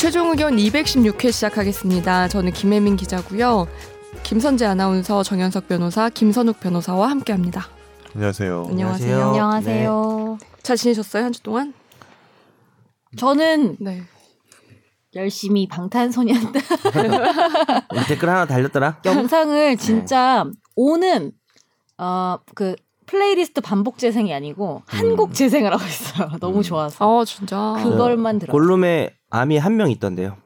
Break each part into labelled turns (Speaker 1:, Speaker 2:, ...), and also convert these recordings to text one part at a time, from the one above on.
Speaker 1: 시사회원 216회 시작하겠습니다. 저는 김혜민 기자고요. 김선재 아나운서, 정현석 변호사, 김선욱 변호사와 함께합니다.
Speaker 2: 안녕하세요.
Speaker 1: 안녕하세요.
Speaker 3: 네, 안녕하세요.
Speaker 1: 잘 지내셨어요 한 주 동안?
Speaker 3: 네. 저는
Speaker 1: 네.
Speaker 3: 열심히 방탄소년단
Speaker 4: 네. 우리 댓글 하나 달렸더라.
Speaker 3: 영상을 진짜 오는 어 그 플레이리스트 반복 재생이 아니고 한
Speaker 4: 음.
Speaker 3: 곡 재생을 하고 있어요. 너무
Speaker 4: 음.
Speaker 3: 좋아서
Speaker 1: 아 진짜.
Speaker 3: 그걸만 들어.
Speaker 4: 골룸에 아미 한 명 있던데요.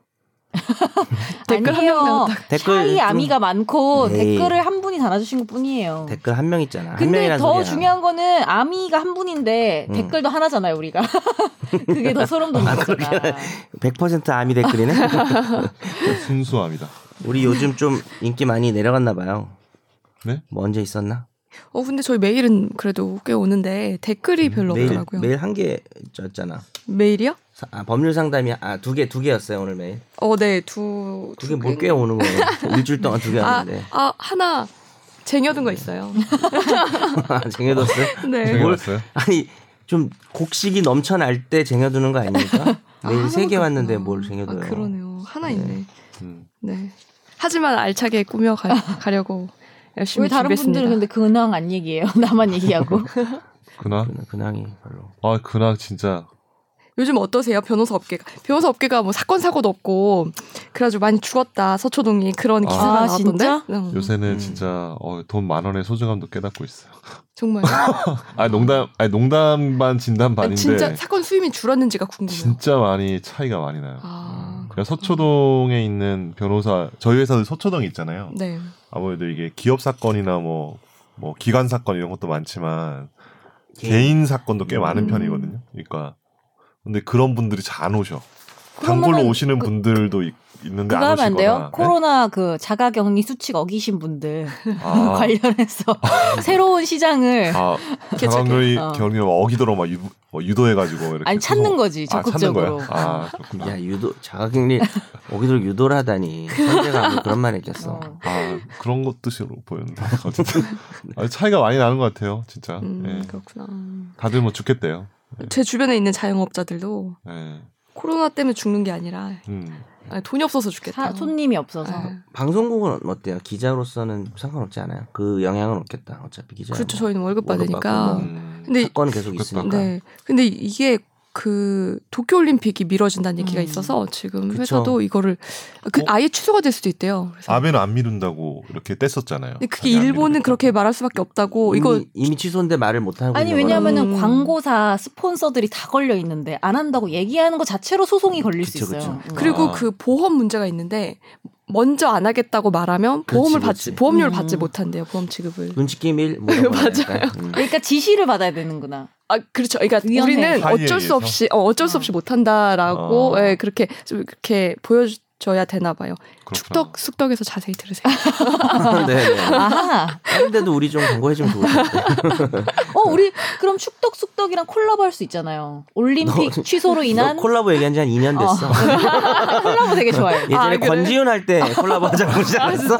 Speaker 1: 댓글 한명
Speaker 3: 아니에요.
Speaker 1: 나왔다.
Speaker 4: 댓글
Speaker 3: 샤이
Speaker 4: 좀-
Speaker 3: 아미가 많고
Speaker 4: 네.
Speaker 3: 댓글을 한 분이 달아주신 것 뿐이에요.
Speaker 4: 댓글 한 명 있잖아. 한
Speaker 3: 근데
Speaker 4: 명이라는
Speaker 3: 더
Speaker 4: 소리야.
Speaker 3: 중요한 거는 아미가 한 분인데
Speaker 4: 음.
Speaker 3: 댓글도 하나잖아요 우리가. 그게 더 소름 돋는 거잖아.
Speaker 4: 100% 아미 댓글이네.
Speaker 2: 순수합니다.
Speaker 4: 우리 요즘 좀 인기 많이 내려갔나 봐요.
Speaker 2: 네?
Speaker 4: 뭐 언제 있었나?
Speaker 1: 어 근데 저희 메일은 그래도 꽤 오는데
Speaker 4: 음,
Speaker 1: 댓글이 별로
Speaker 4: 매일
Speaker 1: 없더라고요.
Speaker 4: 매일 한개 있잖아.
Speaker 1: 메일이요?
Speaker 4: 아, 법률 상담이 아 두 개 두 개였어요 오늘 매일.
Speaker 1: 어, 네, 두.
Speaker 4: 두 개
Speaker 1: 두
Speaker 4: 뭘
Speaker 1: 개.
Speaker 4: 꽤 오는 거예요. 일주일 동안 두 개
Speaker 1: 아,
Speaker 4: 왔는데.
Speaker 1: 아, 하나 쟁여둔 거 있어요.
Speaker 4: 아, 쟁여뒀어? 요
Speaker 1: 네.
Speaker 2: 제가
Speaker 4: 뭘-
Speaker 2: 왔어요?
Speaker 4: 아니 좀 곡식이 넘쳐날 때 쟁여두는 거 아닙니까? 매일
Speaker 1: 아,
Speaker 4: 세
Speaker 1: 하나밖에
Speaker 4: 개 왔는데
Speaker 1: 없구나.
Speaker 4: 뭘 쟁여둬요?
Speaker 1: 아, 그러네요. 하나
Speaker 4: 네.
Speaker 1: 있네.
Speaker 2: 음.
Speaker 1: 네. 하지만 알차게 꾸며 가, 가려고 열심히
Speaker 3: 왜 다른
Speaker 1: 준비했습니다.
Speaker 3: 분들은 근데 근황 안 얘기해요. 나만 얘기하고.
Speaker 2: 근황?
Speaker 4: 그냥 근황이 별로.
Speaker 2: 아 근황 진짜
Speaker 1: 요즘 어떠세요? 변호사 업계가. 변호사 업계가 뭐 사건 사고도 없고 그래가지고 많이 죽었다. 서초동이 그런
Speaker 4: 아,
Speaker 1: 기사가 나왔던데.
Speaker 3: 진짜?
Speaker 1: 응,
Speaker 2: 요새는
Speaker 4: 음.
Speaker 2: 진짜 어, 돈 만 원의 소중함도 깨닫고 있어요.
Speaker 1: 정말.
Speaker 2: 아 농담, 아니 농담 반 진담 반인데
Speaker 1: 진짜
Speaker 2: 진짜,
Speaker 1: 사건 수임이 줄었는지가 궁금해요.
Speaker 2: 많이 차이가 많이 나요.
Speaker 1: 아,
Speaker 2: 그러니까 서초동에 있는 변호사 저희 회사도 서초동 있잖아요.
Speaker 1: 네.
Speaker 2: 아무래도 이게 기업 사건이나 뭐, 뭐 기관 사건 이런 것도 많지만
Speaker 4: 개인.
Speaker 2: 개인 사건도 꽤 많은
Speaker 1: 음.
Speaker 2: 편이거든요. 그러니까 근데 그런 분들이 잘 안 오셔. 단골로
Speaker 3: 그러면은
Speaker 2: 오시는
Speaker 3: 그-
Speaker 2: 분들도 있, 는데
Speaker 3: 그거
Speaker 2: 그러니까 안
Speaker 3: 하면 안 돼요?
Speaker 2: 오시거나.
Speaker 3: 코로나 그 자가격리 수칙 어기신 분들
Speaker 2: 네? 아,
Speaker 3: 관련해서 새로운 시장을
Speaker 2: 아,
Speaker 1: 괜찮게.
Speaker 2: 자강렬이
Speaker 3: 어.
Speaker 2: 경리 어기도록 막 유, 뭐 유도해가지고 이렇게
Speaker 3: 아니 찾는 거지
Speaker 2: 아, 찾는 거야?
Speaker 3: 적극적으로.
Speaker 2: 아, 그렇구나.
Speaker 4: 야 유도 자가격리 오기도록 유도를 하다니 선재가 아무 그런 말 했겠어.
Speaker 3: 어.
Speaker 2: 아, 그런 것 뜻으로 보였는데. 어쨌든. 아, 차이가 많이 나는 것 같아요, 진짜.
Speaker 1: 음,
Speaker 2: 예.
Speaker 1: 그렇구나.
Speaker 2: 다들 뭐 죽겠대요.
Speaker 1: 제 주변에 있는 자영업자들도
Speaker 2: 예.
Speaker 1: 코로나 때문에 죽는 게 아니라
Speaker 2: 음.
Speaker 1: 아, 돈이 없어서 죽겠다.
Speaker 3: 사- 손님이 없어서.
Speaker 1: 아,
Speaker 4: 방송국은 어때요? 기자로서는 상관없지 않아요? 그 영향은 없겠다. 어차피 기자.
Speaker 1: 그렇죠. 저희는 월급
Speaker 4: 월급
Speaker 1: 받으니까.
Speaker 4: 받고 아,
Speaker 2: 음.
Speaker 1: 근데
Speaker 4: 사건 은 계속
Speaker 2: 그렇구나.
Speaker 4: 있으니까.
Speaker 1: 네. 근데 이게 그 도쿄 올림픽이 미뤄진다는 얘기가
Speaker 3: 음.
Speaker 1: 있어서 지금
Speaker 4: 그쵸.
Speaker 1: 회사도 이거를 그
Speaker 2: 어?
Speaker 1: 아예 취소가 될 수도 있대요. 그래서
Speaker 2: 아베는 안 미룬다고 이렇게 뗐었잖아요.
Speaker 1: 근데 그게
Speaker 2: 자기 안
Speaker 1: 일본은
Speaker 2: 미룬다고.
Speaker 1: 그렇게 말할 수밖에 없다고
Speaker 4: 이미,
Speaker 1: 뭐 이거
Speaker 4: 이미 취소인데 말을 못 하고
Speaker 3: 아니
Speaker 4: 있는 거라고.
Speaker 3: 왜냐하면은
Speaker 1: 음.
Speaker 3: 광고사 스폰서들이 다 걸려 있는데 안 한다고 얘기하는 것 자체로 소송이 걸릴
Speaker 4: 그쵸,
Speaker 3: 수 있어요.
Speaker 4: 그쵸.
Speaker 3: 음.
Speaker 1: 그리고
Speaker 2: 아.
Speaker 1: 그 보험 문제가 있는데 먼저 안 하겠다고 말하면 보험을
Speaker 4: 그렇지,
Speaker 1: 받지
Speaker 4: 그렇지.
Speaker 1: 보험료를 받지
Speaker 3: 음.
Speaker 1: 못한대요 보험 지급을.
Speaker 4: 눈치 게임 일 뭐 이런 거
Speaker 1: 맞아요.
Speaker 4: 아닐까요? 음.
Speaker 3: 그러니까 지시를 받아야 되는구나.
Speaker 1: 아 그렇죠. 그러니까
Speaker 3: 위험해.
Speaker 1: 우리는
Speaker 2: 사이에
Speaker 1: 어쩔 수
Speaker 2: 의해서?
Speaker 1: 없이 어, 어쩔 수
Speaker 3: 어.
Speaker 1: 없이 못한다라고
Speaker 2: 어.
Speaker 1: 예, 그렇게 좀 그렇게 보여줘야 되나 봐요.
Speaker 2: 그렇구나.
Speaker 1: 축덕 숙덕에서 자세히 들으세요.
Speaker 4: 네, 네.
Speaker 3: 아하.
Speaker 4: 다른데도 우리 좀 광고해주면 좋을 것 같아요.
Speaker 3: 어 우리 그럼 축덕 쑥덕이랑 콜라보 할 수 있잖아요. 올림픽
Speaker 4: 너-
Speaker 3: 취소로 인한
Speaker 4: 너 콜라보 얘기한 지 한 2년 됐어.
Speaker 3: 콜라보 되게 좋아요.
Speaker 4: 예전에
Speaker 1: 아, 그래?
Speaker 4: 권지윤 할 때 콜라보 하자고 그러지 않았어?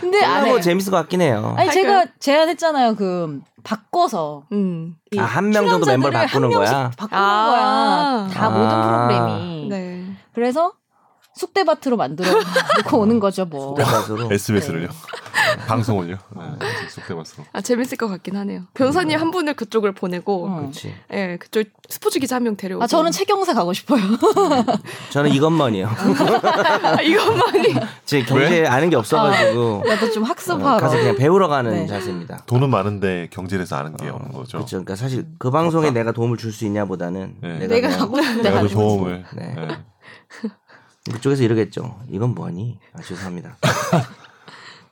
Speaker 3: 근데 안
Speaker 4: 콜라보
Speaker 3: 해.
Speaker 4: 재밌을 것 같긴 해요.
Speaker 3: 아니
Speaker 1: 할까요?
Speaker 3: 제가 제안했잖아요. 그 바꿔서
Speaker 1: 음.
Speaker 3: 이
Speaker 4: 아, 한명 정도 멤버를
Speaker 3: 출연자들을
Speaker 4: 바꾸는
Speaker 3: 한 명씩
Speaker 4: 거야?
Speaker 3: 바꾸는
Speaker 1: 아.
Speaker 3: 거야. 다
Speaker 4: 아.
Speaker 3: 모든 프로그램이.
Speaker 1: 네.
Speaker 3: 그래서 숙대밭으로 만들어 놓고 오는 거죠, 뭐.
Speaker 4: 그래가지고.
Speaker 2: SBS를요. 방송을요. 네, 속대봤어.
Speaker 1: 아 재밌을 것 같긴 하네요.
Speaker 2: 음.
Speaker 1: 변호사님 한 분을 그쪽을 보내고,
Speaker 3: 어.
Speaker 4: 그렇지.
Speaker 1: 예 그쪽 스포츠 기자 한 명 데려오고.
Speaker 3: 아 저는 최경사 가고 싶어요.
Speaker 4: 저는 이것만이요.
Speaker 1: 아, 이것만이
Speaker 4: 제 경제 아는 게 없어가지고
Speaker 3: 나도 좀
Speaker 4: 어,
Speaker 3: 학습하러.
Speaker 4: 가서 그냥 배우러 가는
Speaker 3: 네.
Speaker 4: 자세입니다.
Speaker 2: 돈은 많은데 경제에서 아는
Speaker 3: 어.
Speaker 2: 게 없는 예, 거죠.
Speaker 4: 그렇죠. 그러니까 사실 그 방송에 내가 도움을 줄 수 있냐보다는
Speaker 2: 네.
Speaker 4: 내가,
Speaker 3: 내가
Speaker 4: 그냥
Speaker 3: 가고 싶은데
Speaker 2: 내가 그
Speaker 3: 가는 거지.
Speaker 2: 도움을.
Speaker 4: 네.
Speaker 2: 네.
Speaker 4: 그쪽에서 이러겠죠. 이건 뭐니? 아, 죄송합니다.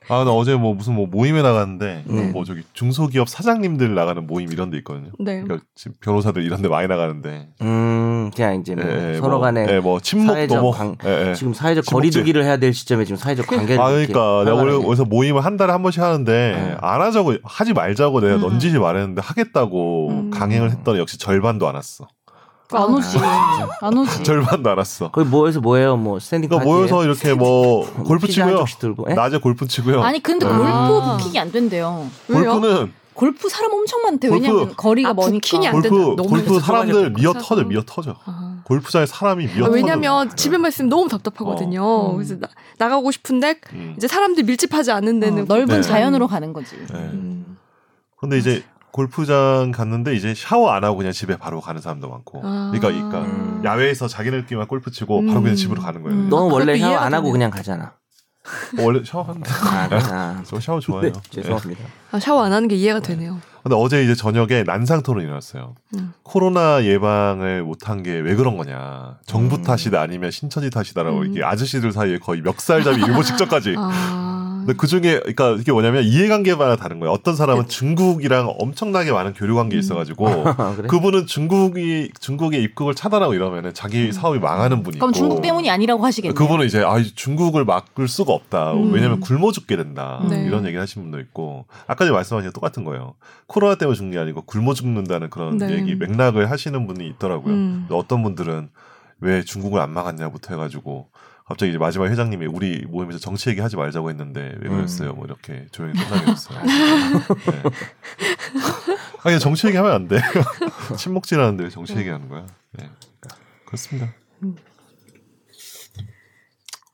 Speaker 2: 아, 나 어제 뭐 무슨 뭐 모임에 나갔는데
Speaker 4: 네.
Speaker 2: 뭐 저기 중소기업 사장님들 나가는 모임 이런 데 있거든요.
Speaker 1: 네.
Speaker 2: 그러니까 지금 변호사들 이런 데 많이 나가는데
Speaker 4: 음, 그냥 이제 뭐
Speaker 2: 예, 예,
Speaker 4: 서로
Speaker 2: 뭐,
Speaker 4: 간에
Speaker 2: 예, 뭐 침묵도
Speaker 4: 사회적
Speaker 2: 뭐
Speaker 4: 관-
Speaker 2: 예, 예.
Speaker 4: 지금 사회적
Speaker 2: 지목제.
Speaker 4: 거리두기를 해야 될 시점에 지금 사회적 관계를
Speaker 2: 아
Speaker 4: 이렇게
Speaker 2: 그러니까 내가 원래
Speaker 4: 하려면
Speaker 2: 그래서 모임을 한 달에 한 번씩 하는데
Speaker 4: 음.
Speaker 2: 안 하자고 하지 말자고 내가
Speaker 3: 음.
Speaker 2: 넌지지 말했는데 하겠다고
Speaker 3: 음.
Speaker 2: 강행을 했더니 역시 절반도 안 왔어.
Speaker 3: 아, 안
Speaker 4: 아,
Speaker 3: 오지. 안
Speaker 4: 음.
Speaker 3: 오지.
Speaker 2: 아, 절반도 안 왔어.
Speaker 4: 거기 모여서 뭐예요? 뭐 스탠딩
Speaker 2: 그러니까
Speaker 4: 파티
Speaker 2: 모여서 이렇게 뭐 골프
Speaker 4: 피자 한
Speaker 2: 치고요.
Speaker 4: 접시 들고 예?
Speaker 2: 낮에 골프 치고요.
Speaker 3: 아니 근데
Speaker 2: 네.
Speaker 3: 골프
Speaker 1: 아.
Speaker 3: 부킹이 안 된대요.
Speaker 1: 왜요?
Speaker 2: 골프는
Speaker 3: 골프 사람 엄청 많대.
Speaker 2: 골프.
Speaker 3: 왜냐면 거리가
Speaker 1: 아,
Speaker 3: 머니까.
Speaker 1: 부킹이 안- 된다.
Speaker 2: 골프
Speaker 1: 너무
Speaker 2: 골프
Speaker 1: 힘들어.
Speaker 2: 사람들 미어 터져
Speaker 1: 사서.
Speaker 2: 미어 터져.
Speaker 1: 아.
Speaker 2: 골프장에 사람이 미어
Speaker 1: 아,
Speaker 2: 터져.
Speaker 1: 왜냐면 집에만 있으면 너무 답답하거든요.
Speaker 3: 어. 음.
Speaker 1: 그래서 나, 나가고 싶은데
Speaker 2: 음.
Speaker 1: 이제 사람들 밀집하지 않는 데는
Speaker 3: 어, 넓은
Speaker 2: 네.
Speaker 3: 자연으로 가는 거지.
Speaker 2: 네.
Speaker 4: 음.
Speaker 2: 근데 이제 골프장 갔는데 이제 샤워 안 하고 그냥 집에 바로 가는 사람도 많고.
Speaker 1: 아.
Speaker 2: 그러니까 그러니까
Speaker 4: 음.
Speaker 2: 야외에서 자기네끼리만 골프 치고 바로
Speaker 1: 음.
Speaker 2: 그냥 집으로 가는 거예요.
Speaker 3: 음.
Speaker 2: 어,
Speaker 4: 넌
Speaker 1: 아,
Speaker 4: 원래
Speaker 1: 그것도
Speaker 4: 샤워
Speaker 1: 이해가
Speaker 4: 안 하고
Speaker 1: 되네.
Speaker 4: 그냥 가잖아.
Speaker 2: 원래 샤워한다.
Speaker 4: 아, 아.
Speaker 2: 저 샤워
Speaker 4: 네,
Speaker 2: 좋아해요. 네.
Speaker 4: 죄송합니다.
Speaker 1: 아, 샤워 안 하는 게 이해가 되네요.
Speaker 2: 근데 어제 이제 저녁에 난상 토론이 일어났어요.
Speaker 1: 음.
Speaker 2: 코로나 예방을 못한 게 왜 그런 거냐. 정부
Speaker 4: 음.
Speaker 2: 탓이다 아니면 신천지 탓이다라고
Speaker 1: 음.
Speaker 2: 이게 아저씨들 사이에 거의 멱살잡이 일보 직전까지.
Speaker 1: 아,
Speaker 2: 근데 그 중에 그러니까 이게 뭐냐면 이해관계마다 다른 거예요. 어떤 사람은 중국이랑 엄청나게 많은 교류
Speaker 1: 음.
Speaker 2: 관계
Speaker 1: 네.
Speaker 2: 있어가지고
Speaker 4: 아, 그래?
Speaker 2: 그분은 중국이 중국의 입국을 차단하고 이러면은
Speaker 1: 음.
Speaker 2: 자기 사업이 망하는 분이
Speaker 3: 그럼
Speaker 2: 있고.
Speaker 3: 중국 때문이 아니라고
Speaker 2: 어.
Speaker 3: 하시겠네요.
Speaker 2: 그분은 이제 아 이 중국을 막을 수가 없다.
Speaker 1: 음.
Speaker 2: 왜냐면 굶어 죽게 된다.
Speaker 1: 네.
Speaker 2: 이런 얘기를 하신 분도 있고 아까 전에 말씀하신 게 똑같은 거예요. 코로나 때문에 죽는 게 아니고 굶어 죽는다는 그런
Speaker 1: 네.
Speaker 2: 얘기 맥락을 하시는 분이 있더라고요.
Speaker 1: 음.
Speaker 2: 근데 어떤 분들은 왜 중국을 안 막았냐부터 해가지고 갑자기 이제 마지막 회장님이 우리 모임에서 정치 얘기 하지 말자고 했는데 왜 그랬어요? 뭐 이렇게 조용히 끝나게 됐어요. 네. 아니 정치 얘기하면 안 돼. 침묵질하는데 왜 정치 얘기하는 거야? 네. 그렇습니다.
Speaker 1: 음.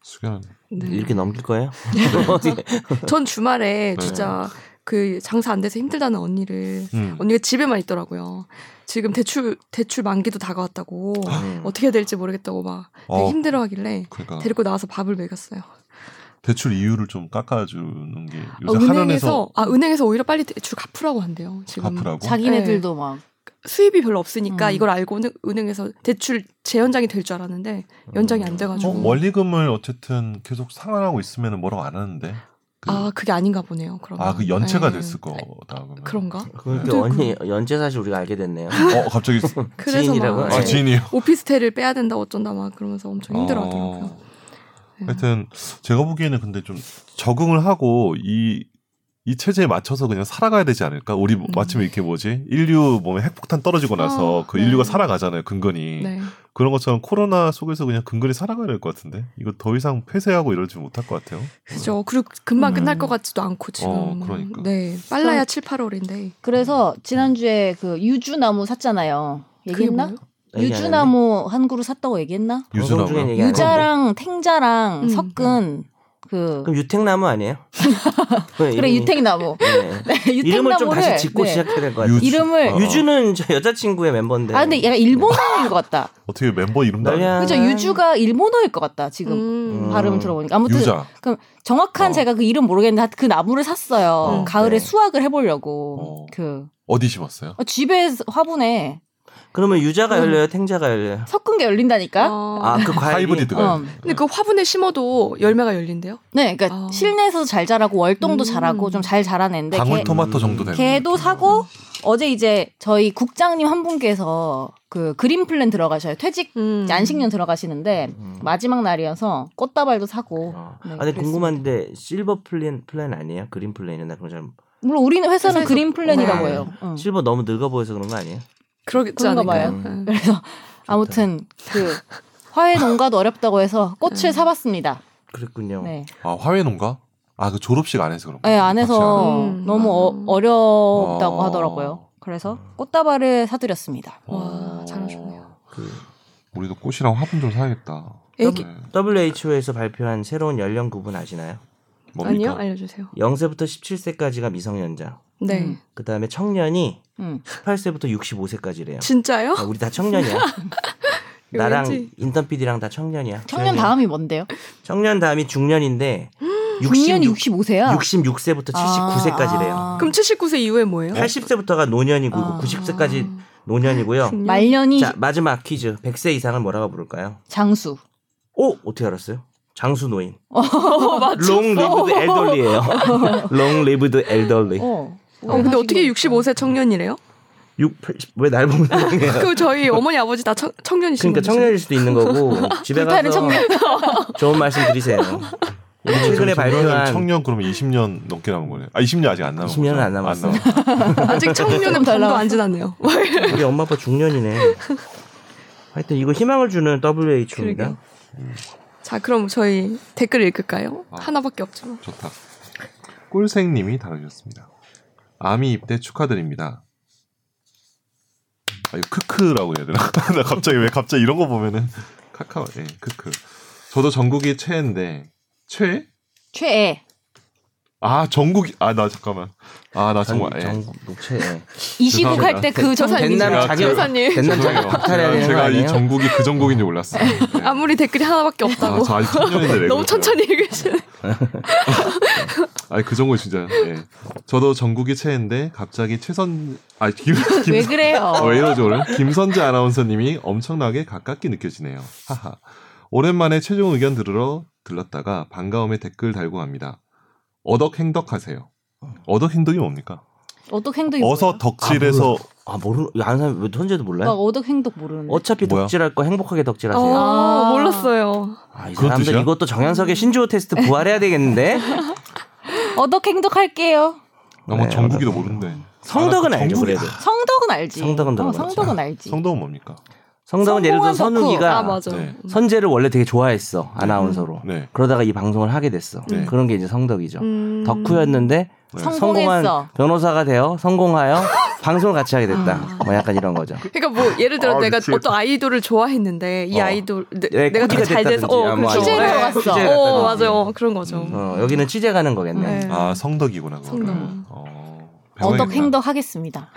Speaker 2: 수견.
Speaker 1: 네.
Speaker 4: 이렇게 넘길 거예요?
Speaker 3: 네.
Speaker 1: 전 주말에
Speaker 2: 네.
Speaker 1: 진짜 그 장사 안 돼서 힘들다는 언니를
Speaker 2: 음.
Speaker 1: 언니가 집에만 있더라고요. 지금 대출 대출 만기도 다가왔다고
Speaker 4: 음.
Speaker 1: 어떻게 해야 될지 모르겠다고 막 되게
Speaker 2: 어.
Speaker 1: 힘들어하길래
Speaker 2: 그러니까
Speaker 1: 데리고 나와서 밥을 먹였어요.
Speaker 2: 대출 이율을 좀 깎아주는 게
Speaker 1: 아,
Speaker 2: 요새 한은에서
Speaker 1: 은행에서 아 은행에서 오히려 빨리 대출 갚으라고 한대요. 지금
Speaker 2: 갚으라고.
Speaker 3: 자기네들도 막
Speaker 1: 수입이 별로 없으니까
Speaker 3: 음.
Speaker 1: 이걸 알고 는- 은행에서 대출 재연장이 될 줄 알았는데 연장이 안
Speaker 2: 어,
Speaker 1: 돼가지고
Speaker 2: 원리금을 어쨌든 계속 상환하고 있으면 뭐라고 안 하는데. 그,
Speaker 1: 아 그게 아닌가 보네요. 그러면
Speaker 2: 아, 그 연체가
Speaker 1: 네.
Speaker 2: 됐을 거다. 그러면.
Speaker 1: 그런가?
Speaker 3: 아,
Speaker 4: 그러니까 언니 연재 사실 우리가 알게 됐네요.
Speaker 2: 어, 갑자기
Speaker 1: 그래서
Speaker 4: 지인이라고?
Speaker 1: 막
Speaker 2: 아,
Speaker 4: 네.
Speaker 2: 지인이요.
Speaker 1: 오피스텔을 빼야 된다 어쩐다 막 그러면서 엄청 힘들어하더라고요.
Speaker 2: 어,
Speaker 1: 네.
Speaker 2: 하여튼 제가 보기에는 근데 좀 적응을 하고 이 이 체제에 맞춰서 그냥 살아가야 되지 않을까? 우리 뭐- 마침 이렇게 뭐지? 인류 몸에 핵폭탄 떨어지고 나서
Speaker 1: 아,
Speaker 2: 그
Speaker 1: 네.
Speaker 2: 인류가 살아가잖아요, 근근히.
Speaker 1: 네.
Speaker 2: 그런 것처럼 코로나 속에서 그냥 근근히 살아가야 될 것 같은데? 이거 더 이상 폐쇄하고 이러지 못할 것 같아요.
Speaker 1: 그죠. 그리고 금방
Speaker 3: 음.
Speaker 1: 끝날 것 같지도 않고 지금.
Speaker 2: 어, 그러니까.
Speaker 1: 네. 빨라야 7, 8월인데.
Speaker 3: 그래서 지난주에 그 유주나무 샀잖아요. 얘기했나?
Speaker 4: 얘기 안 했네.
Speaker 3: 유주나무 한 그루 샀다고 얘기했나?
Speaker 4: 어, 방송 중에
Speaker 2: 유주나무요?
Speaker 4: 얘기 안 했는데.
Speaker 3: 유자랑 탱자랑
Speaker 1: 음.
Speaker 3: 섞은 그
Speaker 4: 뭐. 그럼 유택나무 아니에요?
Speaker 3: 그래
Speaker 4: 이름이-
Speaker 3: 유택나무.
Speaker 4: 네.
Speaker 3: 네,
Speaker 4: 이름을 좀 다시
Speaker 3: 유택나무를,
Speaker 4: 짓고
Speaker 3: 네.
Speaker 4: 시작해야 될 것 같아요.
Speaker 2: 유주-
Speaker 3: 이름을
Speaker 2: 어. 네.
Speaker 4: 유주는 저 여자친구의 멤버인데.
Speaker 3: 아 근데 얘가 일본어인 것 같다.
Speaker 2: 어떻게 멤버 이름도 안
Speaker 4: 날려-
Speaker 3: 그죠?
Speaker 4: 음.
Speaker 3: 유주가 일본어일 것 같다. 지금
Speaker 1: 음.
Speaker 4: 음.
Speaker 3: 발음을 들어보니까 아무튼
Speaker 2: 유자.
Speaker 3: 정확한
Speaker 2: 어.
Speaker 3: 제가 그 이름 모르겠는데 하여튼 그 나무를 샀어요.
Speaker 1: 음.
Speaker 2: 어,
Speaker 4: 네.
Speaker 3: 가을에 수확을 해보려고
Speaker 2: 어.
Speaker 3: 그
Speaker 2: 어디 심었어요?
Speaker 3: 어, 집에 화분에
Speaker 4: 그러면 유자가
Speaker 3: 음.
Speaker 4: 열려요, 탱자가 열려요.
Speaker 3: 섞은 게 열린다니까.
Speaker 1: 어.
Speaker 4: 아 그 과일
Speaker 2: 하이브리드가.
Speaker 3: 어.
Speaker 1: 근데 그 화분에 심어도 열매가 열린대요.
Speaker 3: 네, 그러니까
Speaker 1: 어.
Speaker 3: 실내에서도 잘 자라고 월동도
Speaker 1: 음.
Speaker 3: 잘하고 좀 잘 자라는데 걔,
Speaker 2: 방울토마토 정도 되는.
Speaker 4: 네.
Speaker 3: 걔도
Speaker 2: 느낌으로.
Speaker 3: 사고 어제 이제 저희 국장님 한 분께서 그 그린 플랜 들어가셔요. 퇴직
Speaker 1: 음.
Speaker 3: 이제 안식년 들어가시는데
Speaker 2: 음.
Speaker 3: 마지막 날이어서 꽃다발도 사고.
Speaker 4: 어.
Speaker 3: 네,
Speaker 4: 아, 근데
Speaker 3: 그랬습니다.
Speaker 4: 궁금한데 실버 플랜 플랜 아니에요? 그린 플랜이나 그런 잘
Speaker 3: 물론 우리는 회사는
Speaker 1: 회사에서-
Speaker 3: 그린 플랜이라고
Speaker 1: 네.
Speaker 3: 해요. 응.
Speaker 4: 실버 너무 늙어 보여서 그런 거 아니에요?
Speaker 3: 네.
Speaker 1: 그러겠지
Speaker 3: 그런가
Speaker 1: 않을까요?
Speaker 4: 봐요.
Speaker 1: 음.
Speaker 3: 그래서 아무튼 그 화훼 농가도 어렵다고 해서 꽃을
Speaker 1: 음.
Speaker 3: 사봤습니다.
Speaker 4: 그랬군요.
Speaker 3: 네,
Speaker 2: 아 화훼 농가? 아 그 졸업식 안에서 그런 거.
Speaker 3: 네,
Speaker 4: 아,
Speaker 3: 안에서
Speaker 4: 그렇죠.
Speaker 1: 음.
Speaker 3: 너무
Speaker 1: 음.
Speaker 3: 어, 렵다고
Speaker 2: 아.
Speaker 3: 하더라고요. 그래서
Speaker 4: 음.
Speaker 3: 꽃다발을 사드렸습니다.
Speaker 1: 와, 잘하셨네요.
Speaker 4: 그
Speaker 2: 우리도 꽃이랑 화분 좀 사야겠다.
Speaker 1: 애기-
Speaker 2: 네.
Speaker 4: WHO에서 발표한 새로운 연령 구분 아시나요?
Speaker 2: 뭡니까?
Speaker 1: 아니요, 알려주세요.
Speaker 4: 0세부터 17세까지가 미성년자.
Speaker 1: 네,
Speaker 3: 음.
Speaker 4: 그 다음에 청년이
Speaker 3: 음.
Speaker 4: 18세부터 65세까지래요. 아,
Speaker 1: 진짜요?
Speaker 4: 우리 다 청년이야. 나랑
Speaker 1: 왠지-
Speaker 4: 인턴 PD랑 다 청년이야.
Speaker 3: 청년
Speaker 4: 저희는
Speaker 3: 다음이 뭔데요?
Speaker 4: 청년 다음이 중년인데
Speaker 3: 중년
Speaker 4: 66
Speaker 3: 65세야.
Speaker 4: 66세부터 79세까지래요.
Speaker 1: 그럼 79세 이후에 뭐예요?
Speaker 4: 네, 80세부터가 노년이고
Speaker 3: 아.
Speaker 4: 90세까지 노년이고요.
Speaker 1: 중년.
Speaker 3: 말년이
Speaker 4: 자 마지막 퀴즈 100세 이상을 뭐라고 부를까요?
Speaker 3: 장수.
Speaker 4: 오 어떻게 알았어요? 장수 노인. 롱 리브드 엘덜리예요. 롱 리브드 엘덜리.
Speaker 3: 어.
Speaker 1: 어, 근데 어떻게 65세 청년이래요?
Speaker 4: 왜날 보는 거예요?
Speaker 1: 그럼 저희 어머니 아버지 다 청, 청년이신
Speaker 4: 그러니까
Speaker 1: 거죠?
Speaker 4: 청년일 수도 있는 거고 집에
Speaker 3: 불타는
Speaker 4: 가서
Speaker 3: 청년.
Speaker 4: 좋은 말씀 드리세요. 우리 최근에
Speaker 2: 저는 청년,
Speaker 4: 발표한
Speaker 2: 청년 그러면 20년 넘게 남은 거네요. 아 20년 아직 안 남은
Speaker 4: 20 년은
Speaker 2: 거죠?
Speaker 4: 안 남았어요.
Speaker 2: 남았어요.
Speaker 1: 아직 청년은
Speaker 3: 조금 덜
Speaker 1: 반도 안 지났네요.
Speaker 4: 우리 엄마 아빠 중년이네. 하여튼 이거 희망을 주는 WHO입니다.
Speaker 1: 그러게요. 자, 그럼 저희 댓글 읽을까요?
Speaker 2: 아.
Speaker 1: 하나밖에 없지만.
Speaker 2: 좋다. 꿀생님이 다루셨습니다. 아미 입대 축하드립니다. 아, 이거 크크라고 해야 되나? 나 갑자기 왜 갑자기 이런 거 보면은 카카오, 예, 크크. 저도 전국이 최애인데 최?
Speaker 3: 최애.
Speaker 2: 아 전국이 아 나 잠깐만 아 나 정말 예.
Speaker 4: 전국 녹채. 예.
Speaker 3: 20국
Speaker 2: 죄송합니다.
Speaker 3: 할 때 그 전사님.
Speaker 4: 된남
Speaker 2: 제가
Speaker 4: 자격
Speaker 1: 변호사님.
Speaker 4: 된남
Speaker 2: 죄송해요.
Speaker 4: 자격 박탈해야
Speaker 2: 제가,
Speaker 4: 되는 거
Speaker 2: 제가 이
Speaker 4: 아니에요?
Speaker 2: 전국이 그 전국인지 몰랐어요. 예.
Speaker 1: 아무리 댓글이 하나밖에
Speaker 2: 아,
Speaker 1: 없다고
Speaker 2: 저 아직 청년인데 왜
Speaker 1: 너무
Speaker 2: 그러세요?
Speaker 1: 천천히 읽으시네.
Speaker 2: 아니 그 정도 진짜. 예. 저도 전국이 최애인데 갑자기 최선 아김 김,
Speaker 3: 왜 그래요?
Speaker 2: 어, 왜 이러지 오늘? 김선재 아나운서님이 엄청나게 가깝게 느껴지네요. 하하. 오랜만에 최종 의견 들으러 들렀다가 반가움에 댓글 달고 갑니다. 어덕 행덕하세요. 어덕 행덕이 뭡니까?
Speaker 3: 어덕 행동이
Speaker 2: 어서
Speaker 3: 뭐예요?
Speaker 2: 덕질해서
Speaker 4: 아 모르. 이거 아는 사람 왜 현재도
Speaker 3: 나
Speaker 4: 몰라요?
Speaker 3: 어덕 행동 모르는데.
Speaker 4: 어차피
Speaker 2: 뭐야?
Speaker 4: 덕질할 거 행복하게 덕질하세요.
Speaker 1: 어,
Speaker 3: 아.
Speaker 1: 몰랐어요.
Speaker 4: 아, 이
Speaker 2: 그건
Speaker 4: 사람들
Speaker 2: 뜻이야?
Speaker 4: 이것도 정현석의 신조어 테스트 부활해야
Speaker 2: 아,
Speaker 4: 되겠는데.
Speaker 3: 어덕 행동 할게요.
Speaker 2: 너무
Speaker 4: 네,
Speaker 2: 뭐 전국이도
Speaker 4: 어덕.
Speaker 2: 모르는데.
Speaker 4: 성덕은
Speaker 2: 아,
Speaker 4: 알죠
Speaker 2: 전국이-
Speaker 4: 그래도.
Speaker 3: 성덕은 알지.
Speaker 4: 성덕은
Speaker 3: 어,
Speaker 4: 들어봤지.
Speaker 3: 성덕은 알지.
Speaker 2: 성덕은 뭡니까?
Speaker 4: 성덕은 예를 들어
Speaker 3: 성공한 덕후.
Speaker 4: 선우기가
Speaker 1: 아 맞아.
Speaker 2: 네.
Speaker 4: 음. 선재를 원래 되게 좋아했어 아나운서로.
Speaker 2: 네.
Speaker 4: 그러다가 이 방송을 하게 됐어.
Speaker 2: 네.
Speaker 4: 그런 게 이제 성덕이죠.
Speaker 1: 음.
Speaker 4: 덕후였는데
Speaker 3: 성공했어.
Speaker 4: 성공한 변호사가 되어 성공하여 방송을 같이 하게 됐다.
Speaker 3: 아.
Speaker 4: 뭐 약간 이런 거죠.
Speaker 1: 그러니까 뭐 예를 들어
Speaker 2: 아,
Speaker 1: 내가
Speaker 2: 미치겠다.
Speaker 1: 어떤 아이돌을 좋아했는데 이
Speaker 4: 어.
Speaker 1: 아이돌 내,
Speaker 4: 예,
Speaker 1: 내가
Speaker 4: 코디가
Speaker 1: 잘 돼서
Speaker 4: 됐다든지,
Speaker 1: 어
Speaker 4: 아마
Speaker 1: 그렇죠.
Speaker 3: 취재를
Speaker 1: 네.
Speaker 3: 갔어. 취재를
Speaker 1: 어
Speaker 4: 갔다든지.
Speaker 1: 맞아요. 그런 거죠.
Speaker 2: 음.
Speaker 4: 어, 여기는 취재 가는 거겠네.
Speaker 1: 네.
Speaker 2: 아 성덕이구나 그거를.
Speaker 1: 성덕.
Speaker 2: 어, 배워야겠다.
Speaker 3: 어덕 행동 하겠습니다.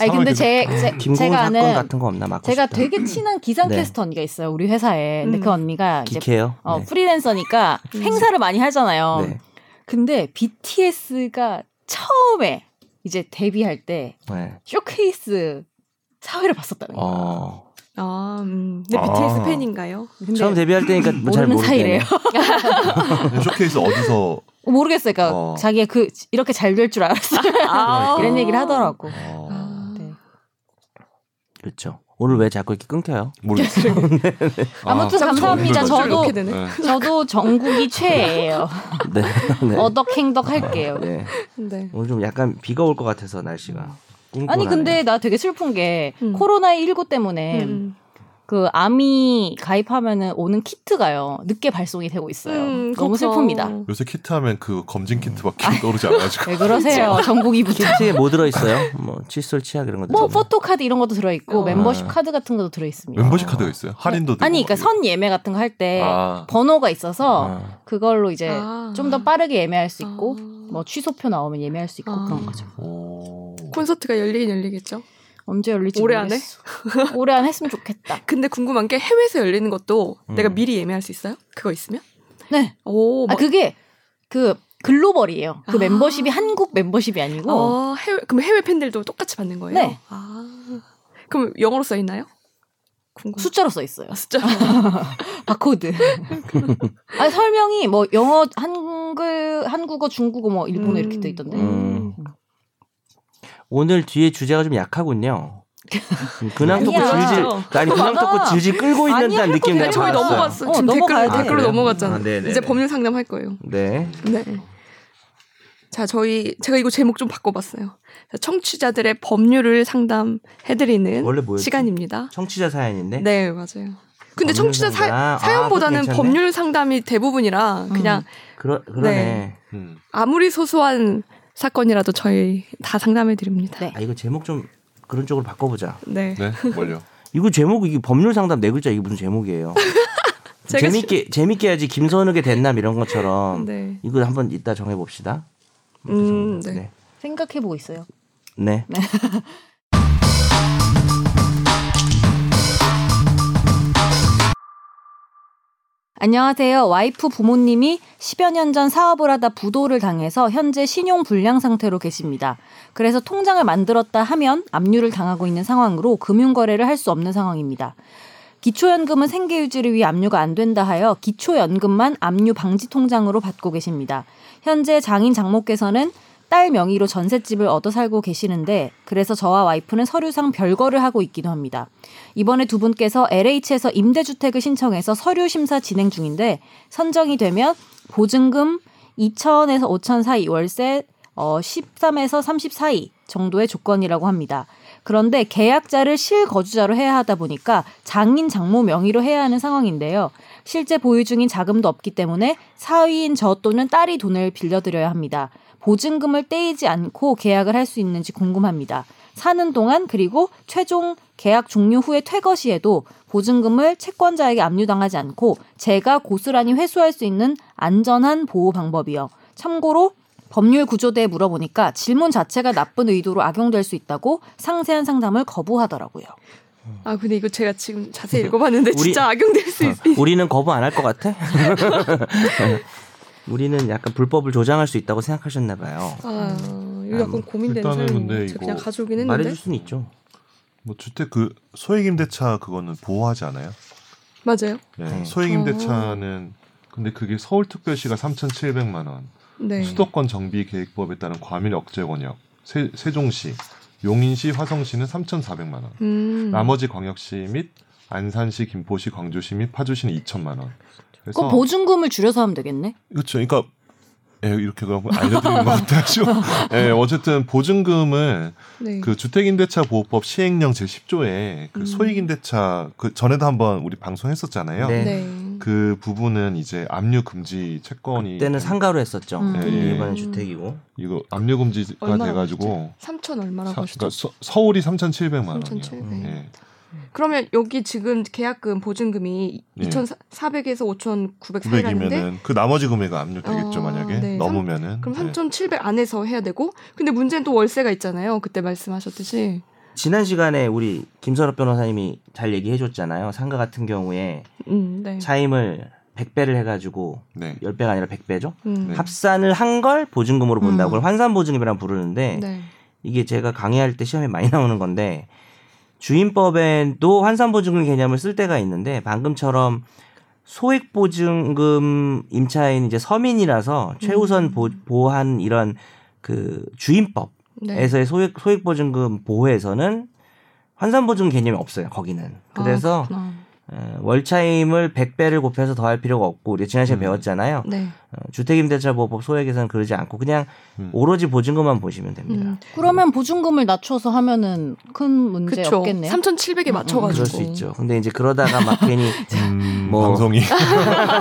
Speaker 3: 아니 근데 제, 제
Speaker 4: 김공
Speaker 3: 제가
Speaker 4: 사건
Speaker 3: 아는
Speaker 4: 같은 거 없나 막고
Speaker 3: 제가
Speaker 4: 싶다.
Speaker 3: 되게 친한 기상캐스터 언니가 있어요 우리 회사에. 근데
Speaker 1: 음.
Speaker 3: 그 언니가 이제
Speaker 4: 기캐요.
Speaker 3: 어, 프리랜서니까 행사를 많이 하잖아요.
Speaker 4: 네.
Speaker 3: 근데 BTS가 처음에 이제 데뷔할 때
Speaker 4: 네.
Speaker 3: 쇼케이스 사회를 봤었다는 거예요.
Speaker 4: 어.
Speaker 1: 아, 음. 근데
Speaker 2: 아.
Speaker 1: BTS 팬인가요?
Speaker 3: 근데
Speaker 4: 처음 데뷔할 때니까 뭐잘
Speaker 3: 모르는 사이래요.
Speaker 4: 모르겠네요.
Speaker 2: 그 쇼케이스 어디서?
Speaker 3: 모르겠어요. 그러니까
Speaker 2: 어.
Speaker 3: 자기가 그 이렇게 잘 될 줄 알았어.
Speaker 1: 아.
Speaker 3: 이런 얘기를 하더라고.
Speaker 2: 어,
Speaker 1: 아.
Speaker 3: 네.
Speaker 4: 그렇죠. 오늘 왜 자꾸 이렇게 끊겨요?
Speaker 2: 모르겠어요.
Speaker 3: 네, 아무튼 감사합니다.
Speaker 1: 저도-
Speaker 2: 덕질
Speaker 1: 이렇게 되네.
Speaker 2: 네.
Speaker 3: 저도 전국이 최애예요.
Speaker 4: 네. 네.
Speaker 3: 어덕 행덕 할게요.
Speaker 4: 네.
Speaker 1: 네.
Speaker 4: 오늘 좀 약간 비가 올 것 같아서 날씨가.
Speaker 3: 아니
Speaker 4: 꿍꿍하네.
Speaker 3: 근데 나 되게 슬픈 게
Speaker 1: 음.
Speaker 3: 코로나 19 때문에
Speaker 1: 음.
Speaker 3: 그 아미 가입하면은 오는 키트가요 늦게 발송이 되고 있어요.
Speaker 1: 음,
Speaker 3: 너무
Speaker 1: 그렇죠.
Speaker 3: 슬픕니다.
Speaker 2: 요새 키트 하면 그 검진 키트밖에 떠오르지 않아가지고.
Speaker 3: 왜 그러세요?
Speaker 1: 그렇죠.
Speaker 3: 전국 이부지.
Speaker 4: 키트에 뭐 들어있어요? 뭐 칫솔 치약 이런 것들.
Speaker 3: 뭐 포토 카드 이런 것도 들어 있고
Speaker 1: 어.
Speaker 3: 멤버십
Speaker 4: 아.
Speaker 3: 카드 같은 것도 들어 있습니다.
Speaker 2: 네. 멤버십 카드가 있어요? 할인도 되고
Speaker 3: 아니 그러니까
Speaker 2: 막
Speaker 3: 선 예매 같은 거 할
Speaker 1: 네.
Speaker 3: 때
Speaker 2: 이런. 아.
Speaker 3: 번호가 있어서
Speaker 4: 아.
Speaker 3: 그걸로 이제
Speaker 1: 아.
Speaker 3: 네. 좀 더 빠르게 예매할 수 있고
Speaker 1: 아.
Speaker 3: 뭐 취소표 나오면 예매할 수 있고
Speaker 1: 아.
Speaker 3: 그런 거죠.
Speaker 2: 오.
Speaker 1: 콘서트가 열리긴 열리겠죠.
Speaker 3: 언제 열릴지
Speaker 1: 올해 안에?
Speaker 3: 모르겠어. 올해 안 했으면 좋겠다.
Speaker 1: 근데 궁금한 게 해외에서 열리는 것도
Speaker 4: 음.
Speaker 1: 내가 미리 예매할 수 있어요? 그거 있으면?
Speaker 3: 네.
Speaker 1: 오,
Speaker 3: 아
Speaker 1: 막-
Speaker 3: 그게 그 글로벌이에요. 그
Speaker 1: 어, 뭐 아.
Speaker 3: 멤버십이 한국 멤버십이 아니고
Speaker 1: 어, 해외, 그럼 해외 팬들도 똑같이 받는 거예요?
Speaker 3: 네.
Speaker 1: 아. 그럼 영어로 써 있나요? 궁금.
Speaker 3: 숫자로 써 있어요.
Speaker 1: 아, 숫자.
Speaker 3: 바코드. 아 설명이 뭐 영어, 한글, 한국어, 중국어, 뭐 일본어
Speaker 1: 음.
Speaker 3: 이렇게 돼 있던데.
Speaker 4: 음. 오늘 뒤에 주제가 좀 약하군요. 근황 토크
Speaker 3: 아니야.
Speaker 4: 질질 아니 근황
Speaker 3: 맞아.
Speaker 4: 토크 질질 끌고 있는
Speaker 3: 아니야,
Speaker 4: 듯한
Speaker 3: 할
Speaker 4: 느낌
Speaker 3: 거지.
Speaker 1: 네,
Speaker 4: 내가
Speaker 1: 저희
Speaker 3: 알았어요.
Speaker 1: 넘어갔어.
Speaker 3: 어,
Speaker 1: 지금
Speaker 3: 넘어가야
Speaker 1: 댓글,
Speaker 3: 돼.
Speaker 1: 댓글로
Speaker 4: 아, 그래요?
Speaker 1: 넘어갔잖아.
Speaker 4: 아, 네네네.
Speaker 1: 이제 법률 상담 할 거예요.
Speaker 4: 네.
Speaker 1: 네. 자, 저희 제가 이거 제목 좀 바꿔봤어요. 자, 청취자들의 법률을 상담해드리는
Speaker 4: 원래 뭐였지?
Speaker 1: 시간입니다.
Speaker 4: 청취자 사연인데.
Speaker 1: 네, 맞아요. 근데
Speaker 4: 법률
Speaker 1: 청취자 사,
Speaker 4: 상담. 아,
Speaker 1: 연보다는
Speaker 4: 그것도 괜찮네.
Speaker 1: 법률 상담이 대부분이라 그냥
Speaker 4: 그러 그러네.
Speaker 1: 네.
Speaker 2: 음.
Speaker 1: 아무리 소소한 사건이라도 저희 다 상담해 드립니다.
Speaker 3: 네.
Speaker 4: 아 이거 제목 좀 그런 쪽으로 바꿔보자.
Speaker 1: 네.
Speaker 2: 네, 뭘요?
Speaker 4: 이거 제목 이게 법률 상담 네 글자 이게 무슨 제목이에요?
Speaker 1: 제가
Speaker 4: 재밌게 재밌게 해야지 김선욱의 됐남 이런 것처럼
Speaker 1: 네.
Speaker 4: 이거 한번 이따 정해봅시다.
Speaker 1: 음, 네.
Speaker 4: 네.
Speaker 3: 생각해보고 있어요.
Speaker 4: 네.
Speaker 3: 안녕하세요. 와이프 부모님이 10여 년 전 사업을 하다 부도를 당해서 현재 신용 불량 상태로 계십니다. 그래서 통장을 만들었다 하면 압류를 당하고 있는 상황으로 금융 거래를 할 수 없는 상황입니다. 기초연금은 생계 유지를 위해 압류가 안 된다 하여 기초연금만 압류 방지 통장으로 받고 계십니다. 현재 장인 장모께서는 딸 명의로 전셋집을 얻어 살고 계시는데 그래서 저와 와이프는 서류상 별거를 하고 있기도 합니다. 이번에 두 분께서 LH에서 임대주택을 신청해서 서류 심사 진행 중인데 선정이 되면 보증금 2천에서 5천 사이 월세 어 13에서 30 사이 정도의 조건이라고 합니다. 그런데 계약자를 실거주자로 해야 하다 보니까 장인 장모 명의로 해야 하는 상황인데요. 실제 보유 중인 자금도 없기 때문에 사위인 저 또는 딸이 돈을 빌려드려야 합니다. 보증금을 떼이지 않고 계약을 할 수 있는지 궁금합니다. 사는 동안 그리고 최종 계약 종료 후에 퇴거 시에도 보증금을 채권자에게 압류당하지 않고 제가 고스란히 회수할 수 있는 안전한 보호 방법이요. 참고로 법률 구조대에 물어보니까 질문 자체가 나쁜 의도로 악용될 수 있다고 상세한 상담을 거부하더라고요.
Speaker 1: 아 근데 이거 제가 지금 자세히 읽어봤는데
Speaker 4: 네. 우리- 아.
Speaker 1: 진짜 악용될 수 있어.
Speaker 4: 우리는 거부 안 할 것 같아? 우리는 약간 불법을 조장할 수 있다고 생각하셨나 봐요.
Speaker 1: 아
Speaker 4: 네,
Speaker 1: 이거 약간
Speaker 4: 뭐
Speaker 1: 고민되는
Speaker 2: 일단은
Speaker 1: 사연인 것
Speaker 2: 근데
Speaker 1: 같아요. 그냥
Speaker 2: 이거
Speaker 1: 가족이긴 했는데
Speaker 4: 말해줄 수는 있죠.
Speaker 2: 뭐 주택 그 소액임대차 그거는 보호하지 않아요?
Speaker 1: 맞아요.
Speaker 2: 네.
Speaker 4: 네.
Speaker 3: 음.
Speaker 2: 소액임대차는 근데 그게 서울특별시가 3,700만 원,
Speaker 1: 네.
Speaker 2: 수도권 정비계획법에 따른 과밀 억제권역, 세, 세종시, 용인시, 화성시는 3,400만 원,
Speaker 1: 음.
Speaker 2: 나머지 광역시 및 안산시, 김포시, 광주시 및 파주시는 2천만 원.
Speaker 3: 그럼 보증금을 줄여서 하면 되겠네.
Speaker 2: 그렇죠. 그러니까 예, 이렇게 그럼 알려드리는 것 같아요. 예, 어쨌든 보증금을
Speaker 1: 네.
Speaker 2: 그 주택임대차 보호법 시행령 제 10조에
Speaker 1: 음.
Speaker 2: 그 소액임대차 그 전에도 한번 우리 방송했었잖아요.
Speaker 4: 네.
Speaker 1: 네.
Speaker 2: 그 부분은 이제 압류 금지 채권이 네.
Speaker 4: 때는 상가로 했었죠.
Speaker 3: 음.
Speaker 4: 예, 예. 일반 주택이고.
Speaker 2: 이거 압류 금지가
Speaker 1: 얼마나
Speaker 2: 돼가지고
Speaker 1: 3천 얼마라고 음,
Speaker 2: 사,
Speaker 1: 하시죠?
Speaker 2: 그러니까 서, 서울이 3,700만 원이에요.
Speaker 1: 3,700.
Speaker 2: 예.
Speaker 1: 그러면 여기 지금 계약금 보증금이
Speaker 2: 네.
Speaker 1: 2,400에서 5,900 사이라는데
Speaker 2: 900이면은 그 나머지 금액은 압류되겠죠
Speaker 1: 어,
Speaker 2: 만약에
Speaker 1: 네.
Speaker 2: 넘으면은
Speaker 1: 그럼
Speaker 2: 네.
Speaker 1: 3,700 안에서 해야 되고 근데 문제는 또 월세가 있잖아요. 그때 말씀하셨듯이.
Speaker 4: 지난 시간에 우리 김선업 변호사님이 잘 얘기해줬잖아요. 상가 같은 경우에
Speaker 1: 음, 네.
Speaker 4: 차임을 100배를 해가지고
Speaker 2: 네.
Speaker 4: 10배가 아니라 100배죠.
Speaker 1: 음.
Speaker 2: 네.
Speaker 4: 합산을 한 걸 보증금으로 본다고
Speaker 3: 음.
Speaker 4: 그걸 환산 보증금이라 부르는데
Speaker 1: 네.
Speaker 4: 이게 제가 강의할 때 시험에 많이 나오는 건데 주임법에도 환산 보증금 개념을 쓸 때가 있는데 방금처럼 소액 보증금 임차인 이제 서민이라서
Speaker 1: 음.
Speaker 4: 최우선 보, 보호한 이런 그 주임법에서의
Speaker 1: 네.
Speaker 4: 소액 소액 보증금 보호에서는 환산 보증 개념이 없어요 거기는
Speaker 1: 아,
Speaker 4: 그래서
Speaker 1: 그렇구나.
Speaker 4: 어, 월차임을 100배를 곱해서 더할 필요가 없고 우리 가 지난 시간에 배웠잖아요
Speaker 1: 네.
Speaker 4: 어, 주택임대차보호법 소액에서는 그러지 않고 그냥
Speaker 2: 음.
Speaker 4: 오로지 보증금만 보시면 됩니다.
Speaker 1: 음.
Speaker 3: 그러면 보증금을 낮춰서 하면은 큰 문제
Speaker 1: 그쵸.
Speaker 3: 없겠네요.
Speaker 1: 3,700에 맞춰가지고.
Speaker 4: 음, 그럴 수 있죠. 근데 이제 그러다가 막 괜히
Speaker 2: 음,
Speaker 4: 뭐.
Speaker 2: 방송이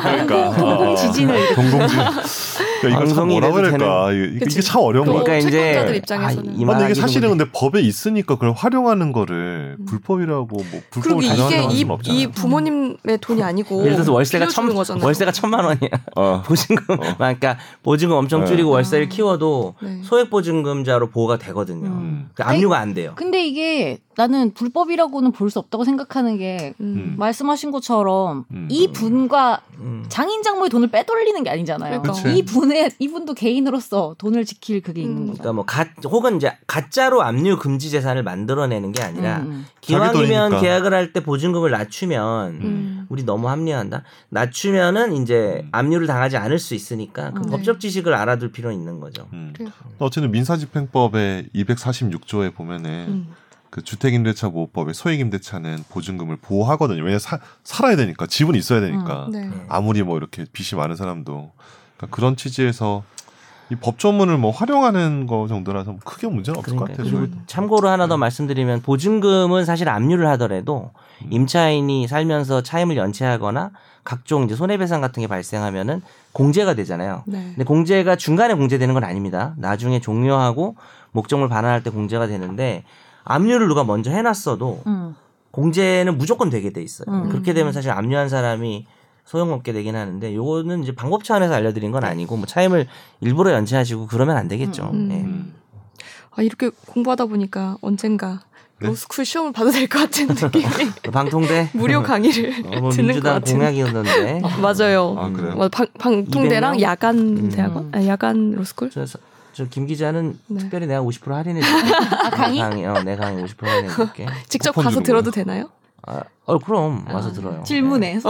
Speaker 2: 그러니까
Speaker 3: 동공 지진을
Speaker 2: 어, 동공지 그러니까 이걸 참
Speaker 4: 방송이
Speaker 2: 뭐라고 해야
Speaker 4: 이래도
Speaker 2: 될까 이게, 이게
Speaker 1: 그치.
Speaker 2: 참 어려운
Speaker 1: 그거
Speaker 2: 거야.
Speaker 4: 그러니까
Speaker 1: 채권자들
Speaker 4: 이제
Speaker 1: 입장에서는.
Speaker 2: 아,
Speaker 4: 이
Speaker 2: 근데 이게
Speaker 4: 만화기도
Speaker 2: 사실은
Speaker 4: 근데-
Speaker 2: 근데 법에 있으니까 그걸 활용하는 거를
Speaker 1: 음.
Speaker 2: 불법이라고 뭐
Speaker 1: 그리고
Speaker 2: 불법을
Speaker 1: 이게
Speaker 2: 가정하는
Speaker 1: 이,
Speaker 2: 수는 없잖아요.
Speaker 1: 이 부모님의 돈이 아니고
Speaker 4: 예를 들어서 월세가 천
Speaker 1: 빌려주는 거잖아요.
Speaker 4: 월세가 천만 원이야.
Speaker 2: 어.
Speaker 4: 보증금
Speaker 2: 어.
Speaker 4: 그러니까 보증금 엄청
Speaker 2: 네.
Speaker 4: 줄이고
Speaker 1: 아.
Speaker 4: 월세를 키워도
Speaker 1: 네.
Speaker 4: 소액 보증금자로 보호가 되거든요.
Speaker 2: 음.
Speaker 4: 그 압류가 안 돼요.
Speaker 3: 근데 이게 나는 불법이라고는 볼 수 없다고 생각하는 게
Speaker 1: 음.
Speaker 3: 말씀하신 것처럼
Speaker 2: 음.
Speaker 3: 이 분과
Speaker 4: 음.
Speaker 3: 장인 장모의 돈을 빼돌리는 게 아니잖아요.
Speaker 1: 그러니까.
Speaker 2: 그치.
Speaker 3: 이 분의 이분도 개인으로서 돈을 지킬 그게
Speaker 1: 음.
Speaker 3: 있는 거다.
Speaker 4: 그러니까 뭐 가, 혹은 이제 가짜로 압류 금지 재산을 만들어내는 게 아니라
Speaker 3: 음,
Speaker 4: 기왕이면
Speaker 2: 돈이니까.
Speaker 4: 계약을 할 때 보증금을 낮추면
Speaker 1: 음.
Speaker 4: 우리 너무 합리화한다. 낮추면은 이제
Speaker 2: 음.
Speaker 4: 압류를 당하지 않을 수 있으니까 그
Speaker 3: 음.
Speaker 4: 법적 지식을 알아둘 필요는 있는 거죠.
Speaker 2: 음.
Speaker 1: 그래요.
Speaker 2: 어쨌든 민사집행법의 246조에 보면은
Speaker 1: 음.
Speaker 2: 그 주택임대차 보호법의 소액임대차는 보증금을 보호하거든요. 왜냐 사, 살아야 되니까 집은 있어야 되니까
Speaker 4: 음,
Speaker 1: 네.
Speaker 2: 아무리 뭐 이렇게 빚이 많은 사람도 그러니까 그런 취지에서 이 법조문을 뭐 활용하는 거 정도라서 뭐 크게 문제는 없을
Speaker 4: 그러니까
Speaker 2: 것 같아요. 네.
Speaker 4: 그리고
Speaker 2: 저는.
Speaker 4: 참고로 하나 더 말씀드리면 보증금은 사실 압류를 하더라도
Speaker 2: 음.
Speaker 4: 임차인이 살면서 차임을 연체하거나 각종 이제 손해배상 같은 게 발생하면은 공제가 되잖아요.
Speaker 1: 네.
Speaker 4: 근데 공제가 중간에 공제되는 건 아닙니다. 나중에 종료하고 목적물 반환할 때 공제가 되는데 압류를 누가 먼저 해놨어도
Speaker 3: 음.
Speaker 4: 공제는 무조건 되게 돼 있어요.
Speaker 3: 음.
Speaker 4: 그렇게 되면 사실 압류한 사람이 소용없게 되긴 하는데 요거는 이제 방법 차원에서 알려드린 건 아니고 뭐 차임을 일부러 연체하시고 그러면 안 되겠죠.
Speaker 1: 음.
Speaker 4: 예.
Speaker 2: 음.
Speaker 1: 아, 이렇게 공부하다 보니까 언젠가 뭐
Speaker 2: 네?
Speaker 1: 로스쿨 시험을 봐도 될 것 같은 느낌이
Speaker 4: 방통대
Speaker 1: 무료 강의를
Speaker 4: 어,
Speaker 1: 듣는
Speaker 4: 뭐
Speaker 1: 것
Speaker 4: 민주당
Speaker 1: 같은
Speaker 4: 공약이었는데
Speaker 1: 어, 맞아요.
Speaker 2: 아 그래요.
Speaker 1: 뭐 방, 방통대랑
Speaker 4: 200명?
Speaker 1: 야간
Speaker 4: 음.
Speaker 1: 대학원? 아, 야간 로스쿨?
Speaker 4: 저, 저 김 기자는
Speaker 1: 네.
Speaker 4: 특별히 내가 50% 할인해 줄게. 아,
Speaker 3: 강의?
Speaker 4: 어, 내 강의 50% 할인해 줄게.
Speaker 1: 직접
Speaker 2: 쿠폰
Speaker 1: 가서
Speaker 2: 주는
Speaker 1: 들어도 되나요?
Speaker 4: 아, 어, 그럼 와서 들어요.
Speaker 3: 질문에
Speaker 4: 네.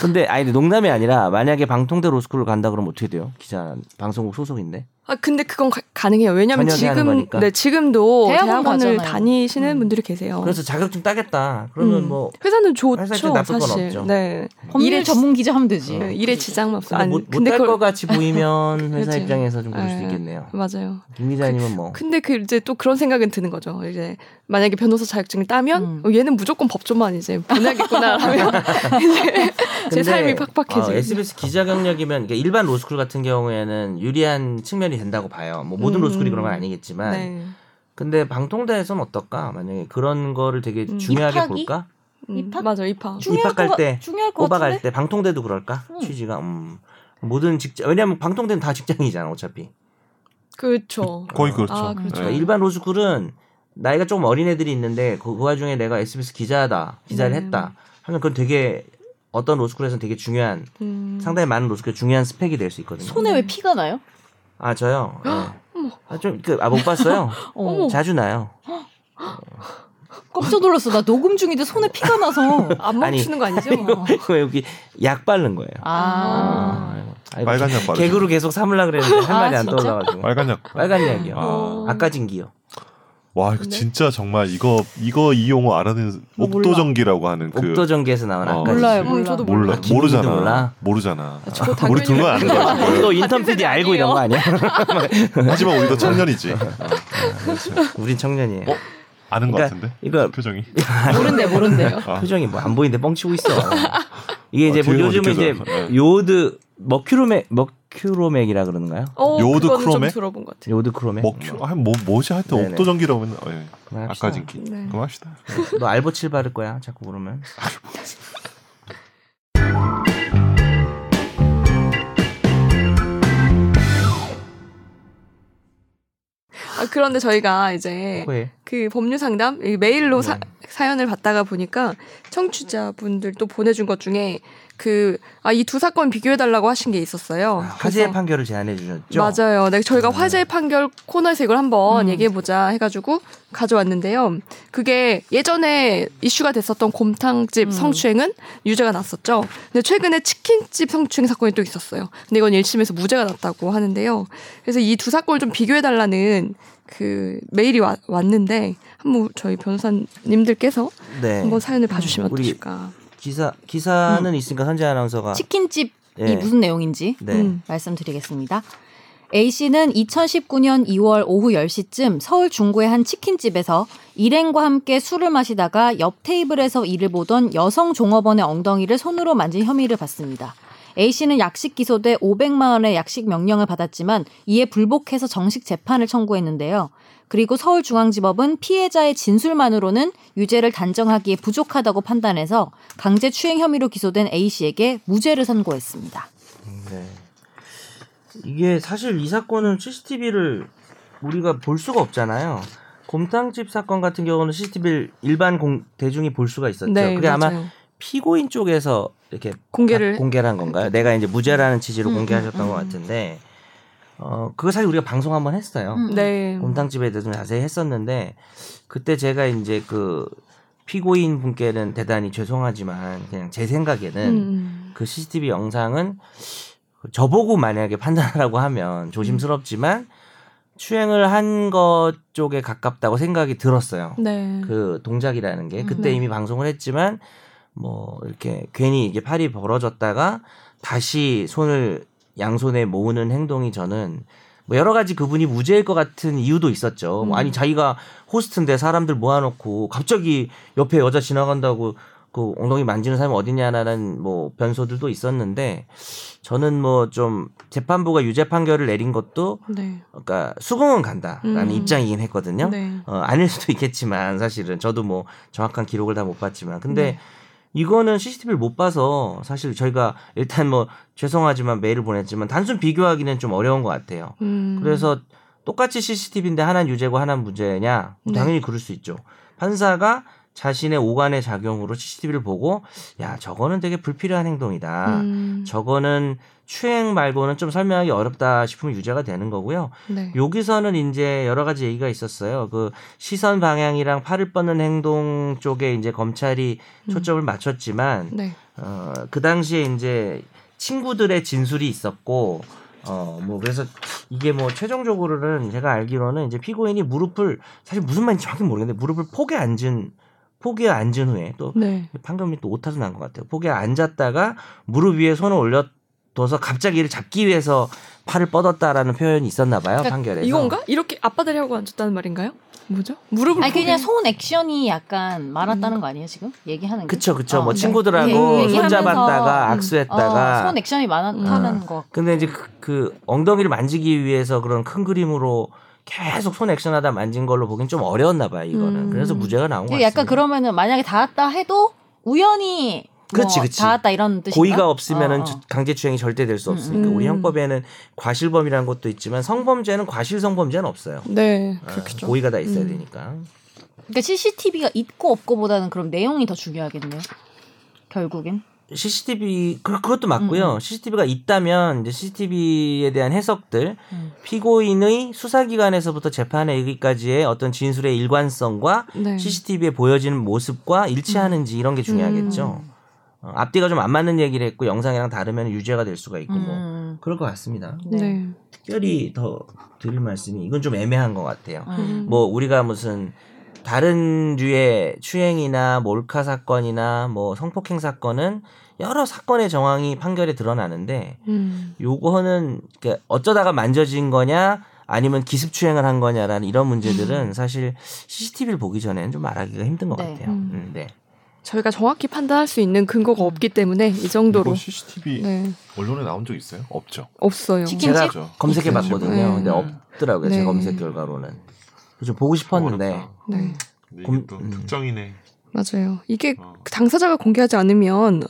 Speaker 4: 근데 아니 근데 농담이 아니라 만약에 방통대 로스쿨을 간다 그러면 어떻게 돼요? 기자 방송국 소속인데.
Speaker 1: 아, 근데 그건 가, 능해요 왜냐면
Speaker 4: 저녁에 하는
Speaker 1: 지금
Speaker 4: 거니까.
Speaker 1: 네, 지금도
Speaker 3: 대학원
Speaker 1: 대학원 을
Speaker 3: 가잖아요.
Speaker 1: 다니시는
Speaker 3: 음.
Speaker 1: 분들이 계세요.
Speaker 4: 그래서 자격증 따겠다. 그러면
Speaker 1: 어. 음.
Speaker 4: 뭐
Speaker 1: 회사는 좋죠,
Speaker 4: 회사에 좀 나쁠 건
Speaker 1: 사실.
Speaker 4: 없죠.
Speaker 1: 네.
Speaker 3: 법률
Speaker 1: 일에 지-
Speaker 3: 전문 기자 하면 되지.
Speaker 1: 네, 일에 지장은 없어. 아니,
Speaker 4: 못못딸것
Speaker 1: 그걸-
Speaker 4: 같이 보이면 회사
Speaker 1: 그치.
Speaker 4: 입장에서 좀 그럴 수도
Speaker 1: 네.
Speaker 4: 있겠네요.
Speaker 1: 맞아요.
Speaker 4: 김 기자님은 뭐
Speaker 1: 근데 그 이제 또 그런 생각은 드는 거죠. 이제 만약에 변호사 자격증을 따면
Speaker 3: 음.
Speaker 1: 어, 얘는 무조건 법조만 이제 보내겠구나라면 이제 제
Speaker 4: 근데,
Speaker 1: 삶이
Speaker 4: 어,
Speaker 1: 팍팍해지고.
Speaker 4: SBS 기자 경력이면 그러니까 일반 로스쿨 같은 경우에는 유리한 측면이 된다고 봐요. 뭐 모든
Speaker 1: 음.
Speaker 4: 로스쿨이 그런 건 아니겠지만
Speaker 1: 네.
Speaker 4: 근데 방통대에서는 어떨까? 만약에 그런 거를 되게
Speaker 1: 음.
Speaker 4: 중요하게
Speaker 3: 입학이?
Speaker 4: 볼까?
Speaker 1: 음,
Speaker 3: 입학?
Speaker 1: 맞아 입학.
Speaker 3: 중요할
Speaker 4: 입학할
Speaker 3: 것 같-
Speaker 4: 때,
Speaker 3: 중요할 것
Speaker 4: 꼬박할
Speaker 3: 같은데.
Speaker 4: 때 방통대도 그럴까?
Speaker 3: 음.
Speaker 4: 취지가 음. 모든 직장 왜냐하면 방통대는 다 직장이잖아 어차피.
Speaker 1: 그렇죠.
Speaker 2: 거의 그렇죠.
Speaker 1: 아, 그렇죠.
Speaker 4: 그러니까 일반 로스쿨은 나이가 조금 어린 애들이 있는데 그, 그 와중에 내가 SBS 기자다 기자를
Speaker 3: 음.
Speaker 1: 네.
Speaker 4: 했다 하면 그건 되게 어떤 로스쿨에서는 되게 중요한
Speaker 1: 음.
Speaker 4: 상당히 많은 로스쿨의 중요한 스펙이 될 수 있거든요.
Speaker 3: 손에 왜 피가 나요?
Speaker 4: 아 저요. 예.
Speaker 1: 어머.
Speaker 4: 아, 좀그아못 봤어요.
Speaker 3: 어.
Speaker 4: 자주 나요.
Speaker 3: 깜짝 놀랐어. 나 녹음 중인데 손에 피가 나서.
Speaker 1: 안
Speaker 4: 아니.
Speaker 1: 멈추는 거 아니죠? 음,
Speaker 4: 이거 여기 약 바른 거예요.
Speaker 3: 아.
Speaker 4: 아, 아이고,
Speaker 2: 빨간 약 바르죠.
Speaker 4: 개그로 계속 삼으려 그랬는데 한
Speaker 3: 아,
Speaker 4: 마리 안
Speaker 3: 진짜?
Speaker 4: 떠올라가지고.
Speaker 2: 빨간 약.
Speaker 4: 빨간 약이요.
Speaker 2: 아.
Speaker 1: 어.
Speaker 4: 아까 진기요.
Speaker 2: 와 이거
Speaker 4: 네.
Speaker 1: 근데?
Speaker 2: 진짜 정말 이거 이거 이 용어 알아듣는
Speaker 3: 뭐 몰라.
Speaker 2: 옥도전기라고 하는 그
Speaker 4: 옥도전기에서 나온
Speaker 2: 어.
Speaker 4: 아까
Speaker 3: 몰라요,
Speaker 4: 진기.
Speaker 3: 몰라.
Speaker 1: 음, 저도
Speaker 2: 몰라
Speaker 1: 몰라요.
Speaker 4: 김민희도
Speaker 2: 모르잖아
Speaker 4: 몰라?
Speaker 2: 모르잖아
Speaker 1: 저 당연히
Speaker 2: 우리 둘만 아는 거야 지금.
Speaker 4: 또 인턴 PD 알고 이런 거 아니야?
Speaker 2: 하지만 우리도 청년이지
Speaker 4: 우린 청년이에요.
Speaker 2: 어? 아는 거
Speaker 4: 그러니까
Speaker 2: 같은데
Speaker 4: 이거
Speaker 2: 표정이
Speaker 3: 모른대, 모른대요.
Speaker 2: 아.
Speaker 4: 표정이 뭐 안 보이는데 뻥치고 있어. 이게
Speaker 2: 아,
Speaker 4: 이제 뭐
Speaker 2: 뒤에서
Speaker 4: 요즘 이제
Speaker 2: 느껴져요. 네.
Speaker 4: 요오드 머큐로맥 머큐로맥이라 그러는가요?
Speaker 1: 어,
Speaker 2: 요오드
Speaker 1: 그거는 좀
Speaker 2: 크롬에?
Speaker 1: 들어본 것 같아요.
Speaker 4: 요오드 크로맥.
Speaker 2: 먹큐 네. 아뭐 뭐지 하여튼
Speaker 4: 네네.
Speaker 2: 옥도전기라고 하면 어, 예.
Speaker 4: 그만합시다.
Speaker 2: 아까 진기
Speaker 1: 네.
Speaker 4: 어.
Speaker 2: 그럼 합시다
Speaker 4: 너 알보칠 바를 거야. 자꾸 그러면.
Speaker 1: 아, 그런데 저희가
Speaker 3: 네.
Speaker 1: 이제
Speaker 4: 코에.
Speaker 1: 그 법률 상담 이 메일로 사,
Speaker 4: 네.
Speaker 1: 사연을 받다가 보니까 청취자분들 또 보내준 것 중에 그 아 이 두 사건 비교해 달라고 하신 게 있었어요.
Speaker 4: 아, 화제의
Speaker 1: 그래서-
Speaker 4: 판결을 제안해 주셨죠.
Speaker 1: 맞아요. 네, 저희가 화제의 판결 코너에서 이걸 한번
Speaker 3: 음.
Speaker 1: 얘기해보자 해가지고 가져왔는데요. 그게 예전에 이슈가 됐었던 곰탕집
Speaker 3: 음.
Speaker 1: 성추행은 유죄가 났었죠. 근데 최근에 치킨집 성추행 사건이 또 있었어요. 근데 이건 1심에서 무죄가 났다고 하는데요. 그래서 이 두 사건을 좀 비교해달라는 그 메일이 와- 왔는데 한번 저희 변호사님들께서
Speaker 4: 네.
Speaker 3: 뭐
Speaker 1: 한번 사연을 봐주시면
Speaker 4: 우리-
Speaker 1: 어떠실까.
Speaker 4: 기사 기사는 있으니까 선재 아나운서가
Speaker 3: 음. 치킨집이
Speaker 4: 예.
Speaker 3: 무슨 내용인지
Speaker 4: 네.
Speaker 1: 음.
Speaker 3: 말씀드리겠습니다. A씨는 2019년 2월 오후 10시쯤 서울 중구의 한 치킨집에서 일행과 함께 술을 마시다가 옆 테이블에서 일을 보던 여성 종업원의 엉덩이를 손으로 만진 혐의를 받습니다. A씨는 약식 기소돼 500만 원의 약식 명령을 받았지만 이에 불복해서 정식 재판을 청구했는데요. 그리고 서울중앙지법은 피해자의 진술만으로는 유죄를 단정하기에 부족하다고 판단해서 강제 추행 혐의로 기소된 A씨에게 무죄를 선고했습니다.
Speaker 4: 네. 이게 사실 이 사건은 CCTV를 우리가 볼 수가 없잖아요. 곰탕집 사건 같은 경우는 CCTV를 일반 공- 대중이 볼 수가 있었죠.
Speaker 1: 네,
Speaker 4: 그게 아마 아,
Speaker 1: 맞아요.
Speaker 4: 피고인 쪽에서 이렇게
Speaker 1: 공개를
Speaker 4: 공개를 한 건가요? 내가 이제 무죄라는 취지로
Speaker 3: 음,
Speaker 4: 공개하셨던
Speaker 3: 음,
Speaker 4: 것
Speaker 3: 음.
Speaker 4: 같은데 어 그거 사실 우리가 방송 한번 했어요.
Speaker 3: 음.
Speaker 1: 네.
Speaker 4: 곰탕집에 대해서 좀 자세히 했었는데 그때 제가 이제 그 피고인 분께는 대단히 죄송하지만 그냥 제 생각에는
Speaker 1: 음,
Speaker 4: 그 CCTV 영상은 저보고 만약에 판단하라고 하면 조심스럽지만 추행을 한 것 쪽에 가깝다고 생각이 들었어요.
Speaker 1: 음. 네.
Speaker 4: 그 동작이라는 게
Speaker 3: 음.
Speaker 4: 그때
Speaker 1: 네.
Speaker 4: 이미 방송을 했지만 뭐 이렇게 괜히 이게 팔이 벌어졌다가 다시 손을 양손에 모으는 행동이 저는 뭐 여러 가지 그분이 무죄일 것 같은 이유도 있었죠. 뭐
Speaker 3: 음.
Speaker 4: 아니 자기가 호스트인데 사람들 모아놓고 갑자기 옆에 여자 지나간다고 그 엉덩이 만지는 사람이 어디냐라는 뭐 변소들도 있었는데 저는 뭐 좀 재판부가 유죄 판결을 내린 것도
Speaker 1: 네.
Speaker 4: 그러니까 수긍은 간다라는
Speaker 1: 음.
Speaker 4: 입장이긴 했거든요.
Speaker 1: 네.
Speaker 4: 어, 아닐 수도 있겠지만 사실은 저도 뭐 정확한 기록을 다 못 봤지만
Speaker 1: 네.
Speaker 4: 근데 이거는 CCTV를 못 봐서 사실 저희가 일단 뭐 죄송하지만 메일을 보냈지만 단순 비교하기는 좀 어려운 것 같아요.
Speaker 1: 음.
Speaker 4: 그래서 똑같이 CCTV인데 하나는 유죄고 하나는 무죄냐
Speaker 1: 네.
Speaker 4: 당연히 그럴 수 있죠. 판사가 자신의 오간의 작용으로 CCTV를 보고 야 저거는 되게 불필요한 행동이다.
Speaker 1: 음.
Speaker 4: 아, 저거는 추행 말고는 좀 설명하기 어렵다 싶으면 유죄가 되는 거고요.
Speaker 1: 네.
Speaker 4: 여기서는 이제 여러 가지 얘기가 있었어요. 그 시선 방향이랑 팔을 뻗는 행동 쪽에 이제 검찰이
Speaker 1: 음.
Speaker 4: 초점을 맞췄지만
Speaker 1: 네.
Speaker 4: 어, 그 당시에 이제 친구들의 진술이 있었고 어, 뭐 그래서 이게 뭐 최종적으로는 제가 알기로는 이제 피고인이 무릎을 사실 무슨 말인지 정확히 모르겠는데 무릎을 폭에 앉은 폭에 앉은 후에 또
Speaker 1: 네.
Speaker 4: 판결이 또 오타도 난 것 같아요. 폭에 앉았다가 무릎 위에 손을 올려둬서 갑자기 이를 잡기 위해서 팔을 뻗었다라는 표현이 있었나 봐요
Speaker 1: 그러니까
Speaker 4: 판결에서.
Speaker 1: 이건가? 이렇게 아빠들이 하고 앉았다는 말인가요? 뭐죠? 무릎을
Speaker 3: 아니 그냥
Speaker 1: 포개-
Speaker 3: 손 액션이 약간 말았다는 거 아니에요 지금 얘기하는 게?
Speaker 4: 그쵸 그쵸
Speaker 3: 어,
Speaker 4: 뭐
Speaker 3: 네.
Speaker 4: 친구들하고
Speaker 3: 얘기-
Speaker 4: 손잡았다가
Speaker 3: 얘기하면서,
Speaker 4: 악수했다가
Speaker 3: 어, 손 액션이 많다는 거.
Speaker 4: 근데 이제 그, 그 엉덩이를 만지기 위해서 그런 큰 그림으로 계속 손 액션하다 만진 걸로 보긴 좀 어려웠나 봐요 이거는
Speaker 1: 음.
Speaker 4: 그래서 무죄가 나온 것
Speaker 3: 이게
Speaker 4: 같습니다.
Speaker 3: 약간 그러면은 만약에 닿았다 해도 우연히 뭐
Speaker 4: 그치, 그치.
Speaker 3: 닿았다 이런 뜻인가?
Speaker 4: 고의가 없으면은
Speaker 3: 어, 어.
Speaker 4: 주- 강제추행이 절대 될 수 없으니까
Speaker 1: 음.
Speaker 4: 우리 형법에는 과실범이라는 것도 있지만 성범죄는 과실 성범죄는 없어요.
Speaker 1: 네,
Speaker 4: 아,
Speaker 1: 그렇겠죠.
Speaker 4: 고의가 다 있어야
Speaker 1: 음.
Speaker 4: 되니까.
Speaker 3: 그러니까 CCTV가 있고 없고보다는 그럼 내용이 더 중요하겠네요. 결국엔.
Speaker 4: CCTV 그, 그것도
Speaker 1: 음,
Speaker 4: 맞고요. CCTV가 있다면 이제 CCTV에 대한 해석들,
Speaker 3: 음.
Speaker 4: 피고인의 수사기관에서부터 재판에 이르기까지의 어떤 진술의 일관성과
Speaker 1: 네.
Speaker 4: CCTV에 보여지는 모습과 일치하는지 이런 게
Speaker 1: 음.
Speaker 4: 중요하겠죠.
Speaker 3: 음.
Speaker 4: 어, 앞뒤가 좀 안 맞는 얘기를 했고 영상이랑 다르면 유죄가 될 수가 있고 뭐
Speaker 3: 음.
Speaker 4: 그럴 것 같습니다.
Speaker 1: 네.
Speaker 4: 특별히 더 드릴 말씀이 이건 좀 애매한 것 같아요.
Speaker 3: 음.
Speaker 4: 뭐 우리가 무슨 다른 류의 추행이나 몰카 사건이나 뭐 성폭행 사건은 여러 사건의 정황이 판결에 드러나는데
Speaker 1: 음.
Speaker 4: 요거는 그러니까 어쩌다가 만져진 거냐 아니면 기습 추행을 한 거냐라는 이런 문제들은 사실 CCTV를 보기 전에는 좀 말하기가 힘든 것
Speaker 3: 네.
Speaker 4: 같아요.
Speaker 1: 음.
Speaker 4: 음, 네.
Speaker 1: 저희가 정확히 판단할 수 있는 근거가 없기 때문에 이 정도로
Speaker 2: 이거 CCTV
Speaker 1: 네.
Speaker 2: 언론에 나온 적 있어요? 없죠.
Speaker 1: 없어요.
Speaker 3: 치킨-
Speaker 4: 제가
Speaker 3: 김치?
Speaker 2: 없죠.
Speaker 4: 검색해 봤거든요.
Speaker 1: 네.
Speaker 4: 근데 없더라고요. 제
Speaker 1: 네.
Speaker 4: 검색 결과로는. 그래서 보고 싶었는데
Speaker 2: 어렵다.
Speaker 1: 네.
Speaker 2: 근데
Speaker 4: 검-
Speaker 2: 이게 또
Speaker 4: 음.
Speaker 2: 특정인의
Speaker 1: 맞아요. 이게
Speaker 2: 어,
Speaker 1: 그 당사자가 공개하지 않으면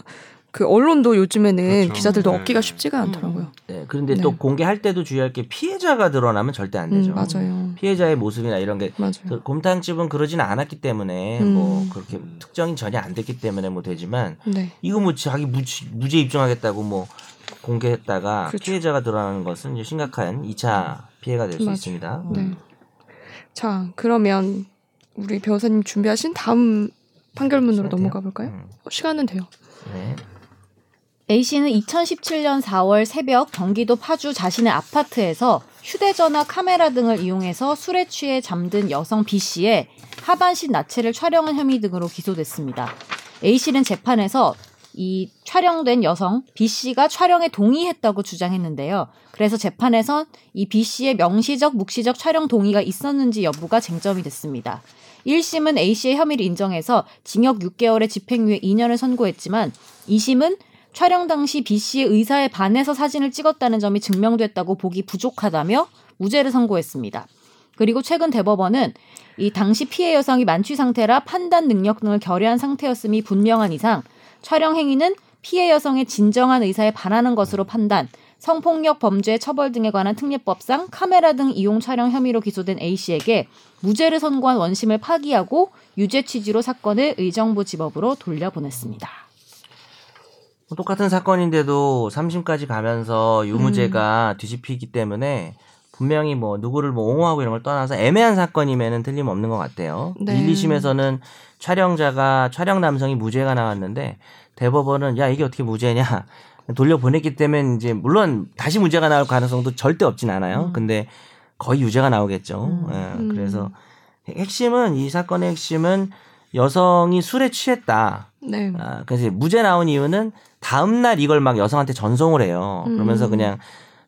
Speaker 1: 그 언론도 요즘에는
Speaker 2: 그렇죠.
Speaker 1: 기자들도
Speaker 2: 네.
Speaker 1: 얻기가 쉽지가
Speaker 3: 음.
Speaker 1: 않더라고요.
Speaker 4: 네, 그런데
Speaker 1: 네.
Speaker 4: 또 공개할 때도 주의할 게 피해자가 드러나면 절대 안 되죠.
Speaker 1: 음, 맞아요.
Speaker 4: 피해자의 모습이나 이런 게
Speaker 1: 맞아요.
Speaker 4: 그 곰탕집은 그러진 않았기 때문에
Speaker 1: 음.
Speaker 4: 뭐 그렇게
Speaker 2: 음.
Speaker 4: 특정이 전혀 안 됐기 때문에 뭐 되지만
Speaker 1: 네.
Speaker 4: 이거 뭐 자기 무죄, 무죄 입증하겠다고 뭐 공개했다가
Speaker 1: 그렇죠.
Speaker 4: 피해자가 드러나는 것은 이제 심각한 2차 피해가 될 수
Speaker 1: 맞아요.
Speaker 4: 있습니다.
Speaker 1: 네. 자, 그러면 우리 변호사님 준비하신 다음 판결문으로
Speaker 4: 시간 돼요?
Speaker 1: 넘어가 볼까요?
Speaker 4: 음,
Speaker 1: 어, 시간은 돼요.
Speaker 4: 네.
Speaker 3: A 씨는 2017년 4월 새벽 경기도 파주 자신의 아파트에서 휴대전화 카메라 등을 이용해서 술에 취해 잠든 여성 B 씨의 하반신 나체를 촬영한 혐의 등으로 기소됐습니다. A 씨는 재판에서 이 촬영된 여성 B 씨가 촬영에 동의했다고 주장했는데요. 그래서 재판에선 이 B 씨의 명시적, 묵시적 촬영 동의가 있었는지 여부가 쟁점이 됐습니다. 1심은 A 씨의 혐의를 인정해서 징역 6개월에 집행유예 2년을 선고했지만 2심은 촬영 당시 B 씨의 의사에 반해서 사진을 찍었다는 점이 증명됐다고 보기 부족하다며 무죄를 선고했습니다. 그리고 최근 대법원은 이 당시 피해 여성이 만취 상태라 판단 능력 등을 결여한 상태였음이 분명한 이상 촬영 행위는 피해 여성의 진정한 의사에 반하는 것으로 판단, 성폭력 범죄 처벌 등에 관한 특례법상 카메라 등 이용 촬영 혐의로 기소된 A 씨에게 무죄를 선고한 원심을 파기하고 유죄 취지로 사건을 의정부 지법으로 돌려보냈습니다.
Speaker 4: 뭐 똑같은 사건인데도 3심까지 가면서 유무죄가 뒤집히기 때문에 분명히 뭐 누구를 뭐 옹호하고 이런 걸 떠나서 애매한 사건임에는 틀림없는 것 같아요.
Speaker 1: 네.
Speaker 4: 1, 2심에서는 촬영자가 촬영 남성이 무죄가 나왔는데 대법원은 야 이게 어떻게 무죄냐 돌려보냈기 때문에 이제 물론 다시 무죄가 나올 가능성도 절대 없진 않아요.
Speaker 3: 음.
Speaker 4: 근데 거의 유죄가 나오겠죠.
Speaker 3: 음.
Speaker 4: 예,
Speaker 1: 음.
Speaker 4: 그래서 핵심은 이 사건의 핵심은 여성이 술에 취했다.
Speaker 1: 네.
Speaker 4: 아, 그래서 이제 무죄 나온 이유는 다음날 이걸 막 여성한테 전송을 해요. 그러면서
Speaker 1: 음.
Speaker 4: 그냥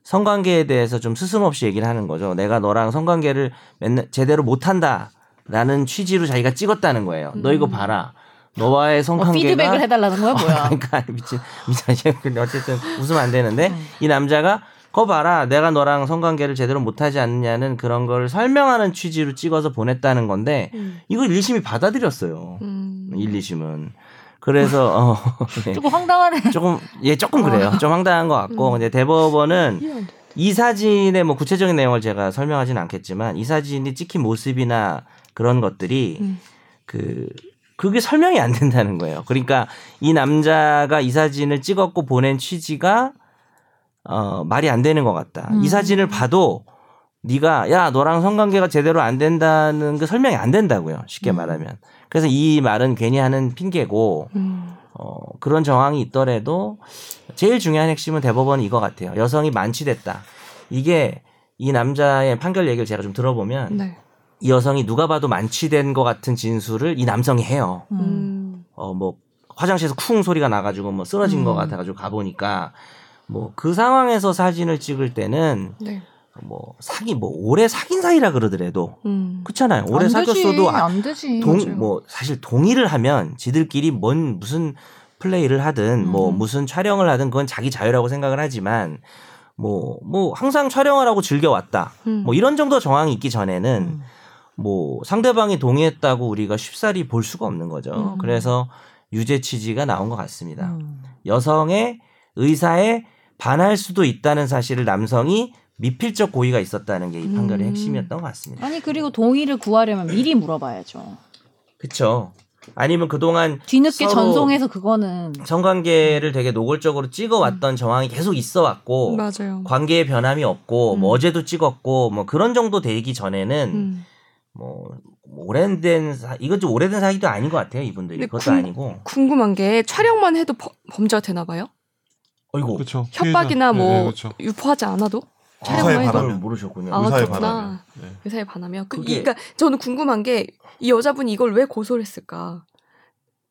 Speaker 4: 성관계에 대해서 좀 스스럼없이 얘기를 하는 거죠. 내가 너랑 성관계를 맨날 제대로 못한다. 라는 취지로 자기가 찍었다는 거예요. 너 이거 봐라. 너와의
Speaker 3: 음. 어,
Speaker 4: 성관계가
Speaker 3: 피드백을 해달라는 거야 뭐야?
Speaker 4: 그러니까 미친 미친 아저씨. 근데 어쨌든 웃으면 안 되는데
Speaker 3: 음.
Speaker 4: 이 남자가 거 봐라 내가 너랑 성관계를 제대로 못하지 않느냐는 그런 걸 설명하는 취지로 찍어서 보냈다는 건데
Speaker 3: 음.
Speaker 4: 이거 1심이 받아들였어요.
Speaker 1: 음.
Speaker 4: 1, 2심은 그래서 어, 네.
Speaker 3: 조금 황당하네.
Speaker 4: 조금 예 조금 그래요. 좀 황당한 것 같고 근데 대법원은
Speaker 1: 아. 음. 이해 안 돼.
Speaker 4: 이 사진의 뭐 구체적인 내용을 제가 설명하진 않겠지만 이 사진이 찍힌 모습이나 그런 것들이
Speaker 1: 음.
Speaker 4: 그 그게 설명이 안 된다는 거예요. 그러니까 이 남자가 이 사진을 찍었고 보낸 취지가 어 말이 안 되는 것 같다.
Speaker 1: 음.
Speaker 4: 이 사진을 봐도 네가 야 너랑 성관계가 제대로 안 된다는 게 설명이 안 된다고요. 쉽게 말하면. 그래서 이 말은 괜히 하는 핑계고
Speaker 1: 음.
Speaker 4: 어, 그런 정황이 있더라도 제일 중요한 핵심은 대법원은 이거 같아요. 여성이 만취됐다. 이게 이 남자의 판결 얘기를 제가 좀 들어보면
Speaker 1: 네.
Speaker 4: 이 여성이 누가 봐도 만취된 것 같은 진술을 이 남성이 해요.
Speaker 1: 음.
Speaker 4: 어 뭐 화장실에서 쿵 소리가 나가지고 뭐 쓰러진
Speaker 3: 음.
Speaker 4: 것 같아가지고 가보니까 뭐 그 상황에서 사진을 찍을 때는
Speaker 1: 네.
Speaker 4: 뭐 사기 뭐 오래 사귄 사이라 그러더라도
Speaker 1: 음.
Speaker 4: 그렇잖아요. 오래
Speaker 3: 안
Speaker 4: 사귀었어도
Speaker 3: 되지,
Speaker 4: 아-
Speaker 3: 안 되지.
Speaker 1: 맞아요.
Speaker 4: 동, 뭐, 사실 동의를 하면 지들끼리 뭔, 무슨 플레이를 하든, 뭐,
Speaker 3: 음.
Speaker 4: 무슨 촬영을 하든 그건 자기 자유라고 생각을 하지만, 뭐, 뭐, 항상 촬영을 하고 즐겨왔다.
Speaker 1: 음.
Speaker 4: 뭐, 이런 정도 정황이 있기 전에는,
Speaker 3: 음.
Speaker 4: 뭐, 상대방이 동의했다고 우리가 쉽사리 볼 수가 없는 거죠.
Speaker 1: 음.
Speaker 4: 그래서 유죄 취지가 나온 것 같습니다.
Speaker 3: 음.
Speaker 4: 여성의 의사에 반할 수도 있다는 사실을 남성이 미필적 고의가 있었다는 게 이 판결의
Speaker 1: 음.
Speaker 4: 핵심이었던 것 같습니다.
Speaker 3: 아니 그리고 동의를 구하려면 미리 물어봐야죠.
Speaker 4: 그쵸. 아니면 그동안
Speaker 3: 뒤늦게
Speaker 4: 서로-
Speaker 3: 전송해서 그거는
Speaker 4: 성관계를 되게 노골적으로
Speaker 1: 음.
Speaker 4: 찍어왔던 정황이 계속 있어 왔고
Speaker 1: 맞아요.
Speaker 4: 관계의 변함이 없고 뭐
Speaker 3: 음.
Speaker 4: 어제도 찍었고 뭐 그런 정도 되기 전에는
Speaker 1: 음.
Speaker 4: 뭐 오래된 사, 이건 좀 오래된 사이도 아닌 것 같아요 이분들이
Speaker 1: 근데
Speaker 4: 그것도
Speaker 1: 군-
Speaker 4: 아니고
Speaker 1: 궁금한 게 촬영만 해도 범- 범죄가 되나 봐요?
Speaker 4: 어이고
Speaker 2: 그렇죠.
Speaker 1: 협박이나
Speaker 4: 네,
Speaker 1: 뭐
Speaker 2: 그렇죠.
Speaker 1: 유포하지 않아도
Speaker 2: 의사의
Speaker 1: 촬영만 해도
Speaker 4: 음.
Speaker 2: 바람.
Speaker 4: 모르셨군요.
Speaker 1: 아,
Speaker 2: 의사의
Speaker 1: 그렇구나.
Speaker 2: 바람에. 네.
Speaker 1: 의사에 반하면 그,
Speaker 4: 그게-
Speaker 1: 그러니까 저는 궁금한 게 이 여자분이 이걸 왜 고소를 했을까?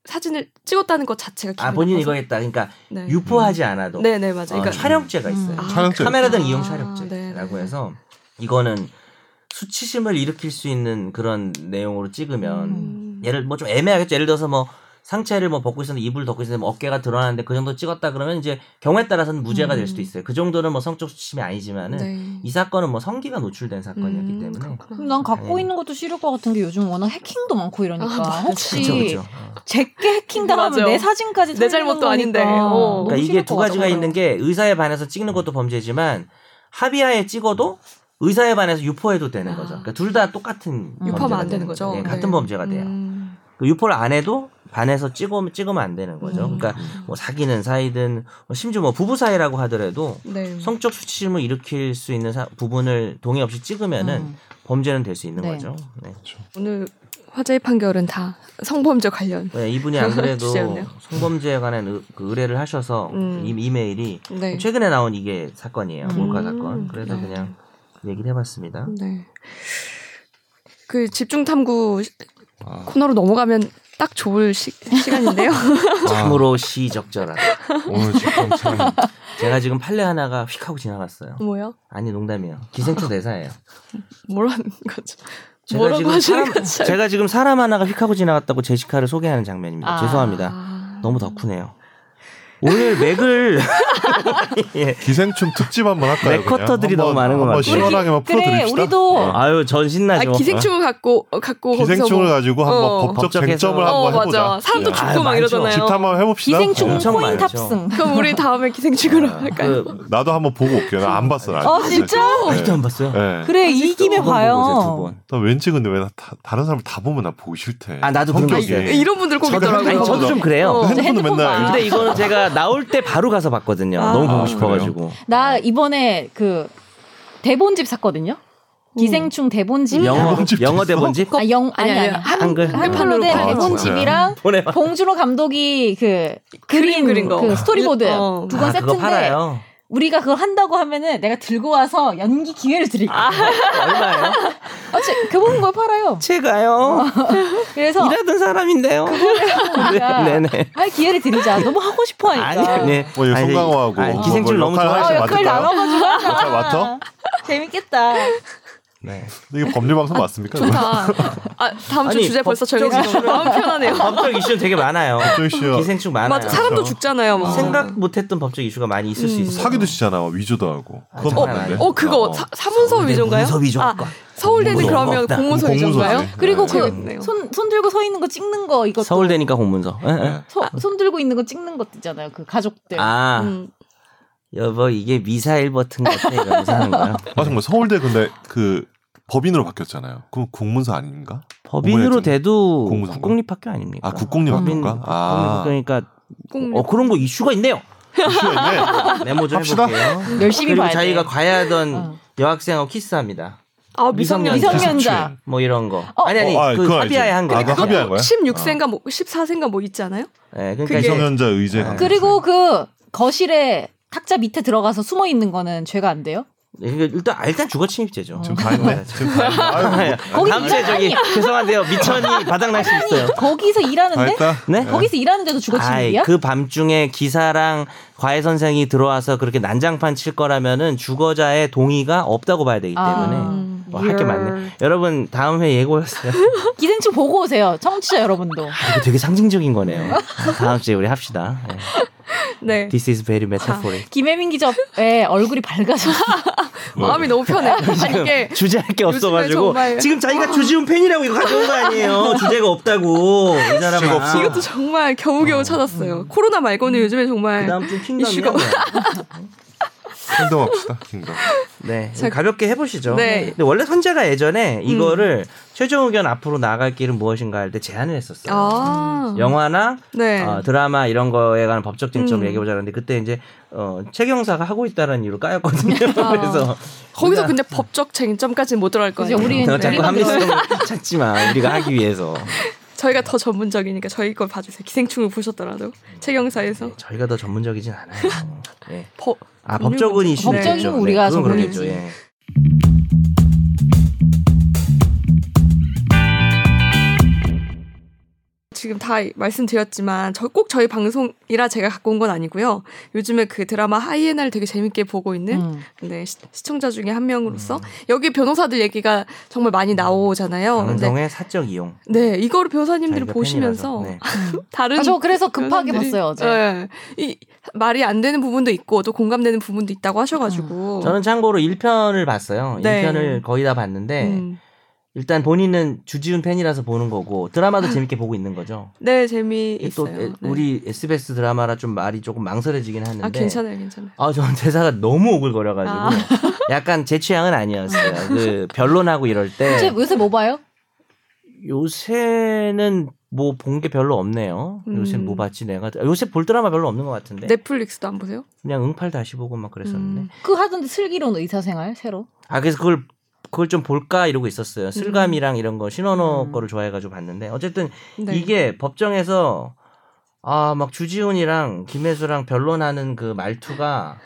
Speaker 1: 사진을 찍었다는 것 자체가 기분이
Speaker 4: 아 본인
Speaker 1: 나빠서.
Speaker 4: 이거 했다. 그러니까
Speaker 1: 네.
Speaker 4: 유포하지 않아도
Speaker 1: 네, 네,
Speaker 4: 어,
Speaker 1: 맞아요. 그러니까
Speaker 4: 촬영죄가 있어요.
Speaker 3: 음.
Speaker 2: 촬영죄.
Speaker 4: 카메라 등
Speaker 1: 아,
Speaker 4: 이용
Speaker 1: 네,
Speaker 4: 촬영죄라고
Speaker 1: 네.
Speaker 4: 해서 이거는 수치심을 일으킬 수 있는 그런 내용으로 찍으면
Speaker 1: 음.
Speaker 4: 예를 뭐 좀 애매하겠죠. 예를 들어서 뭐 상체를 뭐 벗고 있었는데 이불 덮고 있었는데 뭐 어깨가 드러나는데 그 정도 찍었다 그러면 이제 경우에 따라서는 무죄가 될 수도
Speaker 1: 음.
Speaker 4: 있어요. 그 정도는 뭐 성적 수침이 아니지만은
Speaker 1: 네.
Speaker 4: 이 사건은 뭐 성기가 노출된 사건이었기
Speaker 1: 음,
Speaker 4: 때문에
Speaker 1: 그렇구나.
Speaker 3: 그럼 난 갖고
Speaker 4: 당연히.
Speaker 3: 있는 것도 싫을 것 같은 게 요즘 워낙 해킹도 많고 이러니까
Speaker 1: 아, 맞아.
Speaker 3: 혹시
Speaker 4: 그렇죠, 그렇죠.
Speaker 3: 제게 해킹 당하면
Speaker 1: 맞아.
Speaker 3: 내 사진까지
Speaker 1: 내
Speaker 3: 털리는
Speaker 1: 잘못도
Speaker 3: 거니까.
Speaker 1: 아닌데. 어.
Speaker 4: 그러니까
Speaker 1: 너무
Speaker 4: 이게
Speaker 1: 심할
Speaker 4: 두
Speaker 1: 것 음.
Speaker 4: 가지가
Speaker 1: 같아요.
Speaker 4: 있는 게 의사에 반해서 찍는 것도 범죄지만 합의하에 찍어도 의사에 반해서 유포해도 되는
Speaker 1: 아.
Speaker 4: 거죠. 그러니까 둘 다 똑같은
Speaker 1: 유포하면
Speaker 4: 범죄가
Speaker 1: 안 되는 거죠.
Speaker 4: 예,
Speaker 1: 네.
Speaker 4: 같은 범죄가 돼요.
Speaker 1: 음.
Speaker 4: 그 유포를 안 해도 반해서 찍으면 찍으면 안 되는 거죠.
Speaker 3: 음.
Speaker 4: 그러니까 뭐 사귀는 사이든 뭐 심지어 뭐 부부 사이라고 하더라도
Speaker 1: 네.
Speaker 4: 뭐 성적 수치심을 일으킬 수 있는 사- 부분을 동의 없이 찍으면은
Speaker 3: 음.
Speaker 4: 범죄는 될 수 있는
Speaker 3: 네.
Speaker 4: 거죠. 네.
Speaker 1: 오늘 화제의 판결은 다 성범죄 관련.
Speaker 4: 네, 이분이 안 그래도
Speaker 1: 주제였네요.
Speaker 4: 성범죄에 관한 의, 그 의뢰를 하셔서
Speaker 1: 음.
Speaker 4: 이 이메일이
Speaker 1: 네.
Speaker 4: 최근에 나온 이게 사건이에요.
Speaker 3: 음.
Speaker 4: 몰카 사건. 그래서
Speaker 1: 네.
Speaker 4: 그냥 얘기를 해봤습니다.
Speaker 1: 네. 그 집중 탐구 시-
Speaker 2: 아,
Speaker 1: 코너로 넘어가면 딱 좋을 시, 시간인데요.
Speaker 4: 참으로 시적절하다.
Speaker 2: 아, 오늘 지금 참
Speaker 4: 제가 지금 판례 하나가 휙 하고 지나갔어요.
Speaker 1: 뭐요?
Speaker 4: 아니 농담이에요. 기생충 대사예요.
Speaker 1: 뭐라는 거죠?
Speaker 4: 제가
Speaker 1: 뭐라고
Speaker 4: 지금
Speaker 1: 하시는
Speaker 4: 사람-
Speaker 1: 거죠?
Speaker 4: 제가 지금 사람 하나가 휙 하고 지나갔다고 제시카를 소개하는 장면입니다.
Speaker 3: 아.
Speaker 4: 죄송합니다.
Speaker 1: 아,
Speaker 4: 너무 덕후네요. 오늘 맥을
Speaker 2: 기생충 특집 한번 할까요?
Speaker 4: 내 커터들이 너무 많은 것
Speaker 2: 한번
Speaker 4: 같아요.
Speaker 2: 시원하게만
Speaker 3: 그래,
Speaker 2: 풀어드립시다.
Speaker 3: 우리도
Speaker 2: 예.
Speaker 4: 아유 전 신나죠.
Speaker 1: 아, 기생충을 갖고 어, 갖고 거기서
Speaker 2: 기생충을
Speaker 1: 뭐-
Speaker 2: 가지고 한번
Speaker 1: 어.
Speaker 2: 법적
Speaker 4: 법적에서-
Speaker 2: 쟁점을
Speaker 1: 어
Speaker 2: 한번 해보자.
Speaker 1: 맞아 사람도
Speaker 2: 예.
Speaker 4: 주-
Speaker 1: 죽고 막
Speaker 4: 많죠.
Speaker 1: 이러잖아요.
Speaker 2: 집 한번 해봅시다.
Speaker 3: 기생충
Speaker 2: 예.
Speaker 4: 엄청
Speaker 3: 코인
Speaker 4: 많죠.
Speaker 3: 탑승.
Speaker 1: 그럼 우리 다음에 기생충으로 할까요?
Speaker 4: 그,
Speaker 2: 네. 나도 한번 보고 올게요. 나 안 봤어. 나
Speaker 3: 어,
Speaker 2: 아직.
Speaker 3: 진짜?
Speaker 2: 예.
Speaker 4: 아직도 안 봤어요.
Speaker 2: 예.
Speaker 3: 그래 이 김에
Speaker 4: 두번 보고 오세요, 두
Speaker 3: 봐요.
Speaker 4: 번.
Speaker 2: 나 왠지 근데 왜 다, 다른 사람을 다 보면 나 보기 싫대.
Speaker 4: 아, 나도 그런 거
Speaker 2: 성격이.
Speaker 4: 있어요.
Speaker 1: 예, 이런 분들 꼭
Speaker 2: 예. 저도
Speaker 1: 있더라고요.
Speaker 4: 아니 저도 좀 그래요.
Speaker 1: 어.
Speaker 2: 핸드폰도
Speaker 3: 핸드폰
Speaker 2: 맨날.
Speaker 3: 봐.
Speaker 4: 근데 이거는 제가 나올 때 바로 가서 봤거든요.
Speaker 3: 아.
Speaker 4: 너무 보고
Speaker 2: 아,
Speaker 4: 싶어가지고.
Speaker 3: 나 이번에 그 대본집 샀거든요. 기생충 대본집.
Speaker 4: 영어
Speaker 2: 대본집
Speaker 4: 영어
Speaker 2: 있어?
Speaker 4: 대본집
Speaker 3: 아, 영 아니 아니.
Speaker 1: 아니, 아니,
Speaker 3: 아니.
Speaker 4: 한글 어.
Speaker 3: 한글로 아,
Speaker 1: 한글로
Speaker 3: 된
Speaker 1: 아,
Speaker 3: 대본집이랑
Speaker 4: 보내. 아,
Speaker 3: 봉준호 감독이 그 그림
Speaker 1: 그린 거.
Speaker 3: 그 스토리보드
Speaker 1: 어.
Speaker 3: 두 권
Speaker 4: 아, 그거
Speaker 3: 세트인데
Speaker 4: 팔아요.
Speaker 3: 우리가 그걸 한다고 하면은 내가 들고 와서 연기 기회를 드릴게. 요
Speaker 4: 얼마예요?
Speaker 3: 어째 교본 걸 팔아요.
Speaker 4: 제가요.
Speaker 3: 그래서
Speaker 4: 일하던 사람인데요.
Speaker 3: 우리가
Speaker 4: 네, 네네.
Speaker 3: 할 기회를 드리자. 너무 하고 싶어 하니까.
Speaker 4: 아니, 네.
Speaker 2: 뭐 이거
Speaker 4: 아니,
Speaker 2: 송강호하고
Speaker 4: 아니, 기생충
Speaker 2: 뭐
Speaker 4: 너무
Speaker 2: 역할
Speaker 4: 좋아해서
Speaker 3: 어,
Speaker 2: 하나씩
Speaker 3: 역할
Speaker 2: 맡을까요?
Speaker 3: 나눠가지고 하자.
Speaker 2: 역할 맡어?
Speaker 3: 재밌겠다.
Speaker 4: 네.
Speaker 2: 이게 법률 방송 맞습니까?
Speaker 1: 좋다. 아 다음 주
Speaker 4: 아니,
Speaker 1: 주제 벌써
Speaker 4: 법적
Speaker 1: 정해지고
Speaker 4: 이슈를-
Speaker 1: 마음 편하네요.
Speaker 4: 법적 이슈 되게 많아요.
Speaker 2: 법적 이슈.
Speaker 4: 기생충 많아요.
Speaker 1: 아,
Speaker 4: 그렇죠.
Speaker 1: 맞아 사람도 죽잖아요. 막.
Speaker 4: 생각 못했던 법적 이슈가 많이 있을 수
Speaker 1: 음.
Speaker 4: 있어요.
Speaker 2: 그렇죠. 사기도 치잖아. 위조도 하고. 그건
Speaker 4: 어,
Speaker 2: 맞는데.
Speaker 1: 어 그거 사, 사문서 위조인가요?
Speaker 4: 문서 위조
Speaker 1: 아,
Speaker 4: 아까.
Speaker 1: 서울대는
Speaker 4: 공문서.
Speaker 1: 그러면
Speaker 4: 없다.
Speaker 1: 공문서
Speaker 2: 공문서지.
Speaker 1: 위조인가요?
Speaker 3: 그리고
Speaker 2: 네.
Speaker 3: 그
Speaker 1: 재밌네요.
Speaker 3: 손 손 들고 서 있는 거 찍는 거 이것도
Speaker 4: 서울대니까 공문서. 예, 예.
Speaker 2: 네.
Speaker 3: 소- 손 들고 있는 거 찍는 것 있잖아요. 그 가족들.
Speaker 4: 아
Speaker 1: 음.
Speaker 4: 여보 이게 미사일 버튼 같아 이러면서 하는 거예요.
Speaker 2: 아 정말 서울대 근데 그 법인으로 바뀌었잖아요. 그럼 국문서 아닌가?
Speaker 4: 법인으로
Speaker 2: 공문서.
Speaker 4: 돼도
Speaker 2: 공문서.
Speaker 4: 국공립학교 아닙니까?
Speaker 2: 아 국공립학교인가? 아
Speaker 4: 그러니까
Speaker 1: 꼭
Speaker 4: 어 그런 거 이슈가 있네요.
Speaker 2: 그 이슈가 있네.
Speaker 4: 메모 좀
Speaker 2: 합시다.
Speaker 4: 해볼게요.
Speaker 3: 열심히
Speaker 4: 그리고
Speaker 3: 봐야
Speaker 4: 자기가
Speaker 3: 돼.
Speaker 4: 과외하던
Speaker 3: 어.
Speaker 4: 여학생하고 키스합니다.
Speaker 1: 아 미성년
Speaker 4: 미성년.
Speaker 3: 미성년자.
Speaker 4: 뭐 이런 거.
Speaker 3: 어,
Speaker 4: 아니 아니
Speaker 2: 어, 아,
Speaker 4: 그
Speaker 2: 그건
Speaker 4: 합의하에
Speaker 2: 알지.
Speaker 4: 한 거.
Speaker 2: 아, 그거 합의한 거야?
Speaker 1: 16세인가 뭐 14세인가 뭐 있지 않아요?
Speaker 4: 예,
Speaker 1: 그게-
Speaker 4: 그러니까 이제
Speaker 2: 미성년자 의제.
Speaker 4: 네.
Speaker 2: 강제.
Speaker 3: 그리고 그 거실에 탁자 밑에 들어가서 숨어 있는 거는 죄가 안 돼요?
Speaker 4: 이게 일단 아, 일단 주거침입죄죠. 네.
Speaker 2: 지금 가는 거야. 지금 가는 거야.
Speaker 3: 거기
Speaker 4: 다음 주에
Speaker 3: 있잖아,
Speaker 4: 저기 죄송한데요 미천이 바닥날 수 있어요.
Speaker 3: 거기서
Speaker 2: 아,
Speaker 3: 일하는데?
Speaker 2: 일단
Speaker 4: 네?
Speaker 3: 거기서 일하는데도 죽어
Speaker 4: 아이,
Speaker 3: 침입이야?
Speaker 4: 그 밤중에 기사랑 과외 선생이 들어와서 그렇게 난장판 칠 거라면은 주거자의 동의가 없다고 봐야 되기 때문에
Speaker 1: 음.
Speaker 4: 뭐 할게 많네. 여러분 다음 회 예고였어요. 아,
Speaker 3: 기생충 보고 오세요. 청취자 여러분도.
Speaker 4: 이거 되게 상징적인 거네요. 아, 다음 주에 우리 합시다. 네.
Speaker 1: 네.
Speaker 4: This is very metaphoric.
Speaker 3: 김혜민 기자의 얼굴이 밝아졌어.
Speaker 1: 마음이 너무 편해. 아니 네. 이게
Speaker 4: 주제할 게 없어가지고
Speaker 1: 정말-
Speaker 4: 지금 자기가 주지훈 팬이라고 이거 가져온 거 아니에요. 주제가 없다고 이 사람아.
Speaker 2: 주제가 없어.
Speaker 1: 이것도 정말 겨우겨우 찾았어요. 코로나 말고는 요즘에 정말
Speaker 4: 그다음 좀 킹덤이야.
Speaker 1: 이슈가-
Speaker 2: 킹덤 합시다. 킹덤.
Speaker 4: 네,
Speaker 1: 자,
Speaker 4: 가볍게 해보시죠.
Speaker 1: 네. 음.
Speaker 4: 근데 원래 선재가 예전에 이거를 최종 의견 앞으로 나아갈 길은 무엇인가 할 때 제안을 했었어요.
Speaker 1: 아.
Speaker 4: 영화나
Speaker 1: 네.
Speaker 4: 어, 드라마 이런 거에 관한 법적 쟁점을
Speaker 1: 음.
Speaker 4: 얘기해보자 그러는데 그때 이제 어, 최경사가 하고 있다라는 이유로 까였거든요. 그래서
Speaker 1: 아. 거기서 근데 법적 쟁점까지는 못 들어갈 거예요.
Speaker 3: 그죠, 네. 우리-
Speaker 4: 어, 자꾸
Speaker 3: 우리만
Speaker 4: 합리성을 찾지 마. 우리가 하기 위해서
Speaker 1: 저희가 더 전문적이니까 저희 걸 봐주세요. 기생충을 보셨더라도 최경사에서
Speaker 4: 네, 저희가 더 전문적이진 않아요. 네.
Speaker 1: 법
Speaker 4: 아 법적인 이슈
Speaker 3: 법적인 우리가
Speaker 4: 그건
Speaker 3: 전문이지.
Speaker 4: 그러겠죠. 예.
Speaker 1: 지금 다 말씀드렸지만 저 꼭 저희 방송이라 제가 갖고 온 건 아니고요. 요즘에 그 드라마 하이에나를 되게 재밌게 보고 있는
Speaker 3: 음.
Speaker 1: 네, 시, 청자 중에 한 명으로서
Speaker 4: 음. 예.
Speaker 1: 여기 변호사들 얘기가 정말 많이 나오잖아요. 어, 근데
Speaker 4: 강성의 사적 이용.
Speaker 1: 네, 이거를 변호사님들이
Speaker 4: 자기가
Speaker 1: 보시면서
Speaker 4: 팬이라서. 네.
Speaker 1: 다른
Speaker 3: 아, 저 그래서 급하게
Speaker 1: 변호사들이-
Speaker 3: 봤어요, 어제.
Speaker 1: 네. 이 말이 안 되는 부분도 있고 또 공감되는 부분도 있다고 하셔가지고
Speaker 4: 저는 참고로 1편을 봤어요.
Speaker 1: 어. 네.
Speaker 4: 1편을 거의 다 봤는데
Speaker 1: 음.
Speaker 4: 일단 본인은 주지훈 팬이라서 보는 거고 드라마도 재밌게 보고 있는 거죠.
Speaker 1: 네
Speaker 4: 이게
Speaker 1: 아. 재미있어요.
Speaker 4: 또
Speaker 1: 네.
Speaker 4: 우리 SBS 드라마라 좀 말이 조금 망설여지긴 하는데
Speaker 1: 아 괜찮아요, 괜찮아요.
Speaker 4: 아, 저는 대사가 너무 오글거려가지고
Speaker 1: 아.
Speaker 4: 약간 제 취향은 아니었어요. 그 변론하고 이럴
Speaker 3: 요새,
Speaker 4: 때
Speaker 3: 요새 뭐 봐요?
Speaker 4: 요새는 뭐 본 게 별로 없네요. 요새
Speaker 1: 음.
Speaker 4: 뭐 봤지 내가 요새 볼 드라마 별로 없는 것 같은데
Speaker 1: 넷플릭스도 안 보세요?
Speaker 4: 그냥 응팔 다시 보고 막 네. 그랬었는데
Speaker 1: 음.
Speaker 3: 그 하던데 슬기로운 의사생활 새로.
Speaker 4: 아 그래서 그걸 그걸 좀 볼까 이러고 있었어요. 슬감이랑 이런 거 신원호
Speaker 3: 음.
Speaker 4: 거를 좋아해가지고 봤는데 어쨌든
Speaker 1: 네.
Speaker 4: 이게 법정에서 아 막 주지훈이랑 김혜수랑 변론하는 그 말투가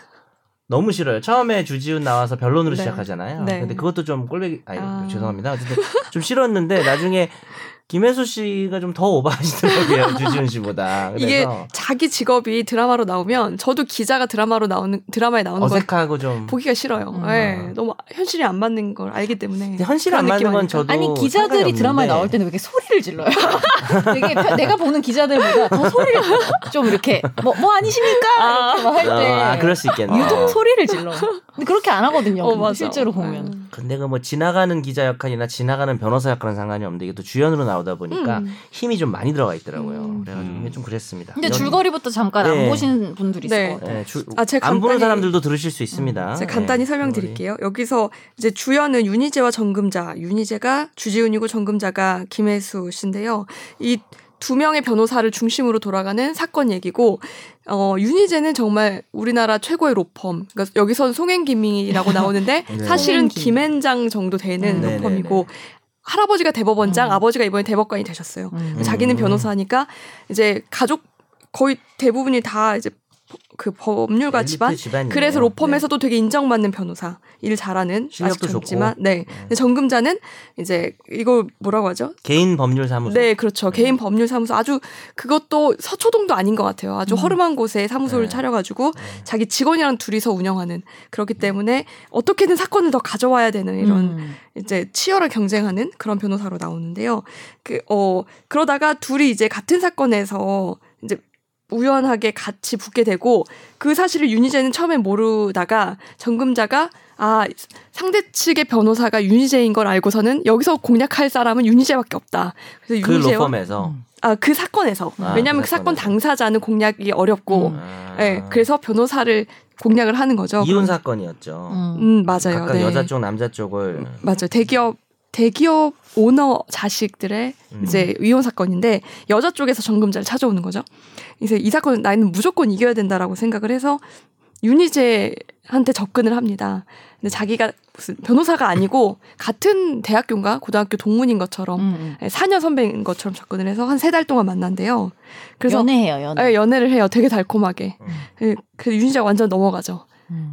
Speaker 4: 너무 싫어요. 처음에 주지훈 나와서 변론으로
Speaker 1: 네.
Speaker 4: 시작하잖아요.
Speaker 1: 네.
Speaker 4: 근데 그것도 좀 꼴배기 아니
Speaker 1: 아.
Speaker 4: 죄송합니다. 어쨌든 좀 싫었는데 나중에 김혜수 씨가 좀 더 오버하시더라고요. 주지훈 씨보다.
Speaker 1: 이게
Speaker 4: 그래서
Speaker 1: 자기 직업이 드라마로 나오면 저도 기자가 드라마로 나오는 드라마에 나오는 걸
Speaker 4: 어색하고 좀
Speaker 1: 보기가 싫어요.
Speaker 3: 음.
Speaker 1: 네, 너무 현실이 안 맞는 걸 알기 때문에
Speaker 4: 아. 근데 현실 안
Speaker 1: 그런
Speaker 4: 맞는
Speaker 1: 느낌
Speaker 4: 건
Speaker 1: 아닐까?
Speaker 4: 저도
Speaker 3: 아니
Speaker 4: 상관이
Speaker 3: 기자들이
Speaker 4: 없는데
Speaker 3: 드라마에 나올 때는 왜 이렇게 소리를 질러요? 되게 편- 내가 보는 기자들보다 더 소리를 좀 이렇게 뭐 뭐 아니십니까? 이렇게 막할 때.
Speaker 4: 어, 아 그럴 수 있겠네.
Speaker 3: 유독 소리를 질러. 근데 그렇게 안 하거든요.
Speaker 1: 어,
Speaker 3: 근데
Speaker 1: 맞아.
Speaker 3: 실제로 보면.
Speaker 4: 근데 그 뭐 지나가는 기자 역할이나 지나가는 변호사 역할은 상관이 없는데 이게 또 주연으로 나오다 보니까
Speaker 1: 음.
Speaker 4: 힘이 좀 많이 들어가 있더라고요.
Speaker 1: 음.
Speaker 4: 그래가지고 이게 좀 그랬습니다.
Speaker 3: 근데
Speaker 4: 여기-
Speaker 3: 줄거리부터 잠깐
Speaker 4: 네.
Speaker 3: 안 보신 분들이 있을
Speaker 1: 네.
Speaker 3: 것 같아요.
Speaker 4: 예, 줄-
Speaker 1: 아, 제가
Speaker 4: 안 보는
Speaker 1: 간단히- 음,
Speaker 4: 사람들도 들으실 수 있습니다.
Speaker 1: 제가 네, 간단히
Speaker 4: 예, 줄거리.
Speaker 1: 설명드릴게요. 여기서 이제 주연은 윤희재와 정금자, 윤희재가 주지훈이고 정금자가 김혜수 씨인데요. 이 두 명의 변호사를 중심으로 돌아가는 사건 얘기고, 어, 윤희재는 정말 우리나라 최고의 로펌. 그러니까 여기선 송행기민이라고 나오는데
Speaker 4: 네.
Speaker 1: 사실은
Speaker 3: 송행기민.
Speaker 1: 김앤장 정도 되는
Speaker 3: 음.
Speaker 4: 네네네.
Speaker 1: 로펌이고. 할아버지가 대법원장,
Speaker 3: 음.
Speaker 1: 아버지가 이번에 대법관이 되셨어요.
Speaker 3: 음.
Speaker 1: 자기는
Speaker 4: 음.
Speaker 1: 변호사니까 이제 가족 거의 대부분이 다 이제 그 법률가
Speaker 4: 엘리트
Speaker 1: 집안
Speaker 4: 집안이네요.
Speaker 1: 그래서
Speaker 4: 네.
Speaker 1: 로펌에서도 되게 인정받는 변호사, 일 잘하는
Speaker 4: 실력도
Speaker 1: 아직 젊지만, 네.
Speaker 4: 네.
Speaker 1: 근데 정금자는 이제 이거 뭐라고 하죠?
Speaker 4: 개인 법률 사무소.
Speaker 1: 네, 그렇죠. 개인 법률 사무소 아주 그것도 서초동도 아닌 것 같아요. 아주
Speaker 3: 음.
Speaker 1: 허름한 곳에 사무소를
Speaker 4: 네.
Speaker 1: 차려가지고 자기 직원이랑 둘이서 운영하는 그렇기 때문에 어떻게든 사건을 더 가져와야 되는 네, 이런
Speaker 3: 음.
Speaker 1: 이제 치열한 경쟁하는 그런 변호사로 나오는데요. 그, 어, 그러다가 둘이 이제 같은 사건에서 이제 우연하게 같이 붙게 되고 그 사실을 윤희재는 처음에 모르다가 정금자가 아, 상대 측의 변호사가 윤희재인 걸 알고서는 여기서 공략할 사람은 윤희재밖에 없다. 그래서
Speaker 4: 그
Speaker 1: 윤희재와
Speaker 4: 로펌에서.
Speaker 1: 아, 그 사건에서.
Speaker 4: 아,
Speaker 1: 왜냐하면
Speaker 4: 그
Speaker 1: 그 사건
Speaker 4: 사건에서.
Speaker 1: 당사자는 공략이 어렵고,
Speaker 3: 음.
Speaker 4: 아.
Speaker 1: 예, 그래서 변호사를 공략을 하는 거죠.
Speaker 4: 이혼 사건이었죠.
Speaker 3: 음.
Speaker 1: 음, 맞아요.
Speaker 4: 각각
Speaker 1: 네.
Speaker 4: 여자 쪽 남자 쪽을
Speaker 1: 맞아요. 대기업 대기업 오너 자식들의
Speaker 4: 음.
Speaker 1: 이제 위혼 사건인데 여자 쪽에서 정금자를 찾아오는 거죠. 이제 이 사건 나는 무조건 이겨야 된다라고 생각을 해서 윤희재한테 접근을 합니다. 근데 자기가 무슨 변호사가 아니고 같은 대학교인가 고등학교 동문인 것처럼
Speaker 3: 음.
Speaker 1: 4년 선배인 것처럼 접근을 해서 한 세 달 동안 만난대요. 그래서 네,
Speaker 3: 연애해요, 연애.
Speaker 1: 예, 연애를 해요. 되게 달콤하게.
Speaker 4: 음.
Speaker 1: 예, 그래서 윤희재가 완전 넘어가죠.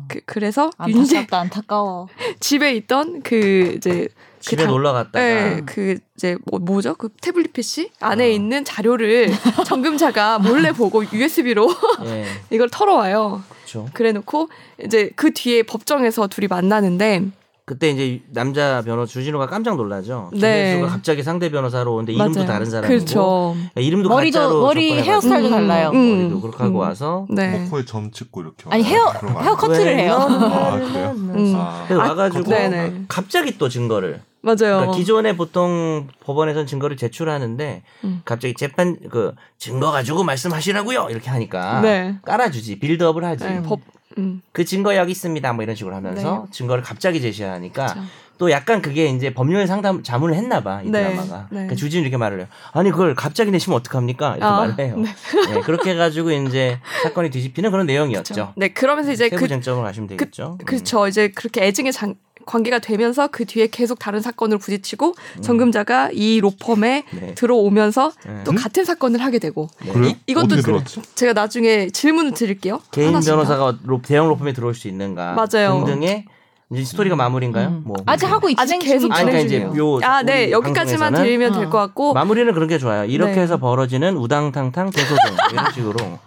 Speaker 1: 그, 그래서
Speaker 3: 아,
Speaker 1: 윤재
Speaker 3: 음. 안타깝다 안타까워.
Speaker 1: 집에 있던 그 이제
Speaker 4: 음, 집에
Speaker 1: 당-
Speaker 4: 놀러 갔다가
Speaker 1: 네, 그 이제 뭐, 뭐죠? 그 태블릿 PC 안에
Speaker 4: 어.
Speaker 1: 있는 자료를 정금자가 몰래 보고 USB로
Speaker 4: 예,
Speaker 1: 이걸 털어와요.
Speaker 4: 그렇죠.
Speaker 1: 그래놓고 이제 그 뒤에 법정에서 둘이 만나는데
Speaker 4: 그때 이제 남자 변호 주진호가 깜짝 놀라죠.
Speaker 1: 네.
Speaker 4: 김혜수가 갑자기 상대 변호사로 오는데 이름도
Speaker 1: 맞아요.
Speaker 4: 다른 사람이고 뭐, 네,
Speaker 1: 그렇죠.
Speaker 4: 이름도
Speaker 3: 머리도-
Speaker 4: 가짜로
Speaker 3: 머리
Speaker 4: 접근해가지고
Speaker 3: 헤어스타일도
Speaker 1: 음,
Speaker 3: 달라요.
Speaker 1: 음.
Speaker 4: 머리도 그렇게 하고 와서
Speaker 1: 네.
Speaker 2: 뭐 코에 점 찍고 이렇게
Speaker 3: 아니,
Speaker 2: 와요.
Speaker 3: 헤어-
Speaker 2: 그런 거 아니에요?
Speaker 3: 헤어커트를 해요.
Speaker 2: 아 그래요?
Speaker 1: 음.
Speaker 2: 아,
Speaker 4: 그래서 와가지고
Speaker 1: 네네. 그렇죠.
Speaker 4: 갑자기 또 증거를
Speaker 1: 맞아요.
Speaker 4: 그러니까 기존에 보통 법원에선 증거를 제출하는데
Speaker 1: 음.
Speaker 4: 갑자기 재판 그 증거 가지고 말씀하시라고요 이렇게 하니까
Speaker 1: 네.
Speaker 4: 깔아주지 빌드업을 하지
Speaker 1: 네, 법, 음.
Speaker 4: 그 증거 여기 있습니다 뭐 이런 식으로 하면서
Speaker 1: 네.
Speaker 4: 증거를 갑자기 제시하니까
Speaker 1: 그쵸.
Speaker 4: 또 약간 그게 이제 법률 상담 자문을 했나 봐이
Speaker 1: 네,
Speaker 4: 드라마가
Speaker 1: 네.
Speaker 4: 그러니까 주진이 이렇게 말을 해요 아니 그걸 갑자기 내시면 어떡합니까 이렇게
Speaker 1: 아,
Speaker 4: 말을 해요 네, 그렇게 해가지고 이제 사건이 뒤집히는 그런 내용이었죠
Speaker 1: 네, 그러면서 이제
Speaker 4: 세부
Speaker 1: 그
Speaker 4: 쟁점을 가시면 되겠죠 음.
Speaker 1: 그렇죠. 이제 그렇게 애증의 장- 관계가 되면서 그 뒤에 계속 다른 사건으로 부딪히고 정금자가 이 로펌에
Speaker 4: 음. 네.
Speaker 1: 들어오면서
Speaker 4: 네.
Speaker 1: 또 같은 사건을 하게 되고
Speaker 2: 그래요?
Speaker 1: 이것도
Speaker 2: 어떻게
Speaker 1: 그-
Speaker 2: 들었지?
Speaker 1: 제가 나중에 질문을 드릴게요.
Speaker 4: 개인
Speaker 1: 하나씩 다.
Speaker 4: 변호사가 로- 대형 로펌에 들어올 수 있는가
Speaker 1: 맞아요.
Speaker 4: 등등의 이제 스토리가 마무리인가요?
Speaker 3: 음.
Speaker 4: 뭐
Speaker 3: 아직 하고 있
Speaker 1: 아직
Speaker 3: 진행
Speaker 1: 계속
Speaker 3: 중이죠.
Speaker 4: 아니,
Speaker 1: 진행
Speaker 4: 그러니까 이제 음.
Speaker 1: 중이에요.
Speaker 4: 요
Speaker 1: 아, 네.
Speaker 4: 우리
Speaker 1: 여기까지만
Speaker 4: 방송에서는
Speaker 1: 드리면
Speaker 3: 어.
Speaker 1: 될 것 같고
Speaker 4: 마무리는 그런 게 좋아요. 이렇게
Speaker 1: 네.
Speaker 4: 해서 벌어지는 우당탕탕 대소동 이런 식으로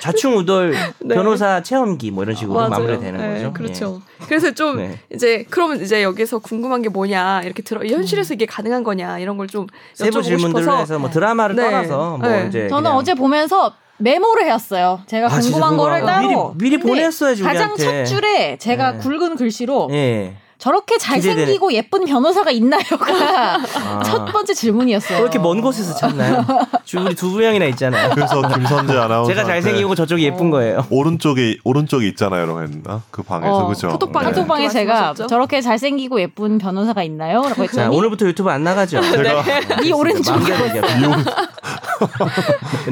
Speaker 4: 좌충우돌
Speaker 1: 네.
Speaker 4: 변호사 체험기 뭐 이런 식으로
Speaker 1: 맞아요.
Speaker 4: 마무리가 되는
Speaker 1: 네,
Speaker 4: 거죠.
Speaker 1: 그렇죠. 그래서 좀
Speaker 4: 네.
Speaker 1: 이제 그러면 이제 여기서 궁금한 게 뭐냐 이렇게 들어 이 현실에서 이게 가능한 거냐 이런 걸 좀
Speaker 4: 예. 세부
Speaker 1: 여쭤보고
Speaker 4: 질문들로
Speaker 1: 싶어서
Speaker 4: 해서 뭐 드라마를
Speaker 1: 네.
Speaker 4: 떠나서 뭐
Speaker 1: 네.
Speaker 4: 이제
Speaker 3: 저는
Speaker 4: 그냥
Speaker 3: 어제 보면서 메모를 해왔어요. 제가
Speaker 4: 아, 진짜
Speaker 3: 궁금한 거를
Speaker 4: 궁금하다.
Speaker 3: 따로
Speaker 4: 미리- 미리
Speaker 3: 근데
Speaker 4: 보냈어야지,
Speaker 3: 가장
Speaker 4: 우리한테.
Speaker 3: 첫 줄에 제가
Speaker 4: 네.
Speaker 3: 굵은 글씨로
Speaker 4: 예.
Speaker 3: 저렇게 잘생기고 예쁜 변호사가 있나요가
Speaker 4: 아.
Speaker 3: 첫 번째 질문이었어요.
Speaker 4: 왜 이렇게 먼 곳에서 찾나요? 주 우리 두 명이나 있잖아요.
Speaker 2: 그래서 김선재 아나운서
Speaker 4: 제가
Speaker 2: 네.
Speaker 4: 잘생기고 저쪽이
Speaker 1: 어.
Speaker 4: 예쁜 거예요.
Speaker 2: 오른쪽에 오른쪽에 있잖아요, 했나? 그 방에서
Speaker 3: 어,
Speaker 2: 그죠?
Speaker 1: 카톡방에
Speaker 2: 네.
Speaker 1: 카톡방.
Speaker 3: 단톡방에
Speaker 1: 그렇게
Speaker 3: 제가
Speaker 1: 말씀하셨죠?
Speaker 3: 저렇게 잘생기고 예쁜 변호사가 있나요라고
Speaker 4: 자,
Speaker 3: 했더니
Speaker 4: 오늘부터 유튜브 안 나가죠?
Speaker 1: 네.
Speaker 2: 제가
Speaker 3: 이 오른쪽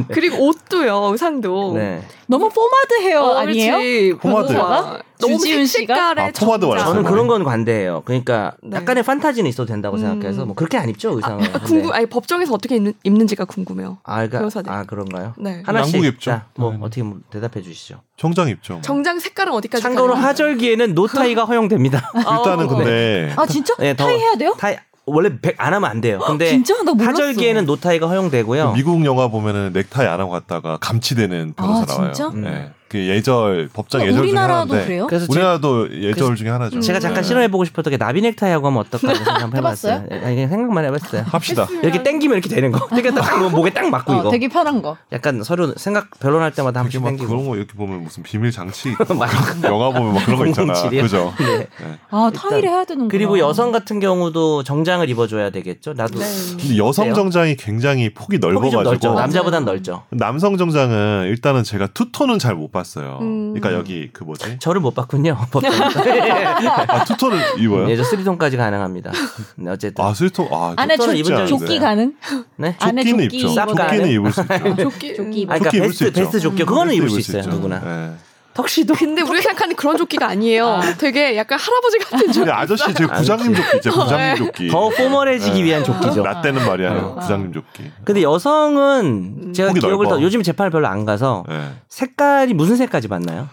Speaker 1: 그리고 옷도요 의상도
Speaker 4: 네.
Speaker 3: 너무 포마드 헤어
Speaker 1: 어,
Speaker 3: 아니에요?
Speaker 1: 그렇지.
Speaker 2: 포마드.
Speaker 1: 변호사가 너무
Speaker 3: 주지훈 씨가?
Speaker 1: 색깔의
Speaker 2: 아, 포마드
Speaker 1: 정장.
Speaker 2: 말했어요.
Speaker 4: 저는 그런 건 관대해요. 그러니까
Speaker 1: 그렇죠. 네. 음.
Speaker 4: 약간의 판타지는 있어도 된다고 생각해서 뭐 그렇게 안 입죠 의상을.
Speaker 1: 아, 궁금, 아니 법정에서 어떻게 입는, 입는지가 궁금해요.
Speaker 4: 아, 그러니까-
Speaker 1: 변호사들.
Speaker 4: 아 그런가요?
Speaker 1: 네.
Speaker 4: 하나씩
Speaker 2: 양복 입죠.
Speaker 4: 자, 뭐
Speaker 2: 네.
Speaker 4: 어떻게 뭐 대답해 주시죠.
Speaker 2: 정장 입죠. 뭐.
Speaker 1: 정장 색깔은 어디까지?
Speaker 3: 그러니까
Speaker 4: 참고로
Speaker 1: 가능한가요?
Speaker 4: 하절기에는 노타이가 허용됩니다.
Speaker 2: 일단은 근데
Speaker 3: 아 진짜?
Speaker 4: 네, 더- 네,
Speaker 3: 타이 해야 돼요?
Speaker 4: 타이 원래 백 안 하면 안 돼요. 근데
Speaker 3: 진짜? 나 몰랐어.
Speaker 4: 하절기에는 노타이가 허용되고요.
Speaker 2: 그 미국 영화 보면은 넥타이 안 하고 갔다가 감치되는 변호사
Speaker 3: 아,
Speaker 2: 나와요.
Speaker 3: 진짜? 아,
Speaker 2: 네. 그 예절 법정 예절 중에
Speaker 3: 우리나라도
Speaker 2: 하나인데
Speaker 3: 그래요?
Speaker 4: 음. 그래서 지금
Speaker 2: 우리나라도 예절 중에 하나죠.
Speaker 3: 음.
Speaker 4: 제가 잠깐
Speaker 2: 네.
Speaker 4: 실험해 보고 싶었던 게 나비 넥타이하고 하면 어떨까 생각 한번 해봤어요. 예,
Speaker 3: 해봤어요?
Speaker 4: 아니, 그냥 생각만 해봤어요.
Speaker 2: 합시다.
Speaker 4: 이렇게 땡기면 이렇게 되는 거. 그러니까 딱 이거 목에 딱 맞고
Speaker 3: 어,
Speaker 4: 이거.
Speaker 3: 되게 편한 거.
Speaker 4: 약간 서류 생각 변론할 때마다 한
Speaker 2: 아, 이렇게
Speaker 4: 번씩
Speaker 2: 막
Speaker 4: 땡기고.
Speaker 2: 그런 거 이렇게 보면 무슨 비밀 장치 있고
Speaker 4: 맞아.
Speaker 2: 영화 보면 막 그런 거 있잖아.
Speaker 4: 공공칠이요?
Speaker 2: 그죠?
Speaker 4: 네.
Speaker 3: 아 타이를 해야 되는 거.
Speaker 4: 그리고 여성 같은 경우도 정장을 입어줘야 되겠죠. 나도
Speaker 3: 네.
Speaker 2: 근데 여성
Speaker 4: 그래요?
Speaker 2: 정장이 굉장히 폭이
Speaker 4: 폭이 좀 넓죠.
Speaker 2: 넓어가지고
Speaker 4: 남자보단 넓죠.
Speaker 2: 남성 정장은 일단은 제가 투톤은 잘 못 봤어요.
Speaker 1: 음.
Speaker 2: 그러니까 여기 그 뭐지?
Speaker 4: 저를 못 봤군요. 법정에서.
Speaker 2: 아 투톤을 입어요?
Speaker 4: 예, 저 쓰리톤까지 가능합니다. 네, 어쨌든
Speaker 2: 아 슬통 아
Speaker 3: 안에
Speaker 4: 족발은 입은
Speaker 3: 네, 조,
Speaker 4: 적이
Speaker 3: 조끼
Speaker 4: 있어요.
Speaker 3: 가능?
Speaker 4: 네.
Speaker 3: 아, 안에
Speaker 2: 조끼는
Speaker 3: 조끼
Speaker 2: 입죠.
Speaker 4: 입어도
Speaker 2: 조끼는
Speaker 4: 돼요?
Speaker 2: 입을 수 있죠.
Speaker 1: 조끼.
Speaker 3: 조끼
Speaker 4: 아,
Speaker 3: 입어.
Speaker 4: 그러니까
Speaker 2: 조끼 입을
Speaker 4: 베스트
Speaker 2: 수 있죠. 음,
Speaker 4: 베스트 조끼 그거는
Speaker 2: 베스트
Speaker 4: 입을 수 있어요. 누구나.
Speaker 2: 네.
Speaker 4: 턱시도
Speaker 1: 근데 우리가 생각하는 그런 조끼가 아니에요. 되게 약간 할아버지 같은 조끼.
Speaker 2: 근데 아저씨 제 부장님 조끼 있죠. 부장님
Speaker 1: 네.
Speaker 2: 조끼.
Speaker 4: 더 포멀해지기
Speaker 2: 네.
Speaker 4: 위한 조끼죠.
Speaker 2: 나 때는 말이야.
Speaker 4: 아.
Speaker 2: 부장님 조끼.
Speaker 4: 근데 여성은 제가
Speaker 2: 폭이
Speaker 4: 기억을
Speaker 2: 넓어.
Speaker 4: 더 요즘 재판을 별로 안 가서
Speaker 2: 네.
Speaker 4: 색깔이 무슨 색까지 맞나요?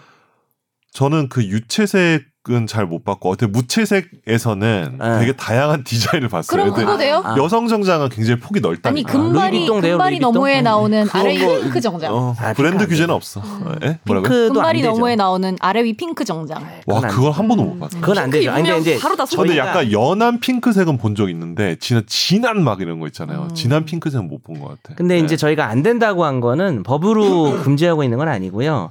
Speaker 2: 저는 그 유채색은 잘 못 봤고 어떻게 무채색에서는
Speaker 4: 네.
Speaker 2: 되게 다양한 디자인을 봤어요.
Speaker 3: 그럼
Speaker 2: 근데
Speaker 3: 그거 돼요?
Speaker 4: 아.
Speaker 2: 여성 정장은 굉장히 폭이 넓다.
Speaker 3: 아니
Speaker 2: 니까
Speaker 3: 금발이
Speaker 4: 루이비통 돼요,
Speaker 3: 금발이
Speaker 4: 루이비통?
Speaker 3: 너머에
Speaker 4: 음.
Speaker 3: 나오는
Speaker 2: 그런
Speaker 3: 아래 위
Speaker 2: 거-
Speaker 3: 핑크 정장. 음.
Speaker 2: 어,
Speaker 4: 아,
Speaker 2: 브랜드
Speaker 4: 핑크
Speaker 2: 규제는 없어. 예? 뭐라고요?
Speaker 4: 핑크도 안
Speaker 3: 금발이
Speaker 4: 되죠.
Speaker 3: 그 너머에 나오는 아래 위 핑크 정장.
Speaker 2: 와
Speaker 4: 그건 안
Speaker 2: 그걸 한 번도 못 봤어.
Speaker 4: 그건 안 되죠. 아니, 근데
Speaker 1: 입으면
Speaker 4: 이제
Speaker 1: 바로 다
Speaker 2: 저는
Speaker 4: 저희가-
Speaker 2: 약간 연한 핑크색은 본 적 있는데 진한 진한 막 이런 거 있잖아요. 진한 핑크색은 못 본 것 같아.
Speaker 4: 음. 근데 이제 저희가 안 된다고 한 거는 법으로 금지하고 있는 건 아니고요.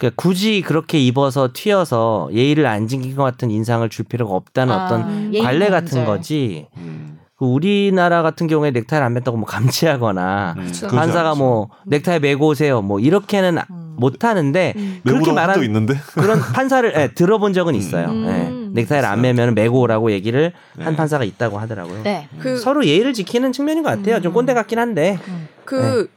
Speaker 4: 그러니까 굳이 그렇게 입어서 튀어서 예의를 안 지킨 것 같은 인상을 줄 필요가 없다는
Speaker 3: 아,
Speaker 4: 어떤
Speaker 3: 예의
Speaker 4: 관례 같은
Speaker 3: 범절.
Speaker 4: 거지.
Speaker 2: 음,
Speaker 4: 그 우리나라 같은 경우에 넥타이를 안 맸다고 뭐 감치하거나
Speaker 2: 음, 그러지 않죠.
Speaker 4: 판사가 아, 뭐 넥타이 메고 오세요 뭐 이렇게는 아-
Speaker 3: 음.
Speaker 4: 못 하는데 그렇게
Speaker 2: 내부로 한적
Speaker 4: 말한
Speaker 2: 있는데
Speaker 4: 그런 판사를 예, 들어본 적은 있어요.
Speaker 1: 음.
Speaker 4: 예, 넥타이를 안 매면 메고 오라고 얘기를
Speaker 2: 네.
Speaker 4: 한 판사가 있다고 하더라고요.
Speaker 3: 네.
Speaker 1: 그,
Speaker 4: 음.
Speaker 3: 음.
Speaker 4: 서로 예의를 지키는 측면인 것 같아요. 좀 꼰대 같긴 한데.
Speaker 1: 그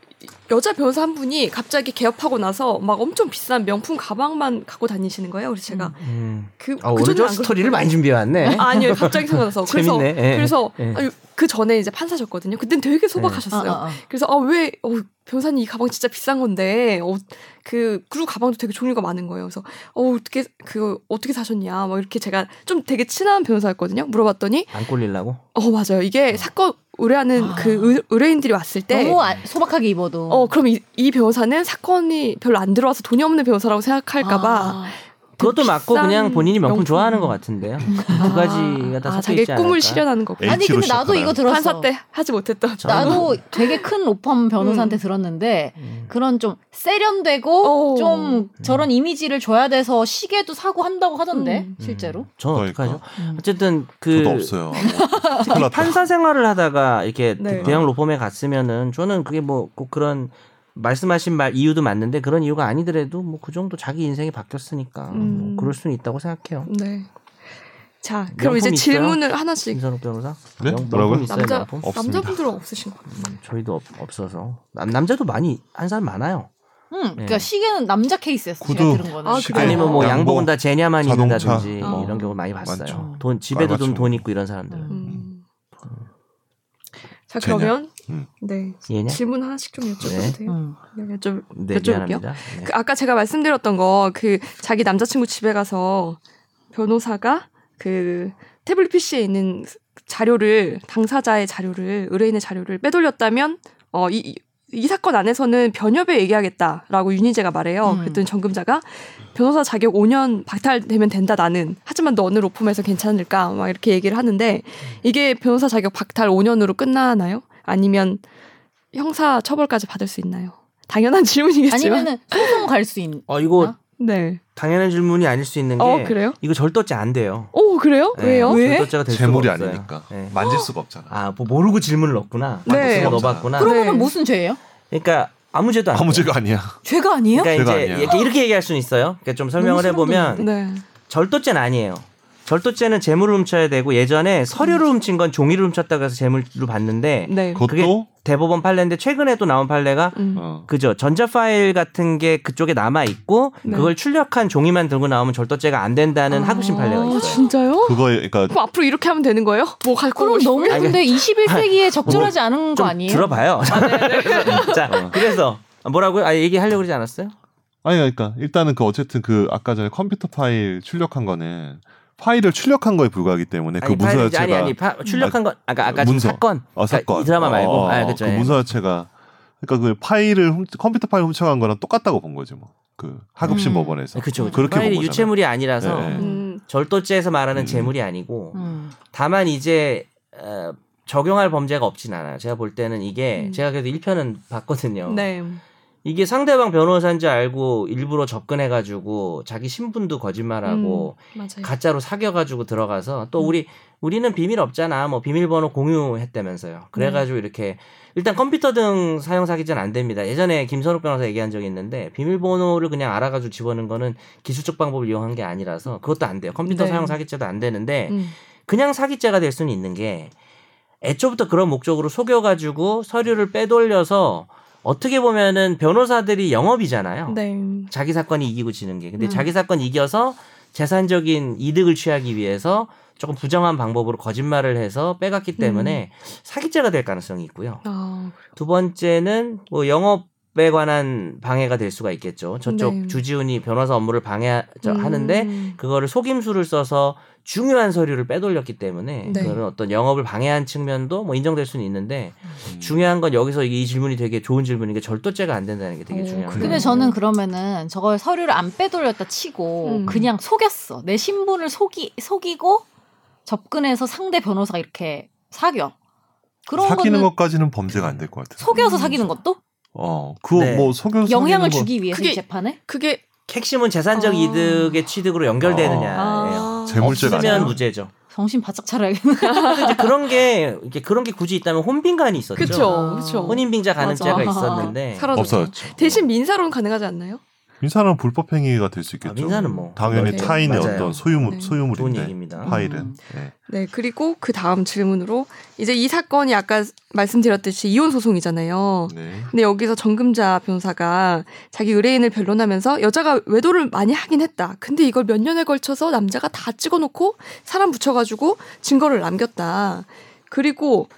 Speaker 1: 여자 변호사 한 분이 갑자기 개업하고 나서 막 엄청 비싼 명품 가방만 갖고 다니시는 거예요. 그래서 제가
Speaker 4: 음.
Speaker 1: 그,
Speaker 4: 아,
Speaker 1: 그
Speaker 4: 오늘
Speaker 1: 전에
Speaker 4: 좀
Speaker 1: 안 그랬-
Speaker 4: 스토리를 많이 준비해 왔네.
Speaker 1: 아, 아니요, 갑자기 생각나서. 그래서,
Speaker 4: 재밌네. 네. 예.
Speaker 1: 그래서,
Speaker 4: 예.
Speaker 1: 아유, 그 전에 이제 판사셨거든요. 그땐 되게 소박하셨어요.
Speaker 3: 아, 아, 아.
Speaker 1: 그래서, 아, 왜, 어, 변사님 이 가방 진짜 비싼 건데, 어, 그, 그리고 가방도 되게 종류가 많은 거예요. 그래서, 어, 어떻게, 그, 어떻게 사셨냐. 막 이렇게 제가 좀 되게 친한 변호사였거든요. 물어봤더니,
Speaker 4: 안 꼴리려고.
Speaker 1: 어, 맞아요. 이게 사건 의뢰하는
Speaker 3: 아.
Speaker 1: 그 의- 의뢰인들이 왔을 때,
Speaker 3: 너무 아- 소박하게 입어도
Speaker 1: 네. 어, 그럼 이, 이 변호사는 사건이 별로 안 들어와서 돈이 없는 변호사라고 생각할까봐.
Speaker 3: 아.
Speaker 4: 그것도 맞고
Speaker 1: 비싼
Speaker 4: 그냥 본인이 명품,
Speaker 1: 명품.
Speaker 4: 좋아하는 것 같은데요. 두 가지가 다
Speaker 1: 아,
Speaker 4: 섞여
Speaker 1: 자기
Speaker 4: 있지 않을까.
Speaker 1: 꿈을 실현하는 거고.
Speaker 2: H로
Speaker 3: 아니 근데 나도
Speaker 2: 시작하나요?
Speaker 3: 이거 예. 들었어.
Speaker 1: 판사 때 하지 못했던.
Speaker 3: 나도 되게 큰 로펌 변호사한테
Speaker 1: 음.
Speaker 3: 들었는데
Speaker 4: 음.
Speaker 3: 그런 좀 세련되고
Speaker 1: 오.
Speaker 3: 좀 저런 이미지를 줘야 돼서 시계도 사고 한다고 하던데
Speaker 1: 음.
Speaker 3: 실제로.
Speaker 4: 저는
Speaker 2: 그러니까.
Speaker 4: 어떡하죠? 어쨌든 그
Speaker 2: 저도 없어요. 아, 큰일 났다.
Speaker 4: 판사 생활을 하다가 이렇게
Speaker 1: 네.
Speaker 4: 대형 로펌에 갔으면은 저는 그게 뭐 꼭 그런 말씀하신 말 이유도 맞는데 그런 이유가 아니더라도 뭐 그 정도 자기 인생이 바뀌었으니까 뭐
Speaker 1: 음.
Speaker 4: 그럴 수는 있다고 생각해요.
Speaker 1: 네. 자, 그럼 이제
Speaker 4: 명품 있어요?
Speaker 1: 질문을 하나씩.
Speaker 4: 김선욱 변호사.
Speaker 2: 네?
Speaker 4: 명-
Speaker 2: 뭐라고요?
Speaker 4: 명품 있어요,
Speaker 1: 남자-
Speaker 4: 명품? 음,
Speaker 2: 없습니다.
Speaker 1: 남자분들은 없으신 것 같아요.
Speaker 4: 저희도 없, 없어서 남, 남자도 많이 한 사람 많아요.
Speaker 3: 음, 그러니까
Speaker 4: 예.
Speaker 3: 시계는 남자 케이스였어. 제가
Speaker 2: 구두.
Speaker 3: 들은 거는.
Speaker 1: 아,
Speaker 2: 시계,
Speaker 1: 그래요?
Speaker 4: 아니면 뭐
Speaker 2: 양복,
Speaker 4: 양복은 다 제냐만
Speaker 2: 자동차.
Speaker 4: 입는다든지
Speaker 1: 어.
Speaker 4: 뭐 이런 경우 많이 봤어요.
Speaker 2: 많죠.
Speaker 4: 돈 집에도 좀
Speaker 2: 깔맞춤.
Speaker 4: 돈 있고 이런 사람들은
Speaker 1: 음. 자,
Speaker 2: 제냐.
Speaker 1: 그러면
Speaker 2: 음.
Speaker 1: 네
Speaker 4: 예냐?
Speaker 1: 질문 하나씩 좀 여쭤봐도
Speaker 4: 네.
Speaker 1: 돼요?
Speaker 3: 음.
Speaker 1: 네, 여쭤
Speaker 4: 네,
Speaker 1: 여쭤볼게요.
Speaker 4: 미안합니다. 네.
Speaker 1: 그 아까 제가 말씀드렸던 거 그 자기 남자친구 집에 가서 변호사가 그 태블릿 PC에 있는 자료를 당사자의 자료를 의뢰인의 자료를 빼돌렸다면 어이 이, 이 사건 안에서는 변협에 얘기하겠다라고 윤희재가 말해요.
Speaker 3: 음.
Speaker 1: 그랬더니 정금자가 변호사 자격 5년 박탈되면 된다 나는. 하지만 너 어느 로펌에서 괜찮을까? 막 이렇게 얘기를 하는데 이게 변호사 자격 박탈 5년으로 끝나나요? 아니면 형사 처벌까지 받을 수 있나요? 당연한 질문이겠지만.
Speaker 3: 아니면은 소송 갈 수 있는.
Speaker 4: 어 이거
Speaker 3: 아?
Speaker 1: 네.
Speaker 4: 당연한 질문이 아닐 수 있는 게
Speaker 1: 어 그래요?
Speaker 4: 이거 절도죄 안 돼요.
Speaker 1: 오 그래요?
Speaker 4: 네,
Speaker 1: 왜요?
Speaker 4: 절도죄가 될
Speaker 2: 재물이
Speaker 4: 수가 없어요.
Speaker 2: 아니니까
Speaker 4: 네.
Speaker 2: 만질 수가 없잖아.
Speaker 4: 아, 뭐 모르고 질문을 넣었구나.
Speaker 1: 네.
Speaker 4: 네. 넣어봤구나.
Speaker 1: 그럼-
Speaker 3: 그러면
Speaker 1: 네.
Speaker 3: 무슨 죄예요?
Speaker 4: 그러니까 아무 죄도 안.
Speaker 2: 아무
Speaker 4: 돼요.
Speaker 2: 죄가 아니야.
Speaker 3: 죄가 아니에요?
Speaker 4: 그러니까
Speaker 2: 죄가
Speaker 4: 이제
Speaker 2: 아니에요.
Speaker 4: 이렇게, 이렇게 얘기할 수는 있어요. 그러니까 좀 설명을
Speaker 3: 너무
Speaker 4: 해보면
Speaker 1: 네.
Speaker 4: 절도죄는 아니에요. 절도죄는 재물을 훔쳐야 되고 예전에 서류를 훔친 건 종이를 훔쳤다고 해서 재물로 봤는데
Speaker 1: 네.
Speaker 2: 그것도
Speaker 4: 그게 대법원 판례인데 최근에 또 나온 판례가
Speaker 1: 음.
Speaker 2: 어.
Speaker 4: 그죠 전자 파일 같은 게 그쪽에 남아 있고
Speaker 1: 네.
Speaker 4: 그걸 출력한 종이만 들고 나오면 절도죄가 안 된다는
Speaker 1: 아.
Speaker 4: 하급심 판례가
Speaker 1: 아,
Speaker 4: 있어요.
Speaker 1: 진짜요?
Speaker 2: 그거에 그러니까
Speaker 1: 그럼 앞으로 이렇게 하면 되는 거예요? 뭐 갖고
Speaker 3: 그럼
Speaker 1: 오고
Speaker 3: 너무
Speaker 1: 싶으면?
Speaker 3: 근데 21세기에 적절하지 않은 거
Speaker 4: 좀
Speaker 3: 아니에요? 네,
Speaker 4: 들어봐요. 음, 자 그래서 뭐라고요? 아 얘기하려고 그러지 않았어요?
Speaker 2: 아니 그러니까 일단은 그 어쨌든 그 아까 전에 컴퓨터 파일 출력한 거는 파일을 출력한 거에 불과하기 때문에 그
Speaker 4: 아니,
Speaker 2: 문서
Speaker 4: 파일,
Speaker 2: 자체가
Speaker 4: 아니 아니 파, 출력한 건 아까 아까 지금
Speaker 2: 문서.
Speaker 4: 사건
Speaker 2: 어, 사건
Speaker 4: 그러니까 이 드라마 말고
Speaker 2: 어, 어,
Speaker 4: 아, 그쵸,
Speaker 2: 그
Speaker 4: 예.
Speaker 2: 문서 자체가 그러니까 그 파일을 훔- 컴퓨터 파일 훔쳐간 거랑 똑같다고 본 거지 뭐 그 하급심
Speaker 3: 음.
Speaker 2: 법원에서
Speaker 4: 그렇죠
Speaker 2: 그렇게
Speaker 4: 파일이
Speaker 2: 본 거잖아요.
Speaker 4: 유체물이 아니라서
Speaker 2: 예, 예.
Speaker 1: 음.
Speaker 4: 절도죄에서 말하는
Speaker 2: 음.
Speaker 4: 재물이 아니고
Speaker 3: 음.
Speaker 4: 다만 이제 어, 적용할 범죄가 없진 않아요 제가 볼 때는 이게
Speaker 1: 음.
Speaker 4: 제가 그래도 1편은 봤거든요
Speaker 1: 네.
Speaker 4: 이게 상대방 변호사인지 알고 일부러 접근해 가지고 자기 신분도 거짓말하고
Speaker 1: 음, 맞아요.
Speaker 4: 가짜로 사겨 가지고 들어가서
Speaker 1: 음.
Speaker 4: 또 우리 우리는 비밀 없잖아 뭐 비밀번호
Speaker 1: 음.
Speaker 4: 공유했다면서요 그래가지고 이렇게 일단 컴퓨터 등 사용 사기죄는 안 됩니다 예전에 김선욱 변호사 얘기한 적이 있는데 비밀번호를 그냥 알아가지고 집어넣는 거는 기술적 방법을 이용한 게 아니라서 그것도 안 돼요 컴퓨터
Speaker 1: 네.
Speaker 4: 사용 사기죄도 안 되는데
Speaker 1: 음.
Speaker 4: 그냥 사기죄가 될 수는 있는 게 애초부터 그런 목적으로 속여가지고 서류를 빼돌려서 어떻게 보면은 변호사들이 영업이잖아요.
Speaker 1: 네.
Speaker 4: 자기 사건이 이기고 지는 게. 근데
Speaker 1: 음.
Speaker 4: 자기 사건 이겨서 재산적인 이득을 취하기 위해서 조금 부정한 방법으로 거짓말을 해서 빼갔기 때문에 사기죄가 될 가능성이 있고요.
Speaker 1: 아,
Speaker 4: 두 번째는 뭐 영업에 관한 방해가 될 수가 있겠죠. 저쪽
Speaker 1: 네.
Speaker 4: 주지훈이 변호사 업무를 방해하는데
Speaker 1: 음.
Speaker 4: 그거를 속임수를 써서 중요한 서류를 빼돌렸기 때문에
Speaker 1: 네.
Speaker 4: 그런 어떤 영업을 방해한 측면도 뭐 인정될 수는 있는데
Speaker 2: 음.
Speaker 4: 중요한 건 여기서 이 질문이 되게 좋은 질문인 게 절도죄가 안 된다는 게 되게
Speaker 1: 오,
Speaker 4: 중요한
Speaker 3: 어, 근데
Speaker 4: 거예요.
Speaker 3: 저는 그러면은 저걸 서류를 안 빼돌렸다 치고
Speaker 1: 음.
Speaker 3: 그냥 속였어. 내 신분을 속이 속이고 접근해서 상대 변호사가 이렇게 사겨. 그런
Speaker 2: 사귀는
Speaker 3: 거는
Speaker 2: 것까지는 범죄가 안 될 것 같아요.
Speaker 3: 속여서 사귀는 것도
Speaker 2: 어, 그거
Speaker 4: 네.
Speaker 2: 뭐 속여서
Speaker 3: 영향을
Speaker 2: 사귀는
Speaker 3: 주기 위해서
Speaker 1: 그게-
Speaker 3: 이 재판에
Speaker 1: 그게
Speaker 4: 핵심은 재산적
Speaker 1: 아.
Speaker 4: 이득의 취득으로 연결되느냐예요.
Speaker 1: 아.
Speaker 2: 거 재물죄가 아니야.
Speaker 4: 네. 없으면 무죄죠.
Speaker 3: 정신 바짝 차려야겠네.
Speaker 4: 근데 이제 그런 게 이렇게 그런 게 굳이 있다면 혼빈간이 있었죠.
Speaker 1: 그쵸. 그쵸.
Speaker 4: 혼인빙자 가늠죄가
Speaker 1: 맞아.
Speaker 4: 있었는데
Speaker 1: 사라졌죠.
Speaker 2: 없어졌죠.
Speaker 1: 대신 민사로는 가능하지 않나요?
Speaker 2: 민사는 불법 행위가 될 수 있겠죠.
Speaker 4: 아, 민사는 뭐
Speaker 2: 당연히
Speaker 1: 네.
Speaker 2: 타인의
Speaker 4: 맞아요.
Speaker 2: 어떤 소유물
Speaker 1: 네.
Speaker 4: 좋은
Speaker 2: 소유물인데
Speaker 1: 어,
Speaker 4: 얘기입니다.
Speaker 2: 파일은
Speaker 3: 음.
Speaker 2: 예.
Speaker 1: 네, 그리고 그 다음 질문으로 이제 이 사건이 아까 말씀드렸듯이 이혼 소송이잖아요.
Speaker 2: 네.
Speaker 1: 근데 여기서 정금자 변호사가 자기 의뢰인을 변론하면서 여자가 외도를 많이 하긴 했다. 근데 이걸 몇 년에 걸쳐서 남자가 다 찍어놓고 사람 붙여가지고 증거를 남겼다. 그리고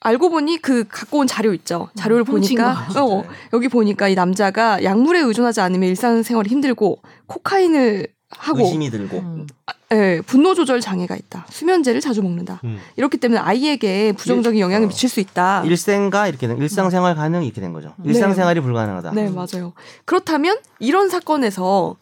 Speaker 1: 알고 보니 그 갖고 온 자료 있죠. 자료를
Speaker 3: 음, 훔친 네.
Speaker 1: 보니까
Speaker 4: 거.
Speaker 1: 어,
Speaker 4: 진짜요?
Speaker 1: 여기 보니까 이 남자가 약물에 의존하지 않으면 일상생활이 힘들고 코카인을 하고
Speaker 4: 의심이 들고
Speaker 3: 음.
Speaker 1: 예, 분노 조절 장애가 있다. 수면제를 자주 먹는다.
Speaker 2: 음.
Speaker 1: 이렇기 때문에 아이에게 부정적인 영향을
Speaker 4: 어.
Speaker 1: 미칠 수 있다.
Speaker 4: 일생가 이렇게 된 일상생활 가능 이렇게 된 거죠.
Speaker 3: 네.
Speaker 4: 일상생활이 불가능하다. 음.
Speaker 1: 네, 맞아요. 그렇다면 이런 사건에서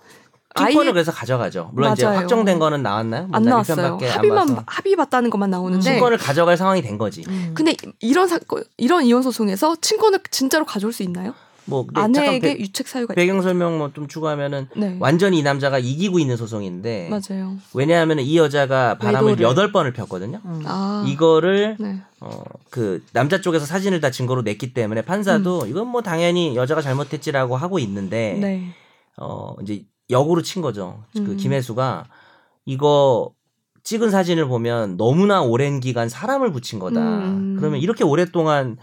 Speaker 4: 특권을
Speaker 1: 아이의
Speaker 4: 그래서 가져가죠. 물론 이제
Speaker 1: 맞아요.
Speaker 4: 확정된 거는 나왔나요?
Speaker 1: 안 나왔어요.
Speaker 4: 편밖에 안
Speaker 1: 합의만 네.
Speaker 4: 나와서 음,
Speaker 1: 합의 봤다는 것만 나오는데
Speaker 4: 특권을 가져갈 상황이 된 거지.
Speaker 3: 음.
Speaker 1: 근데 이런 사건 이런 이혼 소송에서 친권을 진짜로 가져올 수 있나요?
Speaker 4: 뭐 근데 잠깐
Speaker 1: 아내에게
Speaker 4: 배-
Speaker 1: 유책 사유가 있
Speaker 4: 배경 설명 뭐 좀 추가하면은
Speaker 1: 네.
Speaker 4: 완전히 이 남자가 이기고 있는 소송인데
Speaker 1: 맞아요.
Speaker 4: 음, 왜냐하면 이 여자가 바람을
Speaker 1: 외도를.
Speaker 4: 여덟 번을 폈거든요.
Speaker 3: 음.
Speaker 1: 아.
Speaker 4: 이거를
Speaker 1: 네.
Speaker 4: 어 그 남자 쪽에서 사진을 다 증거로 냈기 때문에 판사도 이건 뭐 당연히 여자가 잘못했지라고 하고 있는데
Speaker 1: 음. 네.
Speaker 4: 어 이제 역으로 친 거죠. 그
Speaker 1: 음.
Speaker 4: 김혜수가 이거 찍은 사진을 보면 너무나 오랜 기간 사람을 붙인 거다.
Speaker 1: 음.
Speaker 4: 그러면 이렇게 오랫동안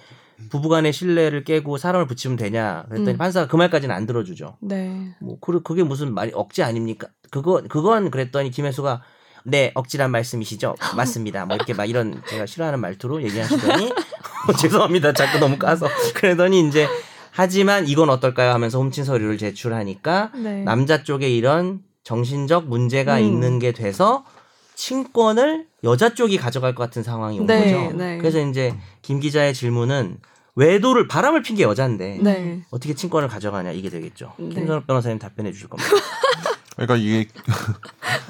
Speaker 4: 부부간의 신뢰를 깨고 사람을 붙이면 되냐? 그랬더니
Speaker 1: 음.
Speaker 4: 판사가 그 말까지는 안 들어주죠.
Speaker 1: 네.
Speaker 4: 뭐 그- 그게 무슨 말이 억지 아닙니까? 그거 그건 그랬더니 김혜수가 네 억지란 말씀이시죠? 맞습니다. 뭐 이렇게 막 이런 제가 싫어하는 말투로 얘기하시더니 죄송합니다. 자꾸 너무 까서 그러더니 이제 하지만 이건 어떨까요? 하면서 훔친 서류를 제출하니까
Speaker 1: 네.
Speaker 4: 남자 쪽에 이런 정신적 문제가
Speaker 1: 음.
Speaker 4: 있는 게 돼서 친권을 여자 쪽이 가져갈 것 같은 상황이 온
Speaker 1: 네,
Speaker 4: 거죠.
Speaker 1: 네.
Speaker 4: 그래서 이제 김 기자의 질문은 외도를 바람을 핀 게 여잔데
Speaker 1: 네.
Speaker 4: 어떻게 친권을 가져가냐 이게 되겠죠.
Speaker 1: 네.
Speaker 4: 김선욱 변호사님 답변해 주실 겁니다.
Speaker 2: 그러니까 이게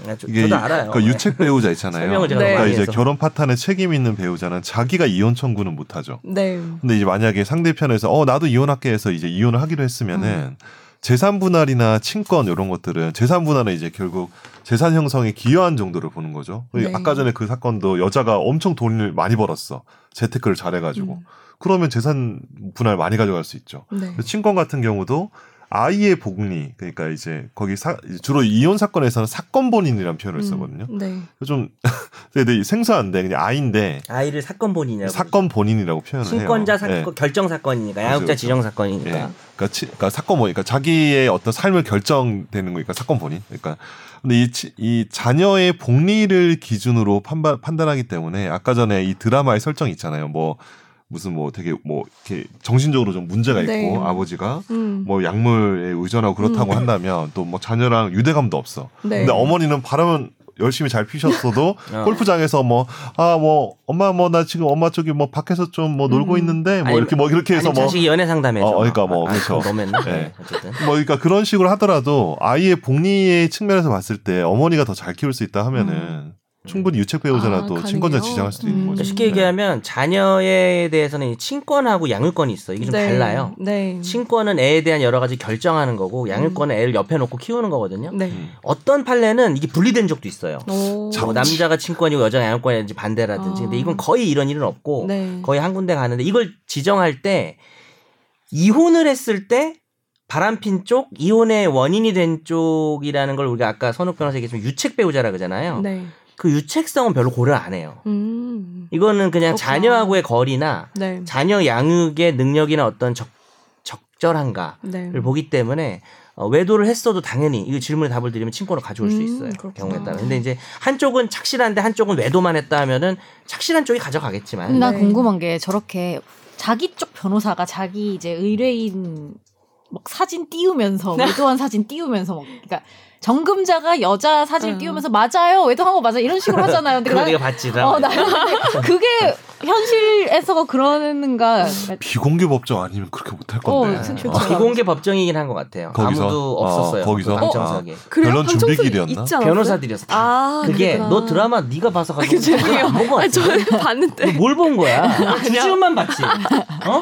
Speaker 4: 네, 저,
Speaker 2: 이게
Speaker 4: 도
Speaker 2: 이-
Speaker 4: 알아요.
Speaker 2: 그러니까 유책 배우자 있잖아요.
Speaker 4: 설명을 제가
Speaker 1: 네.
Speaker 4: 너무
Speaker 2: 그러니까
Speaker 4: 많이
Speaker 2: 이제
Speaker 4: 해서.
Speaker 2: 결혼 파탄에 책임 있는 배우자는 자기가 이혼 청구는 못 하죠.
Speaker 4: 음.
Speaker 1: 네.
Speaker 2: 근데 이제 만약에 상대편에서 어 나도 이혼할게 해서 이제 이혼을 하기로
Speaker 4: 음.
Speaker 2: 했으면은 재산 분할이나 친권 이런 것들은 재산 분할은 이제 결국 재산 형성에 기여한 정도를 보는 거죠.
Speaker 1: 네.
Speaker 2: 아까 전에 그 사건도 여자가 엄청 돈을 많이 벌었어 재테크를 잘해가지고
Speaker 4: 음.
Speaker 2: 그러면 재산 분할 많이 가져갈 수 있죠.
Speaker 1: 네.
Speaker 2: 친권 같은 경우도 아이의 복리 그러니까 이제 거기 사- 주로 이혼 사건에서는 사건 본인이라는 표현을 쓰거든요.
Speaker 1: 음, 네.
Speaker 2: 좀 근데 생소한데 그냥 아이인데
Speaker 4: 네. 아이를 사건 본인이라고
Speaker 2: 사건 본인이라고 표현을 해요.
Speaker 4: 신권자 사건
Speaker 2: 예.
Speaker 4: 결정 사건이니까
Speaker 2: 그렇죠,
Speaker 4: 양육자
Speaker 2: 그렇죠.
Speaker 4: 지정
Speaker 2: 예.
Speaker 4: 사건이니까
Speaker 2: 그러니까, 치- 그러니까 사건 뭐, 그러니까 자기의 어떤 삶을 결정되는 거니까 사건 본인. 그러니까 근데 이, 치- 이 자녀의 복리를 기준으로 판바, 판단하기 때문에 아까 전에 이 드라마의 설정 있잖아요. 뭐 무슨 뭐 되게 뭐 이렇게 정신적으로 좀 문제가 있고
Speaker 1: 네.
Speaker 2: 아버지가
Speaker 1: 음.
Speaker 2: 뭐 약물에 의존하고 그렇다고
Speaker 1: 음.
Speaker 2: 한다면 또 뭐 자녀랑 유대감도 없어.
Speaker 1: 네.
Speaker 2: 근데 어머니는 바람은 열심히 잘 피셨어도
Speaker 4: 어.
Speaker 2: 골프장에서 뭐 아 뭐 엄마 뭐 나 지금 엄마 쪽이 뭐 밖에서 좀 뭐 놀고
Speaker 1: 음.
Speaker 2: 있는데 뭐
Speaker 4: 아니면-
Speaker 2: 이렇게 뭐 이렇게 해서
Speaker 4: 아니,
Speaker 2: 뭐
Speaker 4: 자식이 연애 상담회죠.
Speaker 2: 어, 그러니까 뭐,
Speaker 4: 아, 아,
Speaker 2: 그렇죠.
Speaker 4: 너무 했나?
Speaker 2: 예.
Speaker 4: 네, 어쨌든
Speaker 2: 뭐 그러니까 그런 식으로 하더라도 아이의 복리의 측면에서 봤을 때 어머니가 더 잘 키울 수 있다 하면은 충분히 유책
Speaker 1: 아,
Speaker 2: 배우자라도
Speaker 1: 가능해요?
Speaker 2: 친권자 지장할 수도 있는
Speaker 1: 음.
Speaker 2: 거죠.
Speaker 4: 그러니까 쉽게
Speaker 2: 네.
Speaker 4: 얘기하면 자녀에 대해서는 이 친권하고 양육권이 있어. 이게 좀
Speaker 1: 네.
Speaker 4: 달라요.
Speaker 1: 네.
Speaker 4: 친권은 애에 대한 여러 가지 결정하는 거고 양육권은 애를 옆에 놓고 키우는 거거든요.
Speaker 1: 네.
Speaker 2: 음.
Speaker 4: 어떤 판례는 이게 분리된 적도 있어요.
Speaker 1: 오.
Speaker 2: 자,
Speaker 4: 뭐 남자가 친권이고 여자가 양육권이라든지 반대라든지. 근데
Speaker 1: 아.
Speaker 4: 이건 거의 이런 일은 없고
Speaker 1: 네.
Speaker 4: 거의 한 군데 가는데 이걸 지정할 때 이혼을 했을 때 바람핀 쪽, 이혼의 원인이 된 쪽이라는 걸 우리가 아까 선욱 변호사 얘기했지만 유책 배우자라 그러잖아요.
Speaker 1: 네.
Speaker 4: 그 유책성은 별로 고려 안 해요.
Speaker 1: 음.
Speaker 4: 이거는 그냥
Speaker 1: 그렇구나.
Speaker 4: 자녀하고의 거리나
Speaker 1: 네.
Speaker 4: 자녀 양육의 능력이나 어떤 적, 적절한가를
Speaker 1: 네.
Speaker 4: 음. 보기 때문에 어, 외도를 했어도 당연히 이 질문에 답을 드리면 친권을 가져올 수
Speaker 1: 음,
Speaker 4: 있어요.
Speaker 1: 그렇구나.
Speaker 4: 경우에 따라. 근데 이제 한쪽은 착실한데 한쪽은 외도만 했다 하면은 착실한 쪽이 가져가겠지만
Speaker 3: 나
Speaker 1: 네.
Speaker 3: 궁금한 게 저렇게 자기 쪽 변호사가 자기 이제 의뢰인 막 사진 띄우면서
Speaker 1: 네.
Speaker 3: 외도한 사진 띄우면서 막 그러니까 정금자가 여자 사진
Speaker 1: 음.
Speaker 3: 띄우면서 맞아요 외도한 거 맞아 이런 식으로 하잖아요. 근데
Speaker 4: 그거
Speaker 3: 나는
Speaker 4: 우리가 봤지.
Speaker 3: 어 나는 근데 그게 현실에서 그러는가
Speaker 2: 비공개 법정 아니면 그렇게 못할
Speaker 3: 어,
Speaker 2: 건데.
Speaker 3: 진짜
Speaker 2: 어,
Speaker 4: 네. 비공개 법정이긴 한 것 같아요.
Speaker 2: 거기서?
Speaker 4: 아무도 없었어요.
Speaker 2: 어, 거기서?
Speaker 4: 당청석에
Speaker 1: 그래요?
Speaker 2: 변론 준비
Speaker 1: 방청석이
Speaker 2: 길이었나?
Speaker 1: 있지 않았어요?
Speaker 4: 변호사들이었어. 다.
Speaker 1: 아,
Speaker 4: 그게
Speaker 1: 그렇구나. 아,
Speaker 4: 너 드라마 뭐 네가 봐서 가지고
Speaker 1: 죄송해요.
Speaker 4: 안본것
Speaker 1: 아,
Speaker 4: 같아.
Speaker 1: 저는 봤는데
Speaker 4: 뭘 본 거야?
Speaker 1: 아니요.
Speaker 4: 주지훈만 봤지. 어?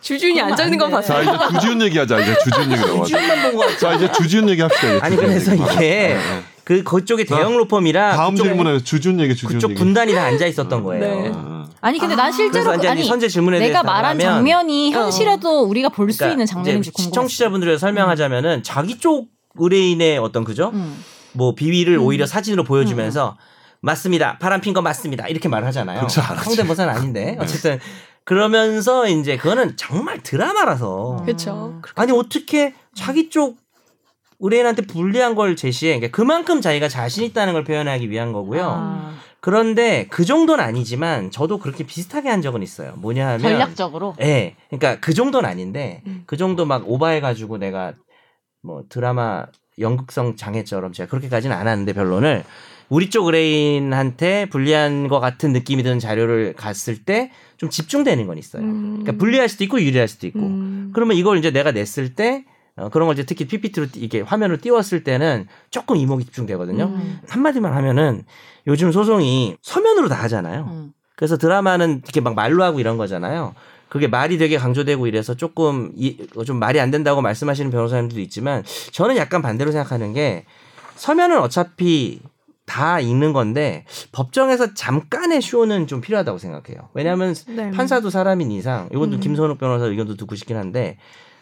Speaker 1: 주준이 앉아 있는 건
Speaker 3: 안 돼.
Speaker 1: 봤어요.
Speaker 2: 자 이제 주지훈 얘기하자. 이제 주지훈 얘기 넘어가자.
Speaker 4: 주지훈만 본 거 같아.
Speaker 2: 자 이제 주지훈 얘기 합시다. 이제
Speaker 4: 아니
Speaker 2: 주지훈
Speaker 4: 그래서
Speaker 2: 얘기.
Speaker 4: 이게 그 그쪽이 대형 로펌이라
Speaker 2: 네, 다음
Speaker 4: 그쪽-
Speaker 2: 질문에 주준 얘기 주준
Speaker 4: 그쪽
Speaker 2: 얘기.
Speaker 4: 분단이 다 앉아 있었던 거예요.
Speaker 1: 네.
Speaker 2: 음.
Speaker 3: 아니 근데 난 실제로
Speaker 4: 그래서
Speaker 3: 그-
Speaker 4: 이제
Speaker 3: 아니
Speaker 4: 선제 질문에 대해서
Speaker 3: 내가 말한
Speaker 4: 답하면 어,
Speaker 3: 장면이 현실에도 우리가 볼 수
Speaker 4: 그러니까
Speaker 3: 있는
Speaker 4: 이제
Speaker 3: 장면인지 음. 궁금해.
Speaker 4: 시청자분들을 설명하자면은 자기 쪽 의뢰인의 어떤 그죠?
Speaker 3: 음.
Speaker 4: 뭐 비위를 오히려 사진으로 보여주면서 맞습니다. 파란 핀 거 맞습니다. 이렇게 말을 하잖아요.
Speaker 2: 그렇지 않았지.
Speaker 4: 성대모사는
Speaker 2: 음.
Speaker 4: 아닌데 어쨌든 그러면서 이제 그거는 정말 드라마라서
Speaker 3: 음.
Speaker 1: 그렇죠.
Speaker 4: 아니 어떻게 자기 쪽 의뢰인한테 불리한 걸 제시해? 그러니까 그만큼 자기가 자신 있다는 걸 표현하기 위한 거고요.
Speaker 3: 아,
Speaker 4: 그런데 그 정도는 아니지만 저도 그렇게 비슷하게 한 적은 있어요. 뭐냐 하면
Speaker 3: 전략적으로.
Speaker 4: 예. 그러니까 그 정도는 아닌데
Speaker 1: 음.
Speaker 4: 그 정도 막 오바해 가지고 내가 뭐 드라마 연극성 장애처럼 제가 그렇게까지는 안 하는데 변론을 우리 쪽 의뢰인한테 불리한 것 같은 느낌이 드는 자료를 갔을 때 좀 집중되는 건 있어요.
Speaker 3: 음.
Speaker 1: 음.
Speaker 4: 그러니까 불리할 수도 있고 유리할 수도 있고. 그러면 이걸 이제 내가 냈을 때 어, 그런 걸 이제 특히 PPT로 이게 화면으로 띄웠을 때는 조금 이목이 집중되거든요.
Speaker 3: 음.
Speaker 4: 한마디만 하면은 요즘 소송이 서면으로 다 하잖아요.
Speaker 3: 음.
Speaker 4: 그래서 드라마는 이렇게 막 말로 하고 이런 거잖아요. 그게 말이 되게 강조되고 이래서 조금 이, 어, 좀 말이 안 된다고 말씀하시는 변호사님들도 있지만 저는 약간 반대로 생각하는 게 서면은 어차피 다 읽는 건데 법정에서 잠깐의 쇼는 좀 필요하다고 생각해요. 왜냐하면
Speaker 1: 네.
Speaker 4: 판사도 사람인 이상 이것도
Speaker 1: 음.
Speaker 4: 김선욱 변호사 의견도 듣고 싶긴 한데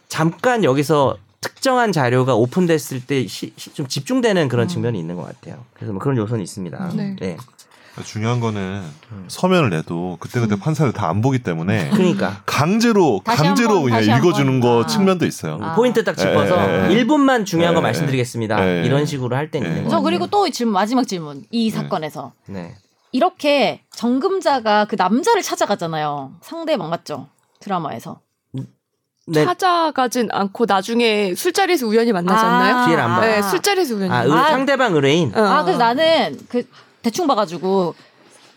Speaker 4: 잠깐 여기서 특정한 자료가 오픈됐을 때 좀 집중되는
Speaker 3: 음.
Speaker 4: 그런 측면이 있는 것 같아요. 그래서 뭐 그런 요소는 있습니다.
Speaker 1: 네.
Speaker 2: 그러니까 중요한 거는
Speaker 4: 음.
Speaker 2: 서면을 내도 그때그때 판사를 다 안 보기 때문에
Speaker 4: 그러니까
Speaker 2: 강제로
Speaker 3: 다시 한
Speaker 2: 강제로
Speaker 3: 번,
Speaker 2: 그냥
Speaker 3: 다시 한
Speaker 2: 읽어주는
Speaker 3: 번.
Speaker 2: 거
Speaker 3: 아.
Speaker 2: 측면도 있어요.
Speaker 3: 아.
Speaker 4: 뭐 포인트 딱 짚어서
Speaker 2: 예, 예, 예.
Speaker 4: 1분만 중요한 거
Speaker 2: 예, 예.
Speaker 4: 말씀드리겠습니다.
Speaker 2: 예, 예.
Speaker 4: 이런 식으로 할 때 있는
Speaker 2: 예.
Speaker 3: 음. 저
Speaker 4: 거.
Speaker 3: 그리고 또 질문 마지막 질문 이
Speaker 4: 음.
Speaker 3: 사건에서
Speaker 4: 네.
Speaker 3: 이렇게 정금자가 그 남자를 찾아가잖아요. 상대방 맞죠? 드라마에서.
Speaker 4: 네.
Speaker 1: 찾아가진 않고 나중에 술자리에서 우연히 만나지 않나요?
Speaker 4: 뒤에를 안 아. 봐요.
Speaker 1: 네, 술자리에서 우연히.
Speaker 4: 아,
Speaker 1: 만나요.
Speaker 4: 의,
Speaker 3: 아.
Speaker 4: 상대방 의뢰인.
Speaker 1: 어.
Speaker 3: 아, 그래서 나는 그 대충 봐가지고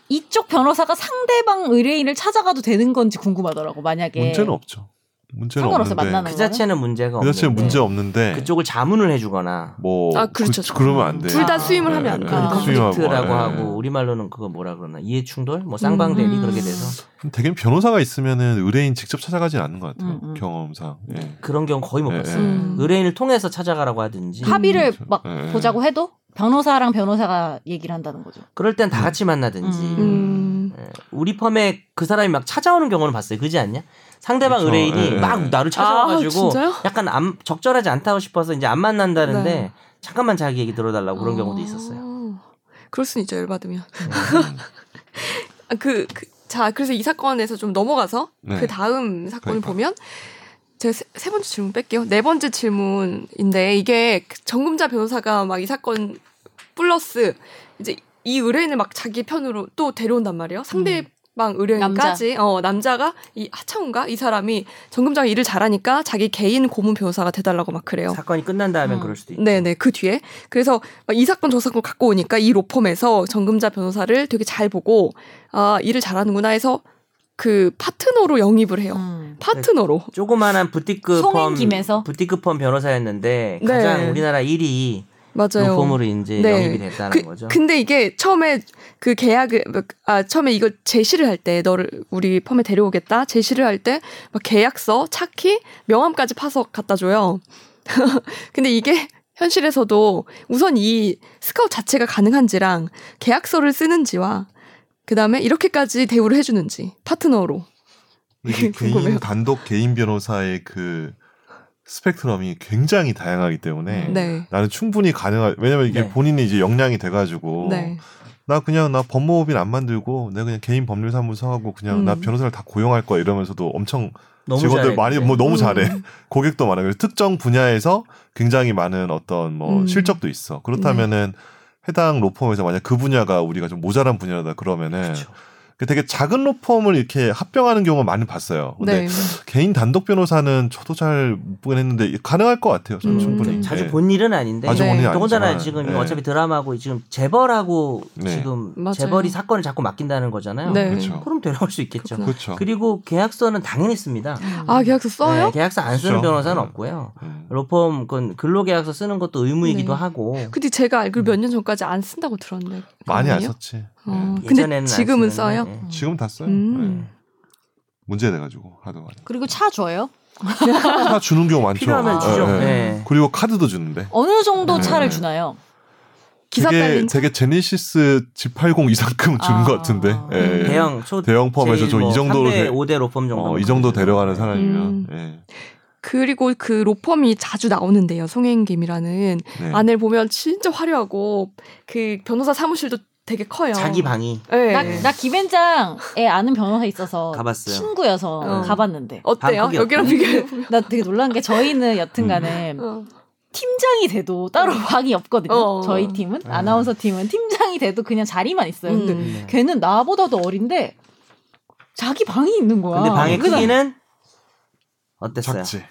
Speaker 3: 이쪽 변호사가 상대방 의뢰인을 찾아가도 되는 건지 궁금하더라고. 만약에
Speaker 2: 문제는 없죠. 문제는
Speaker 3: 예. 상관없어요,
Speaker 2: 없는데
Speaker 3: 만나는
Speaker 4: 그 자체는 문제가
Speaker 2: 그
Speaker 4: 없는데.
Speaker 2: 자체는 문제 없는데
Speaker 4: 그쪽을 자문을 해주거나
Speaker 2: 뭐
Speaker 1: 아, 그렇죠.
Speaker 2: 그, 러면안 돼.
Speaker 1: 둘 다
Speaker 3: 아.
Speaker 1: 수임을 하면 안
Speaker 2: 예,
Speaker 1: 돼요.
Speaker 3: 아.
Speaker 2: 수임하고,
Speaker 4: 컨플릭트라고
Speaker 2: 예.
Speaker 4: 그러니까 하고 우리 말로는 그거 뭐라 그러나 이해 충돌, 뭐 쌍방대리
Speaker 3: 음.
Speaker 4: 그렇게 돼서
Speaker 2: 대개 변호사가 있으면은 의뢰인 직접 찾아가진 않는 것 같아요.
Speaker 3: 음, 음.
Speaker 2: 경험상. 예.
Speaker 4: 그런 경우 거의 못
Speaker 2: 예,
Speaker 4: 봤어요.
Speaker 2: 예.
Speaker 1: 음.
Speaker 4: 의뢰인을 통해서 찾아가라고 하든지
Speaker 3: 합의를
Speaker 2: 그렇죠.
Speaker 3: 막
Speaker 2: 예, 예.
Speaker 3: 보자고 해도 변호사랑 변호사가 얘기를 한다는 거죠.
Speaker 4: 그럴 땐 다 같이 만나든지
Speaker 1: 음.
Speaker 4: 예, 우리 펌에 그 사람이 막 찾아오는 경우는 봤어요. 그지 않냐? 상대방
Speaker 2: 그렇죠.
Speaker 4: 의뢰인이
Speaker 2: 예, 예.
Speaker 4: 막 나를 찾아와가지고
Speaker 1: 아, 진짜요?
Speaker 4: 약간 안- 적절하지 않다고 싶어서 이제 안 만난다는데
Speaker 1: 네.
Speaker 4: 잠깐만 자기 얘기 들어달라고 그런 경우도 있었어요.
Speaker 1: 아, 그럴 수는 있죠 열받으면.
Speaker 2: 음.
Speaker 1: 아, 그, 그, 자, 그래서 이 사건에서 좀 넘어가서
Speaker 2: 네.
Speaker 1: 그 다음 사건을
Speaker 2: 그러니까.
Speaker 1: 보면 제가 세, 세 번째 질문 뺄게요. 네 번째 질문인데 이게 그 정금자 변호사가 막 이 사건 플러스 이제 이 의뢰인을 막 자기 편으로 또 데려온단 말이에요. 상대방 의뢰인까지 어 음. 남자가 이 하창훈가 이 사람이 정금자가 일을 잘하니까 자기 개인 고문 변호사가 돼달라고 막 그래요.
Speaker 4: 사건이 끝난 다음에
Speaker 3: 음.
Speaker 4: 그럴 수도 있고.
Speaker 1: 네네 그 뒤에 그래서 막이 사건 저 사건 갖고 오니까 이 로펌에서 정금자 변호사를 되게 잘 보고 아 일을 잘하는구나 해서 그 파트너로 영입을 해요
Speaker 3: 음.
Speaker 1: 파트너로
Speaker 4: 조그만한 부티크 펌
Speaker 3: 송인김에서?
Speaker 4: 부티크 펌 변호사였는데
Speaker 1: 네.
Speaker 4: 가장 우리나라 1위
Speaker 1: 맞아요
Speaker 4: 로펌으로 이제
Speaker 1: 네.
Speaker 4: 영입이 됐다는
Speaker 1: 그,
Speaker 4: 거죠.
Speaker 1: 근데 이게 처음에 그 계약을 아 처음에 이거 제시를 할 때 너를 우리 펌에 데려오겠다 제시를 할 때 막 계약서 차키 명함까지 파서 갖다 줘요 근데 이게 현실에서도 우선 이 스카웃 자체가 가능한지랑 계약서를 쓰는지와 그다음에 이렇게까지 대우를 해주는지 파트너로
Speaker 2: 이게 개인
Speaker 1: 궁금해요.
Speaker 2: 단독 개인 변호사의 그 스펙트럼이 굉장히 다양하기 때문에
Speaker 1: 네.
Speaker 2: 나는 충분히 가능할 왜냐면 이게
Speaker 4: 네.
Speaker 2: 본인이 이제 역량이 돼가지고
Speaker 1: 네.
Speaker 2: 나 그냥 나 법무법인 안 만들고 내가 그냥 개인 법률사무소 하고 그냥 나
Speaker 1: 음.
Speaker 2: 변호사를 다 고용할 거야 이러면서도 엄청
Speaker 4: 너무
Speaker 2: 직원들
Speaker 4: 잘했는데.
Speaker 2: 많이 뭐 너무
Speaker 1: 음.
Speaker 2: 잘해 고객도 많아 그래서 특정 분야에서 굉장히 많은 어떤 뭐
Speaker 1: 음.
Speaker 2: 실적도 있어 그렇다면은 해당 로펌에서 만약 그 분야가 우리가 좀 모자란 분야다 그러면은
Speaker 4: 그렇죠.
Speaker 2: 그 되게 작은 로펌을 이렇게 합병하는 경우가 많이 봤어요 근데
Speaker 1: 네.
Speaker 2: 개인 단독 변호사는 저도 잘 못 보긴 했는데 가능할 것 같아요 저는
Speaker 1: 음.
Speaker 2: 충분히
Speaker 1: 네.
Speaker 4: 자주
Speaker 2: 예.
Speaker 4: 본 일은 아닌데
Speaker 2: 자주
Speaker 1: 본 일은
Speaker 4: 더군다나
Speaker 2: 아니지만,
Speaker 4: 그러니까 지금
Speaker 2: 예.
Speaker 4: 어차피 드라마고 지금 재벌하고
Speaker 2: 네.
Speaker 4: 지금
Speaker 1: 맞아요.
Speaker 4: 재벌이 사건을 자꾸 맡긴다는 거잖아요.
Speaker 1: 네.
Speaker 2: 그렇죠
Speaker 4: 그럼 데려올 수 있겠죠.
Speaker 1: 그렇구나.
Speaker 2: 그렇죠
Speaker 4: 그리고 계약서는 당연히 씁니다.
Speaker 3: 음.
Speaker 1: 아 계약서 써요?
Speaker 4: 네, 계약서 안 쓰는
Speaker 2: 그렇죠.
Speaker 4: 변호사는
Speaker 2: 음.
Speaker 4: 없고요.
Speaker 2: 음.
Speaker 4: 로펌 건 근로계약서 쓰는 것도 의무이기도
Speaker 1: 네.
Speaker 4: 하고
Speaker 1: 근데 제가 알기로 몇 년 전까지 안 쓴다고 들었는데
Speaker 2: 많이 안
Speaker 1: 그러네요?
Speaker 2: 썼지 예.
Speaker 1: 어, 근데
Speaker 4: 예전에는 안
Speaker 1: 지금은
Speaker 4: 쓰는데,
Speaker 1: 써요?
Speaker 4: 예.
Speaker 2: 지금 다 써요
Speaker 1: 음.
Speaker 2: 예. 문제 돼가지고 하도 많이
Speaker 3: 그리고 차 줘요?
Speaker 2: 차 주는 경우 많죠. 아,
Speaker 4: 필요하면
Speaker 3: 주죠.
Speaker 2: 예, 예.
Speaker 4: 네.
Speaker 2: 그리고 카드도 주는데
Speaker 3: 어느 정도
Speaker 2: 네.
Speaker 3: 차를 주나요?
Speaker 1: 기사
Speaker 2: 되게,
Speaker 1: 딸린
Speaker 2: 되게 제네시스 G80 이상큼 주는
Speaker 3: 아.
Speaker 2: 것 같은데. 예.
Speaker 4: 음. 대형 초
Speaker 2: 대형 펌에서
Speaker 4: 제일
Speaker 2: 저이
Speaker 4: 뭐
Speaker 2: 정도로
Speaker 4: 3대,
Speaker 2: 데-
Speaker 4: 5대 로펌 정도
Speaker 2: 어, 이 정도 데려가는 사람이면
Speaker 1: 음.
Speaker 2: 예.
Speaker 1: 그리고 그 로펌이 자주 나오는데요. 송혜인김이라는
Speaker 2: 네.
Speaker 1: 안을 보면 진짜 화려하고 그 변호사 사무실도 되게 커요.
Speaker 4: 자기 방이
Speaker 1: 네.
Speaker 3: 나, 나 김현장에 아는 변호사 있어서
Speaker 4: 가봤어요.
Speaker 3: 친구여서
Speaker 1: 어.
Speaker 3: 가봤는데
Speaker 1: 어때요?
Speaker 4: 방콕이
Speaker 1: 여기랑
Speaker 4: 없네.
Speaker 1: 비교해 보면.
Speaker 3: 나 되게 놀란 게 저희는 여튼간에
Speaker 2: 음.
Speaker 1: 어.
Speaker 3: 팀장이 돼도 따로 방이 없거든요.
Speaker 1: 음. 어.
Speaker 3: 저희 팀은
Speaker 2: 네.
Speaker 4: 음.
Speaker 3: 아나운서 팀은 팀장이 돼도 그냥 자리만 있어요. 근데
Speaker 1: 음.
Speaker 4: 네.
Speaker 3: 걔는 나보다도 어린데 자기 방이 있는 거야.
Speaker 4: 근데 방의
Speaker 3: 그래서
Speaker 4: 크기는 어땠어요?
Speaker 2: 작지.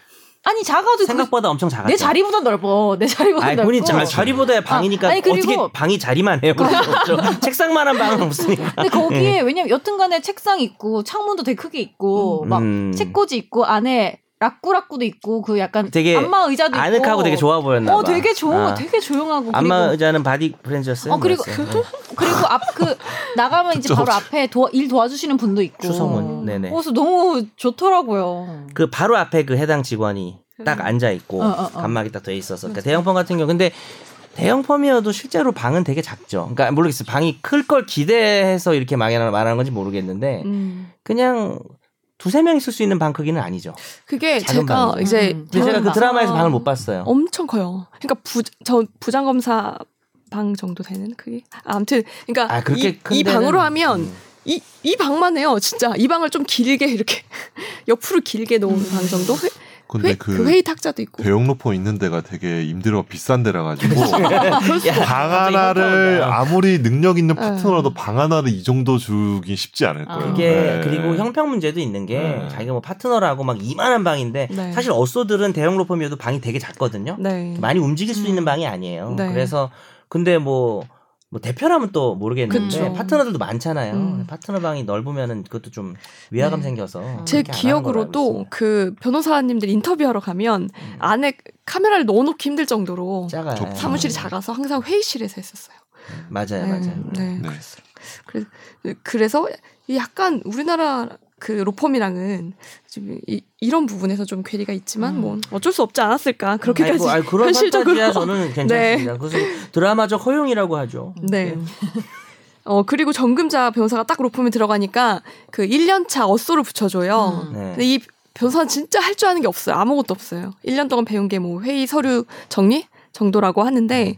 Speaker 3: 아니 작아도 그,
Speaker 4: 생각보다 엄청 작았죠.
Speaker 3: 내 자리보다 넓어. 내 자리보다
Speaker 4: 아니
Speaker 3: 넓어.
Speaker 4: 본인 자, 자리보다 방이니까
Speaker 3: 아, 아니, 그리고-
Speaker 4: 어떻게 방이 자리만 해요? 그렇죠. 책상만한 방은 없으니까.
Speaker 3: 근데 거기에 왜냐면 여튼간에 책상 있고 창문도 되게 크게 있고 어, 막
Speaker 4: 음. 음.
Speaker 3: 책꽂이 있고 안에 라꾸라꾸도 있고 그 약간
Speaker 4: 되게
Speaker 3: 안마 의자도
Speaker 4: 아늑하고
Speaker 3: 있고.
Speaker 4: 되게 좋아 보였나 봐.
Speaker 3: 어 되게 좋은 거
Speaker 4: 아.
Speaker 3: 되게 조용하고
Speaker 4: 안마
Speaker 3: 그리고
Speaker 4: 의자는 바디 프렌즈였어요.
Speaker 3: 어, 그리고-
Speaker 4: 뭐였어요? 네.
Speaker 3: 그리고 앞 그 나가면 이제 바로 앞에 도와, 일 도와주시는 분도 있고 어,
Speaker 4: 추성훈. 네네.
Speaker 3: 그래서 너무 좋더라고요.
Speaker 4: 그 바로 앞에 그 해당 직원이 딱 앉아 있고
Speaker 3: 어, 어, 그렇죠. 어.
Speaker 4: 간막이 딱 돼 있어서 그러니까 대형펌 같은 경우 근데 대형펌이어도 실제로 방은 되게 작죠. 그러니까 모르겠어요. 방이 클 걸 기대해서 이렇게 말하는 말하는 건지 모르겠는데
Speaker 1: 음.
Speaker 4: 그냥 두세 명 있을 수 있는 방 크기는 아니죠.
Speaker 1: 그게
Speaker 4: 작은
Speaker 1: 제가
Speaker 4: 방이죠.
Speaker 1: 이제
Speaker 3: 음.
Speaker 4: 근데 제가 그
Speaker 1: 방을
Speaker 4: 드라마에서
Speaker 1: 봐서
Speaker 4: 방을 못 봤어요.
Speaker 1: 엄청 커요. 그러니까 부저 부장 검사 방 정도 되는 그게 아, 아무튼 그러니까
Speaker 4: 아, 그렇게
Speaker 1: 이,
Speaker 4: 큰
Speaker 1: 이
Speaker 4: 데는-
Speaker 1: 방으로 하면
Speaker 4: 음.
Speaker 1: 이, 이 방만 해요. 진짜 이 방을 좀 길게 이렇게 옆으로 길게 놓은 방 정도 회,
Speaker 2: 근데
Speaker 1: 회,
Speaker 2: 그,
Speaker 1: 그 회의 탁자도 있고
Speaker 2: 대형 로펌 있는 데가 되게 임대료가 비싼 데라 가지고
Speaker 1: 아,
Speaker 2: 방
Speaker 4: 야, 갑자기
Speaker 2: 하나를
Speaker 4: 현타 온다.
Speaker 2: 아무리 능력 있는
Speaker 1: 에.
Speaker 2: 파트너라도 방 하나를 이 정도 주긴 쉽지 않을 거예요.
Speaker 4: 그게
Speaker 2: 네.
Speaker 4: 그리고 형평 문제도 있는 게
Speaker 2: 네.
Speaker 4: 자기가 뭐 파트너라고 막 이만한 방인데
Speaker 1: 네.
Speaker 4: 사실 어쏘들은 대형 로펌이어도 방이 되게 작거든요.
Speaker 1: 네.
Speaker 4: 많이 움직일 수
Speaker 3: 음.
Speaker 4: 있는 방이 아니에요.
Speaker 1: 네.
Speaker 4: 그래서 근데 뭐, 뭐 대표라면 또 모르겠는데
Speaker 1: 그쵸.
Speaker 4: 파트너들도 많잖아요.
Speaker 1: 음.
Speaker 4: 파트너 방이 넓으면은 그것도 좀 위화감
Speaker 1: 네.
Speaker 4: 생겨서
Speaker 1: 제
Speaker 4: 그렇게 안 하는 걸로 알고
Speaker 1: 기억으로도
Speaker 4: 있습니다. 음.
Speaker 1: 그 변호사님들 인터뷰하러 가면 안에 카메라를 넣어놓기 힘들 정도로
Speaker 4: 작아요.
Speaker 2: 좁-
Speaker 1: 그 사무실이 작아서 항상 회의실에서 했었어요.
Speaker 4: 맞아요,
Speaker 1: 네,
Speaker 4: 맞아요.
Speaker 1: 네.
Speaker 2: 네.
Speaker 1: 그래서 약간 우리나라 그 로펌이랑은 좀 이, 이런 부분에서 좀 괴리가 있지만
Speaker 3: 음.
Speaker 1: 뭐 어쩔 수 없지 않았을까 그렇게까지
Speaker 4: 아이고, 아이, 그런
Speaker 1: 현실적으로
Speaker 4: 판타지야 저는 괜찮습니다. 그래서 드라마적 허용이라고 하죠.
Speaker 1: 네. 어 그리고 정금자 변호사가 딱 로펌에 들어가니까 그 1년차 어쏘를 붙여줘요.
Speaker 3: 음.
Speaker 4: 네.
Speaker 1: 근데 이 변호사는 진짜 할 줄 아는 게 없어요. 아무것도 없어요. 1년 동안 배운 게 뭐 회의 서류 정리 정도라고
Speaker 4: 음.
Speaker 1: 하는데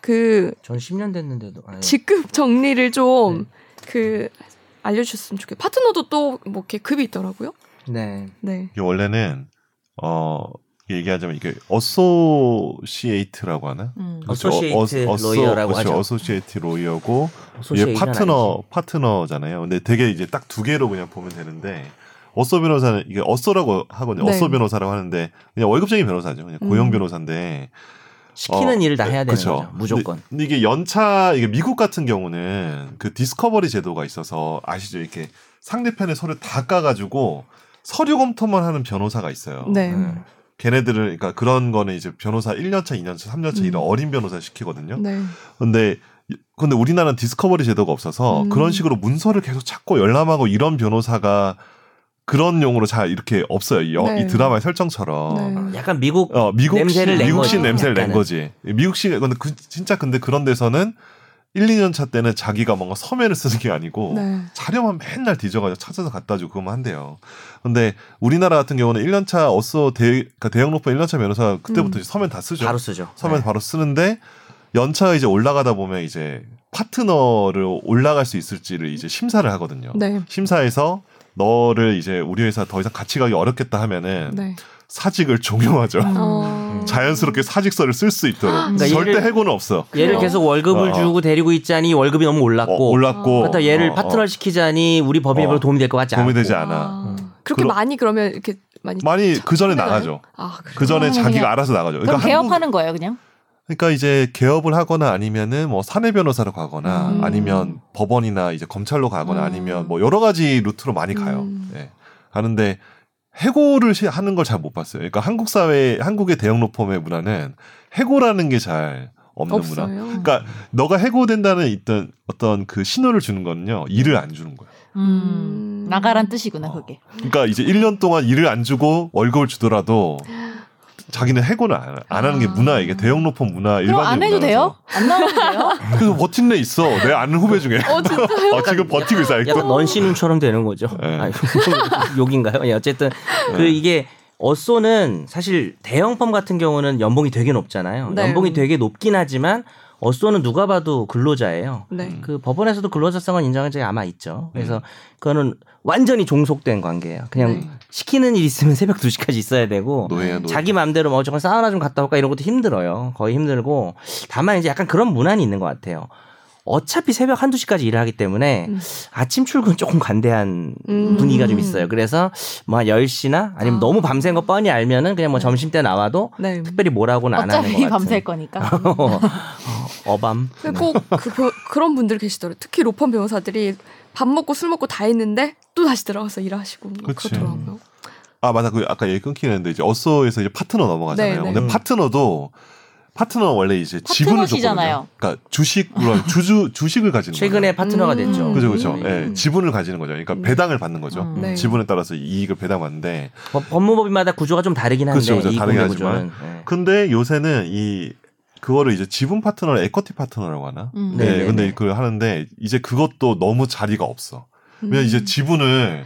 Speaker 1: 그
Speaker 4: 네. 전 10년 됐는데도
Speaker 2: 음.
Speaker 4: 아유.
Speaker 1: 네. 직급 정리를 좀
Speaker 2: 네.
Speaker 1: 그 알려주셨으면 좋겠어요. 파트너도 또 뭐 이렇게 급이 있더라고요.
Speaker 4: 네.
Speaker 1: 네.
Speaker 2: 이게 원래는 어 얘기하자면 이게 어소시에이트라고 하나?
Speaker 3: 음.
Speaker 2: 그렇죠.
Speaker 4: 어소시에이트
Speaker 2: 어소- 그렇죠.
Speaker 4: 로이어라고 뭐 하죠.
Speaker 2: 어소시에이트 로이어고 얘
Speaker 4: 소시에이션
Speaker 2: 파트너 어, 파트너잖아요. 근데 되게 이제 딱 두 개로 그냥 보면 되는데 어쏘 변호사는 이게 어쏘라고 하거든요.
Speaker 1: 네.
Speaker 2: 어쏘 변호사라고 하는데 그냥 월급쟁이 변호사죠. 그냥 고용
Speaker 1: 음.
Speaker 2: 변호사인데
Speaker 4: 아니지. 시키는
Speaker 2: 어,
Speaker 4: 일을 다 해야 되는
Speaker 2: 그쵸.
Speaker 4: 거죠. 무조건.
Speaker 2: 근데 이게 연차 이게 미국 같은 경우는 그 디스커버리 제도가 있어서 아시죠? 이렇게 상대편의 서류 다 까가지고 서류 검토만 하는 변호사가 있어요.
Speaker 1: 네.
Speaker 4: 음.
Speaker 2: 걔네들은 그러니까 그런 거는 이제 변호사 1년차, 2년차, 3년차
Speaker 1: 음.
Speaker 2: 이런 어린 변호사 시키거든요.
Speaker 1: 네.
Speaker 2: 근데 근데 우리나라는 디스커버리 제도가 없어서
Speaker 1: 음.
Speaker 2: 그런 식으로 문서를 계속 찾고 열람하고 이런 변호사가 그런 용으로 잘 이렇게 없어요. 이, 여-
Speaker 1: 네.
Speaker 2: 이 드라마의 설정처럼.
Speaker 1: 네.
Speaker 4: 약간 미국
Speaker 2: 어, 미국식
Speaker 4: 냄새를 낸
Speaker 2: 미국식
Speaker 4: 거지.
Speaker 2: 냄새를 낸
Speaker 4: 약간은.
Speaker 2: 거지. 미국식 근데 그, 진짜 근데 그런 데서는 1, 2년 차 때는 자기가 뭔가 서면을 쓰는 게 아니고
Speaker 1: 네.
Speaker 2: 자료만 맨날 뒤져가지고 찾아서 갖다 주고 그거만 한대요. 근데 우리나라 같은 경우는 1년차 어서 대, 그러니까 대형 로펌 1년차 변호사 그때부터
Speaker 1: 음.
Speaker 2: 이제 서면 다 쓰죠.
Speaker 4: 바로 쓰죠.
Speaker 2: 서면
Speaker 4: 네.
Speaker 2: 바로 쓰는데 연차 이제 올라가다 보면 이제 파트너를 올라갈 수 있을지를 이제 심사를 하거든요.
Speaker 1: 네.
Speaker 2: 심사에서 너를 이제 우리 회사 더 이상 같이 가기 어렵겠다 하면은
Speaker 1: 네.
Speaker 2: 사직을 종용하죠.
Speaker 1: 어.
Speaker 2: 음. 자연스럽게 사직서를 쓸 수 있도록
Speaker 4: 그러니까
Speaker 2: 절대
Speaker 4: 얘를- 그
Speaker 2: 해고는 없어.
Speaker 4: 네. 얘를 계속 월급을
Speaker 2: 어.
Speaker 4: 주고 데리고 있자니 월급이 너무 올랐고
Speaker 2: 어, 올랐고
Speaker 4: 그렇다 얘를
Speaker 2: 어,
Speaker 4: 파트너 를 시키자니 우리 법인에
Speaker 2: 어.
Speaker 4: 별로 도움이 될 것 같지 않고
Speaker 2: 도움이 되지
Speaker 1: 아.
Speaker 2: 않아.
Speaker 1: 그렇게
Speaker 2: 음. 그러-
Speaker 1: 많이 그러면 이렇게 많이
Speaker 2: 많이 그 전에 나가죠.
Speaker 1: 아, 그래요?
Speaker 2: 그 전에
Speaker 3: 아,
Speaker 2: 자기가
Speaker 3: 그냥-
Speaker 2: 알아서 나가죠.
Speaker 3: 그럼
Speaker 2: 그러니까 한국-
Speaker 3: 개업하는 거예요, 그냥?
Speaker 2: 그러니까 이제 개업을 하거나 아니면은 뭐 사내 변호사로 가거나
Speaker 1: 음.
Speaker 2: 아니면 법원이나 이제 검찰로 가거나
Speaker 3: 음.
Speaker 2: 아니면 뭐 여러 가지 루트로 많이 가요.
Speaker 1: 음.
Speaker 2: 예. 하는데 해고를 시- 하는 걸 잘 못 봤어요. 그러니까 한국 사회 한국의 대형 로펌의 문화는 해고라는 게 잘 없는 문화.
Speaker 1: 없어요.
Speaker 2: 그러니까 너가 해고된다는 있던 어떤 그 신호를 주는 거는요. 일을 안 주는 거예요.
Speaker 3: 음.
Speaker 1: 음.
Speaker 4: 어,
Speaker 3: 나가란 뜻이구나, 그게.
Speaker 2: 그러니까 이제 1년 동안 일을 안 주고 월급을 주더라도 자기는 해고를 안, 안 하는 게
Speaker 1: 아.
Speaker 2: 문화 이게 대형 로펌 문화 일반.
Speaker 3: 그럼 안 해도 돼요? 안 나와도 돼요?
Speaker 2: 그래서 버틴 애 있어. 내가 아는 후배 중에.
Speaker 1: 어 진짜
Speaker 2: 어, 지금 버티고 있어. 아직도.
Speaker 4: 약간 넌신음처럼 되는 거죠.
Speaker 2: 네.
Speaker 4: 아, 욕인가요? 예, 어쨌든 그 이게 어쏘는 사실 대형펌 같은 경우는 연봉이 되게 높잖아요.
Speaker 1: 네.
Speaker 4: 연봉이 되게 높긴 하지만 어쏘는 누가 봐도 근로자예요.
Speaker 1: 네.
Speaker 2: 음.
Speaker 4: 그 법원에서도 근로자성은 인정한 적이 아마 있죠. 그래서 그거는 완전히 종속된 관계예요. 그냥
Speaker 1: 네.
Speaker 4: 시키는 일 있으면 새벽 2시까지 있어야 되고
Speaker 2: 노예야 노예.
Speaker 4: 자기 마음대로 뭐 저건 사우나 좀 갔다 올까 이런 것도 힘들어요. 거의 힘들고 다만 이제 약간 그런 문안이 있는 것 같아요. 어차피 새벽 한두 시까지 일을 하기 때문에
Speaker 1: 음.
Speaker 4: 아침 출근 조금 관대한
Speaker 1: 음.
Speaker 4: 분위기가 좀 있어요. 그래서 뭐 한 10시나 아니면
Speaker 1: 아.
Speaker 4: 너무 밤샌 거 뻔히 알면은 그냥 뭐 점심 때 나와도
Speaker 1: 네.
Speaker 2: 음.
Speaker 4: 특별히 뭐라고는 안 하는 것
Speaker 3: 음. 어차피
Speaker 4: 같아요.
Speaker 3: 밤샐 거니까.
Speaker 4: 어밤.
Speaker 1: 꼭그 그런 분들 계시더라고요. 특히 로펌 변호사들이 밥 먹고 술 먹고 다 했는데 또 다시 들어가서 일하시고 그
Speaker 2: 그치.
Speaker 1: 그렇더라고요
Speaker 2: 아 맞아. 그 아까 얘기 끊기는데 이제 어서에서 이제 파트너 넘어가잖아요.
Speaker 1: 네, 네.
Speaker 4: 음.
Speaker 2: 근데 파트너도 파트너 는 원래 이제 지분을
Speaker 3: 파트너시잖아요.
Speaker 2: 줬거든요. 그러니까 주식 물론 주주 주식을 가지는
Speaker 4: 최근에 파트너가
Speaker 1: 음.
Speaker 4: 됐죠.
Speaker 2: 거죠. 그죠 그죠. 예,
Speaker 4: 음.
Speaker 2: 지분을 가지는 거죠. 그러니까 배당을 받는 거죠.
Speaker 3: 음.
Speaker 1: 네.
Speaker 2: 지분에 따라서 이익을 배당받는데
Speaker 4: 법- 법무법인마다 구조가 좀 다르긴 한데
Speaker 2: 그렇죠, 그렇죠.
Speaker 4: 이
Speaker 2: 다르긴
Speaker 4: 공개
Speaker 2: 하지만. 그
Speaker 4: 구조는. 네.
Speaker 2: 근데 요새는 이 그거를 이제 지분 파트너를 에쿼티 파트너라고 하나?
Speaker 3: 음.
Speaker 2: 네,
Speaker 4: 네네네.
Speaker 2: 근데 그 하는데 이제 그것도 너무 자리가 없어.
Speaker 1: 음.
Speaker 2: 왜냐면 이제 지분을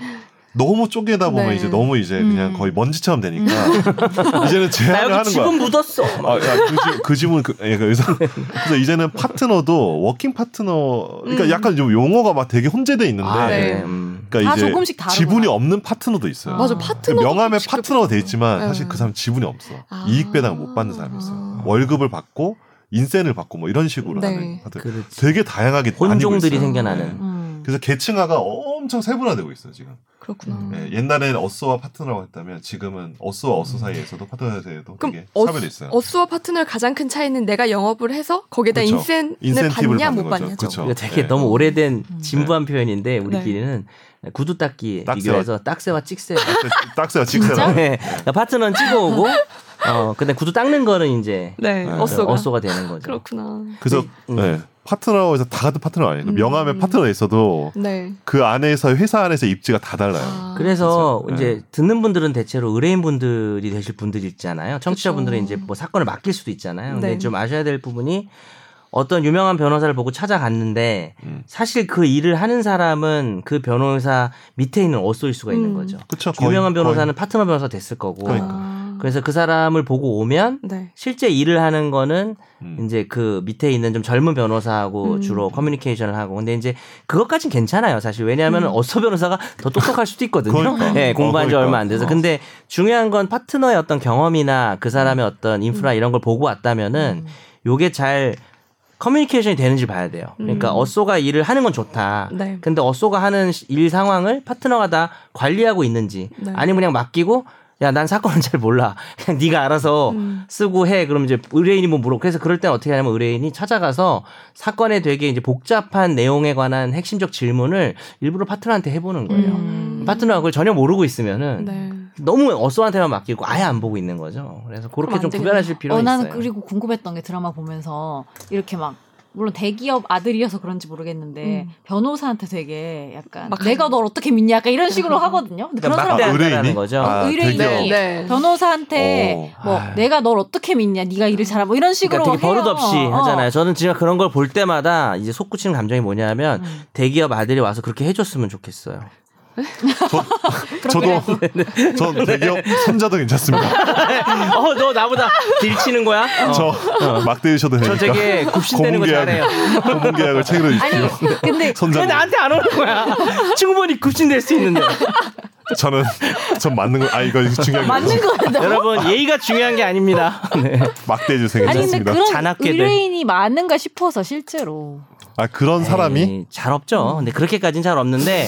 Speaker 2: 너무 쪼개다 보면
Speaker 1: 네.
Speaker 2: 이제 너무 이제
Speaker 3: 음.
Speaker 2: 그냥 거의 먼지처럼 되니까 이제는
Speaker 4: 나
Speaker 2: 제한을
Speaker 4: 아, 여기
Speaker 2: 하는 거야.
Speaker 4: 지분 묻었어.
Speaker 2: 아, 야, 그, 지, 그 지문 그, 예, 그래서, 그래서 이제는 파트너도 워킹 파트너 그러니까
Speaker 1: 음.
Speaker 2: 약간 좀 용어가 막 되게 혼재돼 있는데
Speaker 4: 아, 네.
Speaker 1: 네.
Speaker 4: 음.
Speaker 2: 그러니까
Speaker 3: 다
Speaker 2: 이제
Speaker 3: 조금씩 다르구나.
Speaker 2: 지분이 없는 파트너도 있어요.
Speaker 3: 아.
Speaker 1: 맞아
Speaker 3: 아.
Speaker 1: 파트너
Speaker 2: 그 명함에 파트너가 돼 있지만 사실
Speaker 1: 네.
Speaker 2: 그 사람 지분이 없어.
Speaker 1: 아.
Speaker 2: 이익 배당 못 받는 사람이 있어요.
Speaker 1: 아.
Speaker 2: 월급을 받고 인센을 받고 뭐 이런 식으로
Speaker 1: 네.
Speaker 2: 하는 파트.
Speaker 4: 그렇지.
Speaker 2: 되게 다양하게
Speaker 4: 혼종들이
Speaker 2: 나뉘고 있어요.
Speaker 4: 생겨나는.
Speaker 2: 네.
Speaker 3: 음.
Speaker 2: 그래서 계층화가 엄청 세분화되고 있어요 지금.
Speaker 1: 그렇구나.
Speaker 3: 음.
Speaker 2: 예, 옛날에는 어쏘와 파트너라고 했다면 지금은 어쏘와
Speaker 4: 음.
Speaker 2: 어쏘 사이에서도 파트너 사이에도
Speaker 1: 그럼
Speaker 2: 되게
Speaker 1: 어쏘-
Speaker 2: 차별이 있어요.
Speaker 1: 어수와 파트너의 가장 큰 차이는 내가 영업을 해서 거기에다
Speaker 2: 그러니까. 그렇죠.
Speaker 1: 인센을
Speaker 2: 인센티브를
Speaker 1: 받냐
Speaker 2: 받는
Speaker 1: 못
Speaker 2: 거죠.
Speaker 1: 받냐죠.
Speaker 2: 그렇죠.
Speaker 4: 이거 그러니까 되게
Speaker 2: 네.
Speaker 4: 너무 오래된
Speaker 3: 음.
Speaker 4: 진부한
Speaker 1: 네.
Speaker 4: 표현인데 우리끼리는 구두 닦기
Speaker 2: 딱새와-
Speaker 4: 비교해서 딱새와 찍새.
Speaker 1: 아,
Speaker 2: 네, 딱새와 직새라.
Speaker 4: 네. 그러니까 파트너는 찍어오고 어 근데 구두 닦는 거는 이제
Speaker 1: 네,
Speaker 2: 네.
Speaker 1: 어쏘가
Speaker 4: 어쏘가 되는 거죠.
Speaker 1: 그렇구나.
Speaker 2: 그래서
Speaker 4: 음.
Speaker 2: 네, 파트너에서 다 같은 파트너 아니에요. 그 명함에
Speaker 1: 음.
Speaker 2: 파트너 있어도
Speaker 1: 네.
Speaker 2: 그 안에서 회사 안에서 입지가 다 달라요.
Speaker 1: 아,
Speaker 4: 그래서
Speaker 2: 그렇죠.
Speaker 4: 이제 듣는 분들은 대체로 의뢰인분들이 되실 분들 있잖아요. 청취자분들은
Speaker 1: 그렇죠.
Speaker 4: 이제 뭐 사건을 맡길 수도 있잖아요.
Speaker 1: 네.
Speaker 4: 근데 좀 아셔야 될 부분이 어떤 유명한 변호사를 보고 찾아갔는데
Speaker 2: 음.
Speaker 4: 사실 그 일을 하는 사람은 그 변호사 밑에 있는 어쏘일 수가 있는
Speaker 1: 음.
Speaker 4: 거죠.
Speaker 2: 그렇죠. 거의-
Speaker 4: 유명한 변호사는 파트너 변호사 됐을 거고
Speaker 2: 그러니까.
Speaker 1: 아,
Speaker 4: 그래서 그 사람을 보고 오면
Speaker 1: 네.
Speaker 4: 실제 일을 하는
Speaker 2: 거의,
Speaker 4: 거는
Speaker 2: 음.
Speaker 4: 이제 그 밑에 있는 좀 젊은 변호사하고
Speaker 1: 음.
Speaker 4: 주로 커뮤니케이션을 하고 근데 이제 그것까진 괜찮아요 사실 왜냐하면
Speaker 1: 음.
Speaker 4: 어서 변호사가 더 똑똑할 수도 있거든요
Speaker 2: 그러니까.
Speaker 4: 네,
Speaker 2: 어,
Speaker 4: 공부한 지
Speaker 2: 그러니까.
Speaker 4: 얼마 안 돼서
Speaker 2: 어.
Speaker 4: 근데 중요한 건 파트너의 어떤 경험이나 그 사람의
Speaker 1: 음.
Speaker 4: 어떤 인프라 이런 걸 보고 왔다면은
Speaker 3: 음.
Speaker 4: 요게 잘 커뮤니케이션이 되는지 봐야 돼요 그러니까
Speaker 1: 음.
Speaker 4: 어쏘가 일을 하는 건 좋다
Speaker 1: 네.
Speaker 4: 근데 어쏘가 하는 시- 일 상황을 파트너가 다 관리하고 있는지
Speaker 1: 네.
Speaker 4: 아니면 그냥 맡기고 야 난 사건은 잘 몰라 그냥 네가 알아서
Speaker 1: 음.
Speaker 4: 쓰고 해 그럼 이제 의뢰인이 뭐 물어 그래서 그럴 땐 어떻게 하냐면 의뢰인이 찾아가서 사건에 되게 이제 복잡한 내용에 관한 핵심적 질문을 일부러 파트너한테 해보는 거예요
Speaker 3: 음.
Speaker 4: 파트너가 그걸 전혀 모르고 있으면은
Speaker 1: 네.
Speaker 4: 너무 어쏘한테만 맡기고 아예 안 보고 있는 거죠 그래서 그렇게
Speaker 1: 그럼 안
Speaker 4: 좀
Speaker 1: 되겠네요.
Speaker 4: 구별하실 필요가
Speaker 3: 어, 나는
Speaker 4: 있어요
Speaker 3: 그리고 궁금했던 게 드라마 보면서 이렇게 막 물론 대기업 아들이어서 그런지 모르겠는데
Speaker 1: 음.
Speaker 3: 변호사한테 되게 약간
Speaker 1: 막
Speaker 3: 내가 널 어떻게 믿냐 약간 이런 식으로 하거든요. 근데 그런
Speaker 4: 그러니까
Speaker 3: 사람
Speaker 4: 막대-
Speaker 3: 은
Speaker 4: 한다라는 거죠.
Speaker 3: 아, 의뢰인이
Speaker 2: 아, 되게-
Speaker 1: 네.
Speaker 3: 변호사한테
Speaker 2: 어.
Speaker 3: 뭐
Speaker 4: 아유.
Speaker 3: 내가 널 어떻게 믿냐 네가 일을 잘하 뭐 이런 식으로
Speaker 4: 그러니까 되게
Speaker 3: 해요.
Speaker 4: 버릇없이
Speaker 3: 어.
Speaker 4: 하잖아요 저는 진짜 그런 걸 볼 때마다 이제 솟구치는 감정이 뭐냐면
Speaker 3: 음.
Speaker 4: 대기업 아들이 와서 그렇게 해줬으면 좋겠어요
Speaker 2: 저도 전 대기업
Speaker 4: 네.
Speaker 2: 손자도 괜찮습니다.
Speaker 4: 어 너 나보다 딜치는 거야 어.
Speaker 2: 저 막대주셔도 되니까.
Speaker 4: 저 되게 굽신대는 거
Speaker 2: 고문계약,
Speaker 4: 잘해요
Speaker 2: 고문계약을 체결해 주십시오.
Speaker 3: 근데
Speaker 2: 손자.
Speaker 4: 왜 나한테 안 오는 거야? 충분히 굽신될 수 있는데.
Speaker 2: 저는 전 맞는 거. 아 이거 중요한 거.
Speaker 3: 맞는 거예요.
Speaker 4: 여러분 예의가 중요한 게 아닙니다. 네.
Speaker 2: 막대주세요.
Speaker 3: 아니 근데
Speaker 2: 괜찮습니다.
Speaker 3: 그런
Speaker 4: 잔악계들.
Speaker 3: 의뢰인이 많은가 싶어서 실제로
Speaker 2: 아 그런 사람이
Speaker 4: 에이, 네, 잘 없죠. 근데 그렇게까지는 잘 없는데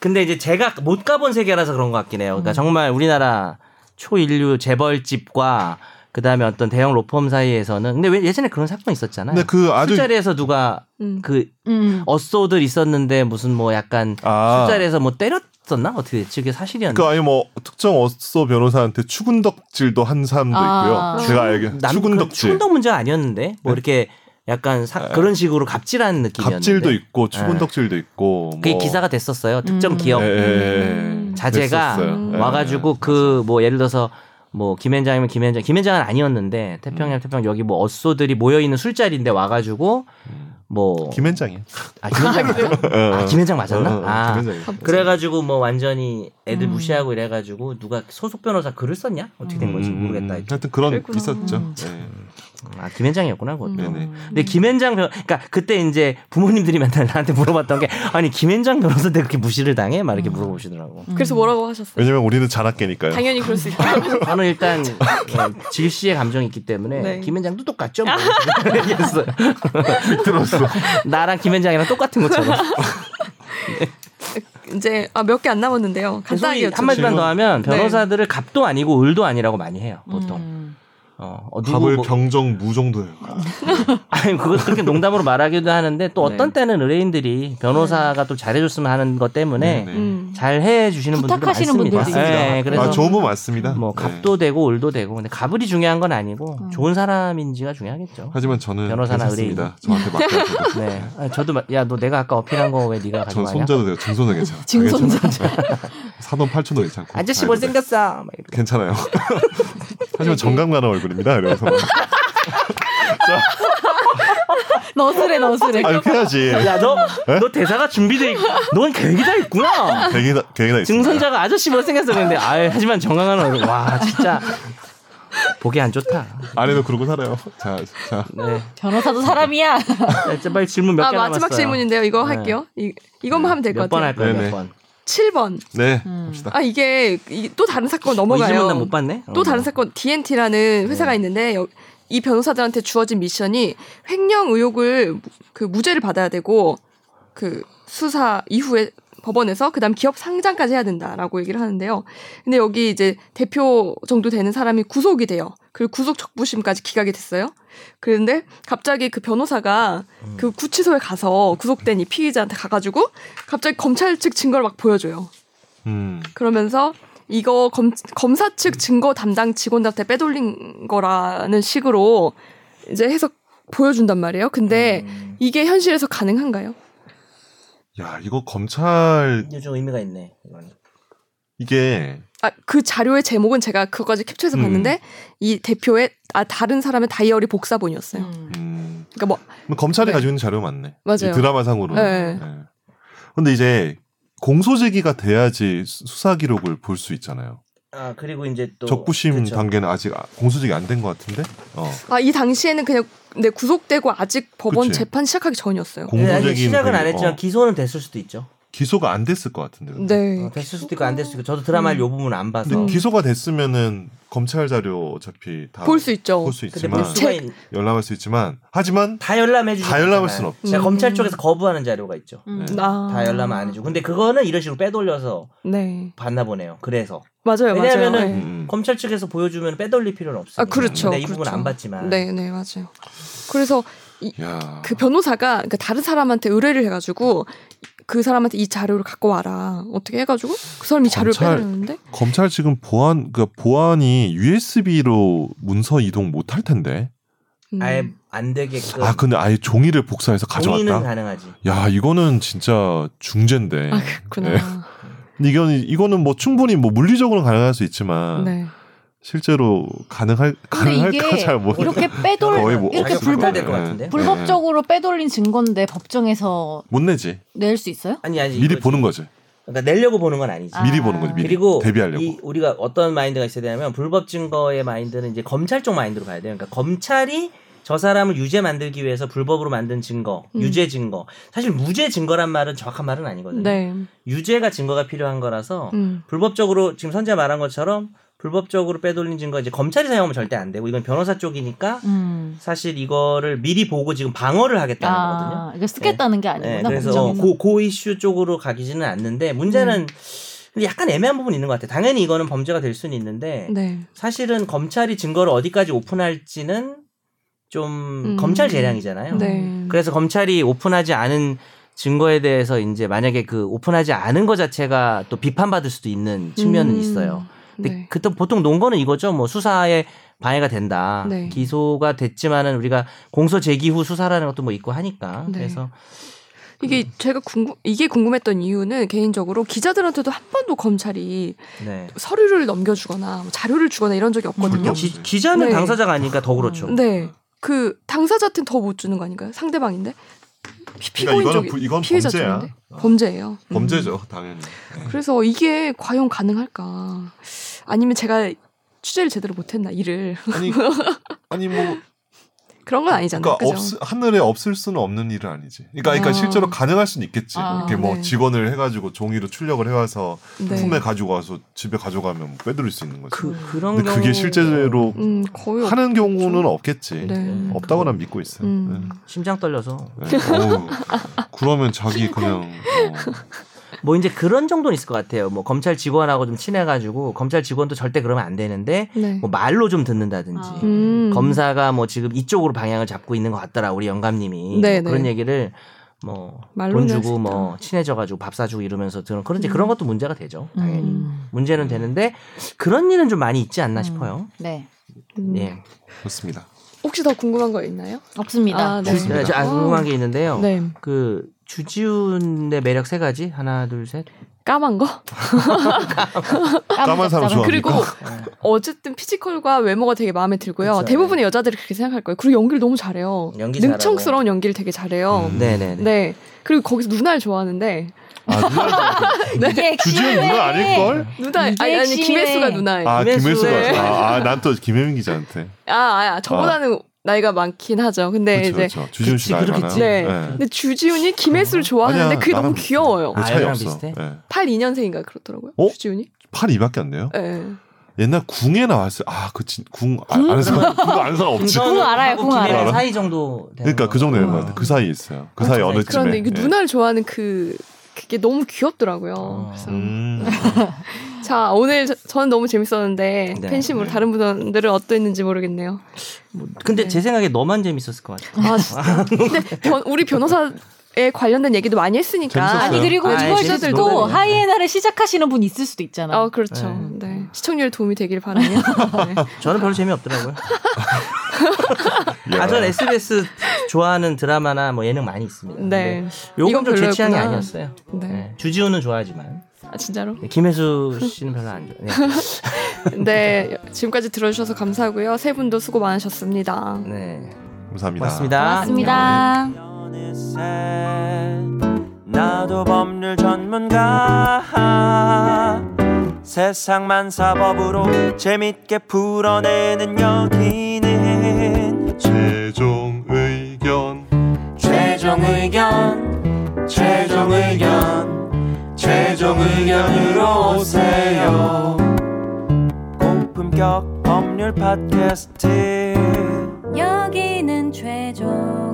Speaker 4: 근데 이제 제가 못 가본 세계라서 그런 것 같긴 해요. 그러니까 정말 우리나라 초인류 재벌집과 그다음에 어떤 대형 로펌 사이에서는 근데 왜 예전에 그런 사건 있었잖아요.
Speaker 2: 근데 그 아주
Speaker 4: 술자리에서 누가
Speaker 1: 음.
Speaker 4: 그
Speaker 3: 음.
Speaker 4: 어쏘들 있었는데 무슨 뭐 약간
Speaker 2: 아.
Speaker 4: 술자리에서 뭐 때렸었나 어떻게 됐지 그게 사실이었나?
Speaker 2: 그 아니 뭐 특정 어쏘 변호사한테 추근덕질도 한 사람도
Speaker 3: 아.
Speaker 2: 있고요. 제가 알기
Speaker 4: 남- 그
Speaker 2: 추근덕질, 네. 아.
Speaker 4: 추근덕 문제가 아니었는데 뭐 이렇게 약간 사- 그런 식으로 갑질하는 느낌이었는데 네.
Speaker 2: 갑질도 있고 추근덕질도 있고
Speaker 4: 그게
Speaker 2: 뭐-
Speaker 4: 기사가 됐었어요 특정 기업
Speaker 2: 예, 예, 예.
Speaker 1: 음.
Speaker 4: 자제가
Speaker 2: 됐었어요. 예,
Speaker 4: 와가지고 그 뭐 예를 들어서 뭐 김현장이면 김현장 김현장은 아니었는데
Speaker 2: 음.
Speaker 4: 태평양 태평 여기 뭐 어쏘들이 모여 있는 술자리인데 와가지고 뭐
Speaker 2: 음. 김현장이야. 어,
Speaker 4: 아, 김현장 맞아요? 아, 김현장 맞았나? 아,
Speaker 2: 김현장이야.
Speaker 4: 그래가지고 뭐 완전히 애들
Speaker 3: 음.
Speaker 4: 무시하고 이래가지고 누가 소속 변호사 글을 썼냐 어떻게
Speaker 2: 음,
Speaker 4: 된 건지 모르겠다. 음.
Speaker 2: 하여튼 그런
Speaker 1: 그랬구나.
Speaker 2: 있었죠. 네.
Speaker 4: 아 김현장이었구나 그것도.
Speaker 1: 음.
Speaker 2: 네네.
Speaker 4: 근데 김현장 변, 그러니까 그때 이제 부모님들이 맨날 나한테 물어봤던 게 아니 김현장 변호사 때 그렇게 무시를 당해? 막 이렇게 물어보시더라고.
Speaker 1: 그래서 뭐라고 하셨어요?
Speaker 2: 왜냐면 우리는 자랐게니까요.
Speaker 1: 당연히 그럴 수 있다.
Speaker 4: 저는 일단 어, 질시의 감정이 있기 때문에
Speaker 1: 네.
Speaker 4: 김현장도 똑같죠. 뭐.
Speaker 3: 아.
Speaker 4: 얘기했어요.
Speaker 2: 들었어.
Speaker 4: 나랑 김현장이랑 똑같은 것처럼.
Speaker 1: 이제 아, 몇 개 안 남았는데요.
Speaker 4: 그 소위
Speaker 1: 간단하게 여쭤볼게요.
Speaker 4: 한마디만 더 하면
Speaker 1: 네.
Speaker 4: 변호사들을 갑도 아니고 을도 아니라고 많이 해요 보통.
Speaker 3: 음.
Speaker 4: 어, 어, 누구
Speaker 2: 밥을
Speaker 4: 뭐-
Speaker 2: 병정 무정도예요.
Speaker 4: 아니 그걸 그렇게 농담으로 말하기도 하는데
Speaker 2: 네.
Speaker 4: 또 어떤 때는 의뢰인들이 변호사가
Speaker 3: 네.
Speaker 4: 또 잘해줬으면 하는 것 때문에
Speaker 2: 네.
Speaker 1: 음.
Speaker 4: 잘 해주시는 분들도
Speaker 3: 부탁하시는
Speaker 4: 많습니다.
Speaker 3: 분들도
Speaker 4: 네,
Speaker 3: 있어요.
Speaker 4: 그래서
Speaker 2: 아, 좋은 분 많습니다.
Speaker 4: 뭐
Speaker 2: 네.
Speaker 4: 갑도 되고 을도 되고 근데 갑을이 중요한 건 아니고
Speaker 3: 음.
Speaker 4: 좋은 사람인지가 중요하겠죠.
Speaker 2: 하지만 저는
Speaker 4: 변호사나
Speaker 2: 괜찮습니다. 저한테 맡겨주고.
Speaker 4: 네, 아니, 저도 야 너 내가 아까 어필한 거 왜 네가
Speaker 2: 전
Speaker 4: 가져가냐?
Speaker 2: 손자도 돼요. 증손자 괜찮아.
Speaker 3: 증손자.
Speaker 2: 사돈 8천도 괜찮고.
Speaker 4: 아저씨
Speaker 2: 다 괜찮아요.
Speaker 4: 못생겼어. 막 이렇게.
Speaker 2: 괜찮아요. 하지만 정감 가는 얼굴입니다. 이래서.
Speaker 3: 너스레 너스레.
Speaker 2: 아, 이렇게 해야지.
Speaker 4: 야 너 너 대사가 준비돼 있고 넌 계획이 다 있구나.
Speaker 2: 계획이나, 계획이나 있습니다.
Speaker 4: 증손자가 아저씨 못생겼어 그랬는데 아 하지만 정강한 얼굴 와 진짜 보기 안 좋다.
Speaker 2: 아내도 그러고 살아요. 자, 자.
Speaker 4: 네.
Speaker 3: 변호사도 사람이야.
Speaker 4: 자, 이제 빨리 질문 몇 개
Speaker 1: 아
Speaker 4: 남았어요.
Speaker 1: 마지막 질문인데요. 이거
Speaker 4: 네.
Speaker 1: 할게요. 이, 이것만 하면 될 것
Speaker 4: 몇 번
Speaker 1: 같아요.
Speaker 4: 할까요? 몇
Speaker 2: 네네.
Speaker 4: 번?
Speaker 1: 칠 7번.
Speaker 2: 네. 갑시다.
Speaker 1: 아 이게 이- 또 다른 사건
Speaker 4: 어, 이
Speaker 1: 넘어가요.
Speaker 4: 질문 난못 봤네.
Speaker 1: 뭐 또
Speaker 4: 어.
Speaker 1: 다른 사건 DNT라는 회사가 있는데 여- 이 변호사들한테 주어진 미션이 횡령 의혹을 무- 그 무죄를 받아야 되고 그 수사 이후에 법원에서 그다음 기업 상장까지 해야 된다라고 얘기를 하는데요. 근데 여기 이제 대표 정도 되는 사람이 구속이 돼요. 그리고 구속 적부심까지 기각이 됐어요. 그런데 갑자기 그 변호사가 그 구치소에 가서 구속된 이 피의자한테 가가지고 갑자기 검찰 측 증거를 막 보여줘요.
Speaker 2: 음.
Speaker 1: 그러면서 이거 검, 검사 측 증거 담당 직원들한테 빼돌린 거라는 식으로 이제 해서 보여준단 말이에요.
Speaker 2: 음.
Speaker 1: 근데
Speaker 4: 음.
Speaker 1: 이게 현실에서 가능한가요?
Speaker 2: 야, 이거 검찰,
Speaker 4: 이게 좀 의미가 있네. 이건.
Speaker 2: 이게,
Speaker 1: 아, 그 자료의 제목은 제가 그거까지 캡처해서
Speaker 2: 음.
Speaker 1: 봤는데 이 대표의 아, 다른 사람의 다이어리 복사본이었어요.
Speaker 2: 음,
Speaker 1: 그러니까 뭐
Speaker 2: 뭐 검찰이
Speaker 1: 네.
Speaker 2: 가지고 있는 자료 맞네.
Speaker 1: 맞아요.
Speaker 2: 드라마상으로.
Speaker 1: 네.
Speaker 2: 근데 이제 공소제기가 돼야지 수- 수사 기록을 볼 수 있잖아요.
Speaker 4: 아 그리고 이제 또 그렇죠.
Speaker 2: 적부심
Speaker 4: 그쵸.
Speaker 2: 단계는 아직 아- 공소제기 안 된 것 같은데. 어.
Speaker 4: 네,
Speaker 1: 아, 이 당시에는 그냥 내 구속되고 아직 법원
Speaker 2: 그치.
Speaker 1: 재판 시작하기 전이었어요.
Speaker 2: 공- 공소제기는
Speaker 4: 네, 아직 시작은 안
Speaker 2: 되게-
Speaker 4: 했지만
Speaker 2: 어.
Speaker 4: 기소는 됐을 수도 있죠.
Speaker 2: 기소가 안 됐을 것 같은데.
Speaker 1: 네.
Speaker 4: 어, 됐을 수도 있고 안 됐을 수도 있고 저도 드라마를 요 부분 안 봐서.
Speaker 2: 근데
Speaker 1: 음.
Speaker 2: 기소가 됐으면은 검찰 자료 어차피 다
Speaker 1: 볼 수 있죠.
Speaker 2: 아, 네. 볼수
Speaker 4: 근데
Speaker 2: 있지만
Speaker 4: 볼 수가 있-
Speaker 2: 열람할 수 있지만 하지만
Speaker 4: 다 열람해 주지.
Speaker 2: 다 열람할 순 없지.
Speaker 4: 그러니까
Speaker 1: 음.
Speaker 4: 검찰 쪽에서 거부하는 자료가 있죠.
Speaker 3: 음.
Speaker 1: 아.
Speaker 4: 다 열람 안 해주고. 근데 그거는 이런 식으로 빼돌려서
Speaker 1: 네.
Speaker 4: 봤나 보네요. 그래서
Speaker 1: 맞아요.
Speaker 4: 왜냐면은
Speaker 1: 맞아요. 네.
Speaker 2: 음, 음.
Speaker 4: 검찰 측에서 보여주면 빼돌릴 필요는 없어요.
Speaker 1: 아, 그렇죠.
Speaker 4: 근데 이 부분
Speaker 1: 그렇죠.
Speaker 4: 안 봤지만.
Speaker 1: 네, 네, 맞아요. 그래서
Speaker 2: 야.
Speaker 1: 그 변호사가 그러니까 다른 사람한테 의뢰를 해가지고 그 사람한테 이 자료를 갖고 와라 어떻게 해가지고 그 사람이 자료를
Speaker 2: 검찰-
Speaker 1: 빼내는데
Speaker 2: 검찰 지금 보안 그 보안이 USB로 문서 이동 못 할 텐데.
Speaker 1: 음.
Speaker 4: 아예 안 되게끔.
Speaker 2: 아 근데 아예 종이를 복사해서
Speaker 4: 동의는
Speaker 2: 가져왔다.
Speaker 4: 가능하지.
Speaker 2: 야 이거는 진짜 중죄인데.
Speaker 1: 아, 그렇구나
Speaker 2: 네. 근데 이건 이거는 뭐 충분히 뭐 물리적으로 가능할 수 있지만
Speaker 1: 네.
Speaker 2: 실제로 가능할
Speaker 3: 근데
Speaker 2: 가능할까
Speaker 3: 이게
Speaker 2: 잘 모르.
Speaker 3: 이렇게
Speaker 2: 거의 네.
Speaker 3: 빼돌
Speaker 2: 뭐
Speaker 3: 이렇게
Speaker 2: 없을
Speaker 3: 불법
Speaker 2: 거예요.
Speaker 4: 될것 같은데?
Speaker 3: 불법적으로 빼돌린 증거인데 법정에서
Speaker 2: 네. 못 내지.
Speaker 3: 낼 수 있어요?
Speaker 4: 아니 아니.
Speaker 2: 미리
Speaker 4: 이거지.
Speaker 2: 보는 거지.
Speaker 4: 그러니까 내려고 보는 건 아니지.
Speaker 3: 아.
Speaker 2: 미리 보는 거지. 미리
Speaker 4: 그리고
Speaker 2: 대비하려고.
Speaker 4: 이 우리가 어떤 마인드가 있어야 되냐면 불법 증거의 마인드는 이제 검찰 쪽 마인드로 봐야 돼요. 그러니까 검찰이 저 사람을 유죄 만들기 위해서 불법으로 만든 증거,
Speaker 1: 음.
Speaker 4: 유죄 증거. 사실 무죄 증거란 말은 정확한 말은 아니거든요.
Speaker 1: 네.
Speaker 4: 유죄가 증거가 필요한 거라서
Speaker 1: 음.
Speaker 4: 불법적으로 지금 선재 말한 것처럼 불법적으로 빼돌린 증거 이제 검찰이 사용하면 절대 안 되고 이건 변호사 쪽이니까
Speaker 3: 음.
Speaker 4: 사실 이거를 미리 보고 지금 방어를 하겠다는 거거든요.
Speaker 3: 아, 이거 쓰겠다는 게
Speaker 4: 네,
Speaker 3: 아니구나
Speaker 4: 그래서
Speaker 3: 법정에서.
Speaker 4: 고, 고 이슈 쪽으로 가기지는 않는데 문제는 근데 약간 애매한 부분이 있는 것 같아요. 당연히 이거는 범죄가 될 수는 있는데
Speaker 1: 네.
Speaker 4: 사실은 검찰이 증거를 어디까지 오픈할지는 좀
Speaker 1: 음.
Speaker 4: 검찰 재량이잖아요.
Speaker 1: 네.
Speaker 4: 그래서 검찰이 오픈하지 않은 증거에 대해서 이제 만약에 그 오픈하지 않은 것 자체가 또 비판받을 수도 있는 측면은
Speaker 1: 음.
Speaker 4: 있어요. 근데
Speaker 1: 네.
Speaker 4: 그때 보통 논거는 이거죠. 뭐 수사에 방해가 된다.
Speaker 1: 네.
Speaker 4: 기소가 됐지만은 우리가 공소 제기 후 수사라는 것도 뭐 있고 하니까.
Speaker 1: 네.
Speaker 4: 그래서
Speaker 1: 이게 제가 궁금 이게 궁금했던 이유는 개인적으로 기자들한테도 한 번도 검찰이
Speaker 4: 네.
Speaker 1: 서류를 넘겨주거나 뭐 자료를 주거나 이런 적이 없거든요.
Speaker 2: 음.
Speaker 4: 기, 기자는
Speaker 1: 네.
Speaker 4: 당사자가 아니니까 더 그렇죠.
Speaker 1: 네. 그 당사자한테 더못 주는 거 아닌가요? 상대방인데 피- 피고인
Speaker 2: 그러니까
Speaker 1: 쪽이
Speaker 2: 이거는 부- 이건
Speaker 1: 피해자
Speaker 2: 범죄야.
Speaker 1: 쪽인데
Speaker 2: 어.
Speaker 1: 범죄예요. 음.
Speaker 2: 범죄죠 당연히. 네.
Speaker 1: 그래서 이게 과연 가능할까? 아니면 제가 취재를 제대로 못했나 일을
Speaker 2: 아니 아니 뭐
Speaker 1: 그런 건 아니잖아요.
Speaker 2: 그러니까
Speaker 1: 그죠?
Speaker 2: 없- 하늘에 없을 수는 없는 일은 아니지. 그러니까, 그러니까
Speaker 1: 아.
Speaker 2: 실제로 가능할 수는 있겠지.
Speaker 3: 아,
Speaker 2: 이렇게 뭐
Speaker 1: 네.
Speaker 2: 직원을 해가지고 종이로 출력을 해와서
Speaker 1: 네.
Speaker 2: 품에 가지고 와서 집에 가져가면 뭐 빼돌릴 수 있는 거지.
Speaker 4: 그 그런
Speaker 2: 근데 그게
Speaker 4: 경우-
Speaker 2: 실제로
Speaker 1: 음 거의 없-
Speaker 2: 하는 경우는 없겠지.
Speaker 1: 네.
Speaker 4: 음,
Speaker 2: 없다고 난 믿고 있어요.
Speaker 1: 음.
Speaker 4: 심장 떨려서
Speaker 2: 네. 네. 어우, 그러면 자기 그냥 어,
Speaker 4: 뭐 이제 그런 정도는 있을 것 같아요. 뭐 검찰 직원하고 좀 친해가지고 검찰 직원도 절대 그러면 안 되는데
Speaker 1: 네.
Speaker 4: 뭐 말로 좀 듣는다든지
Speaker 3: 아.
Speaker 1: 음.
Speaker 4: 검사가 뭐 지금 이쪽으로 방향을 잡고 있는 것 같더라 우리 영감님이
Speaker 1: 네,
Speaker 4: 그런
Speaker 1: 네.
Speaker 4: 얘기를 뭐
Speaker 1: 말로는
Speaker 4: 돈
Speaker 1: 할수
Speaker 4: 주고
Speaker 1: 있다.
Speaker 4: 뭐 친해져가지고 밥 사주고 이러면서 들은 그런지
Speaker 1: 음.
Speaker 4: 그런 것도 문제가 되죠 당연히
Speaker 3: 음.
Speaker 4: 문제는 되는데 그런 일은 좀 많이 있지 않나 싶어요.
Speaker 3: 네.
Speaker 1: 음.
Speaker 4: 예,
Speaker 2: 그렇습니다.
Speaker 1: 혹시 더 궁금한 거 있나요?
Speaker 3: 없습니다.
Speaker 1: 아, 네.
Speaker 2: 없습니다.
Speaker 4: 네, 저 아주 궁금한 게 있는데요.
Speaker 1: 네.
Speaker 4: 그 주지훈의 매력 세 가지 하나 둘 셋.
Speaker 1: 까만 거?
Speaker 2: 어, 까만 사람 좋아합니까?
Speaker 1: 그리고
Speaker 4: 예.
Speaker 1: 어쨌든 피지컬과 외모가 되게 마음에 들고요.
Speaker 4: 그쵸. 네.
Speaker 1: 대부분의 여자들이 그렇게 생각할 거예요. 그리고 연기를 너무 잘해요.
Speaker 4: 연기 잘하고.
Speaker 1: 능청스러운 연기를 되게 잘해요.
Speaker 2: 음.
Speaker 4: 네네네.
Speaker 1: 네. 그리고 거기서 누나를 좋아하는데
Speaker 2: 아, 누나,
Speaker 3: 이게
Speaker 2: 주지훈 누나 아닐 걸?
Speaker 1: 누나 아니,
Speaker 3: 이게
Speaker 1: 아니
Speaker 3: 핵심이네.
Speaker 1: 김혜수가 누나예요. 아,
Speaker 2: 아
Speaker 4: 김혜수.
Speaker 2: 김혜수가 아, 아, 난 또 김혜민 기자한테.
Speaker 1: 아, 아, 저보다는 나이가 많긴 하죠. 근데
Speaker 2: 그렇죠,
Speaker 1: 이제
Speaker 2: 그렇죠. 주지훈 씨 나이 많아요.
Speaker 4: 그렇겠지.
Speaker 1: 네. 근데 주지훈이 김혜수를 좋아하는데
Speaker 2: 아니야,
Speaker 1: 그게 너무
Speaker 2: 나랑
Speaker 1: 귀여워요.
Speaker 2: 뭐
Speaker 4: 아,
Speaker 2: 차이
Speaker 4: 얘랑
Speaker 2: 없어.
Speaker 4: 비슷해?
Speaker 2: 예.
Speaker 1: 82년생인가 그렇더라고요.
Speaker 2: 어?
Speaker 1: 주지훈이?
Speaker 2: 팔 2밖에 안 돼요?
Speaker 1: 예. 네.
Speaker 2: 옛날 궁에 나왔어요. 아, 그, 진, 궁, 아, 아는 사람, 그거 아는 사람 없지.
Speaker 3: 궁 알아요, 궁
Speaker 2: 알아요.
Speaker 4: 사이 정도. 되는
Speaker 2: 그러니까 그
Speaker 4: 거.
Speaker 2: 정도 되는 것
Speaker 4: 어.
Speaker 2: 같아요. 그 사이에 있어요. 그 사이 어느 쯤에.
Speaker 1: 그런데 그
Speaker 2: 예.
Speaker 1: 누나를 좋아하는 그 그게 너무 귀엽더라고요.
Speaker 4: 어.
Speaker 1: 그래서
Speaker 2: 음.
Speaker 1: 자 오늘 저- 저는 너무 재밌었는데
Speaker 4: 네,
Speaker 1: 팬심으로
Speaker 2: 네.
Speaker 1: 다른 분들은 어땠는지 모르겠네요.
Speaker 4: 뭐, 근데 제 생각에 너만 재밌었을 것 같아.
Speaker 1: 아 진짜. 근데 변- 우리 변호사에 관련된 얘기도 많이 했으니까
Speaker 2: 재밌었어요.
Speaker 3: 아니 그리고
Speaker 4: 아,
Speaker 3: 이걸
Speaker 4: 재밌-
Speaker 3: 듣고
Speaker 4: 농담이에요.
Speaker 3: 하이에나를 시작하시는 분 있을 수도 있잖아.
Speaker 1: 아 그렇죠. 네. 시청률 도움이 되길 바라며. 네.
Speaker 4: 저는 별로 재미없더라고요.
Speaker 2: 야.
Speaker 4: 아, 전 SBS 좋아하는 드라마나 뭐 예능 많이 있습니다.
Speaker 1: 네.
Speaker 4: 근데 요건
Speaker 1: 이건
Speaker 4: 좀 제
Speaker 1: 별로였구나.
Speaker 4: 취향이 아니었어요.
Speaker 1: 네.
Speaker 4: 네. 주지훈은 좋아하지만
Speaker 1: 아 진짜로.
Speaker 4: 네, 김혜수 씨는 별로 안 좋아.
Speaker 1: 네 지금까지 들어주셔서 감사하고요. 세 분도 수고 많으셨습니다.
Speaker 4: 네. 네.
Speaker 2: 감사합니다.
Speaker 4: 고맙습니다.
Speaker 3: 고맙습니다.
Speaker 5: 어느새 나도 법률 전문가 세상만 사법으로 재밌게 풀어내는 여기는
Speaker 2: 최종 의견.
Speaker 5: 최종 의견 최종 의견 최종 의견으로 오세요 고품격 법률 팟캐스트
Speaker 3: 여기는 최종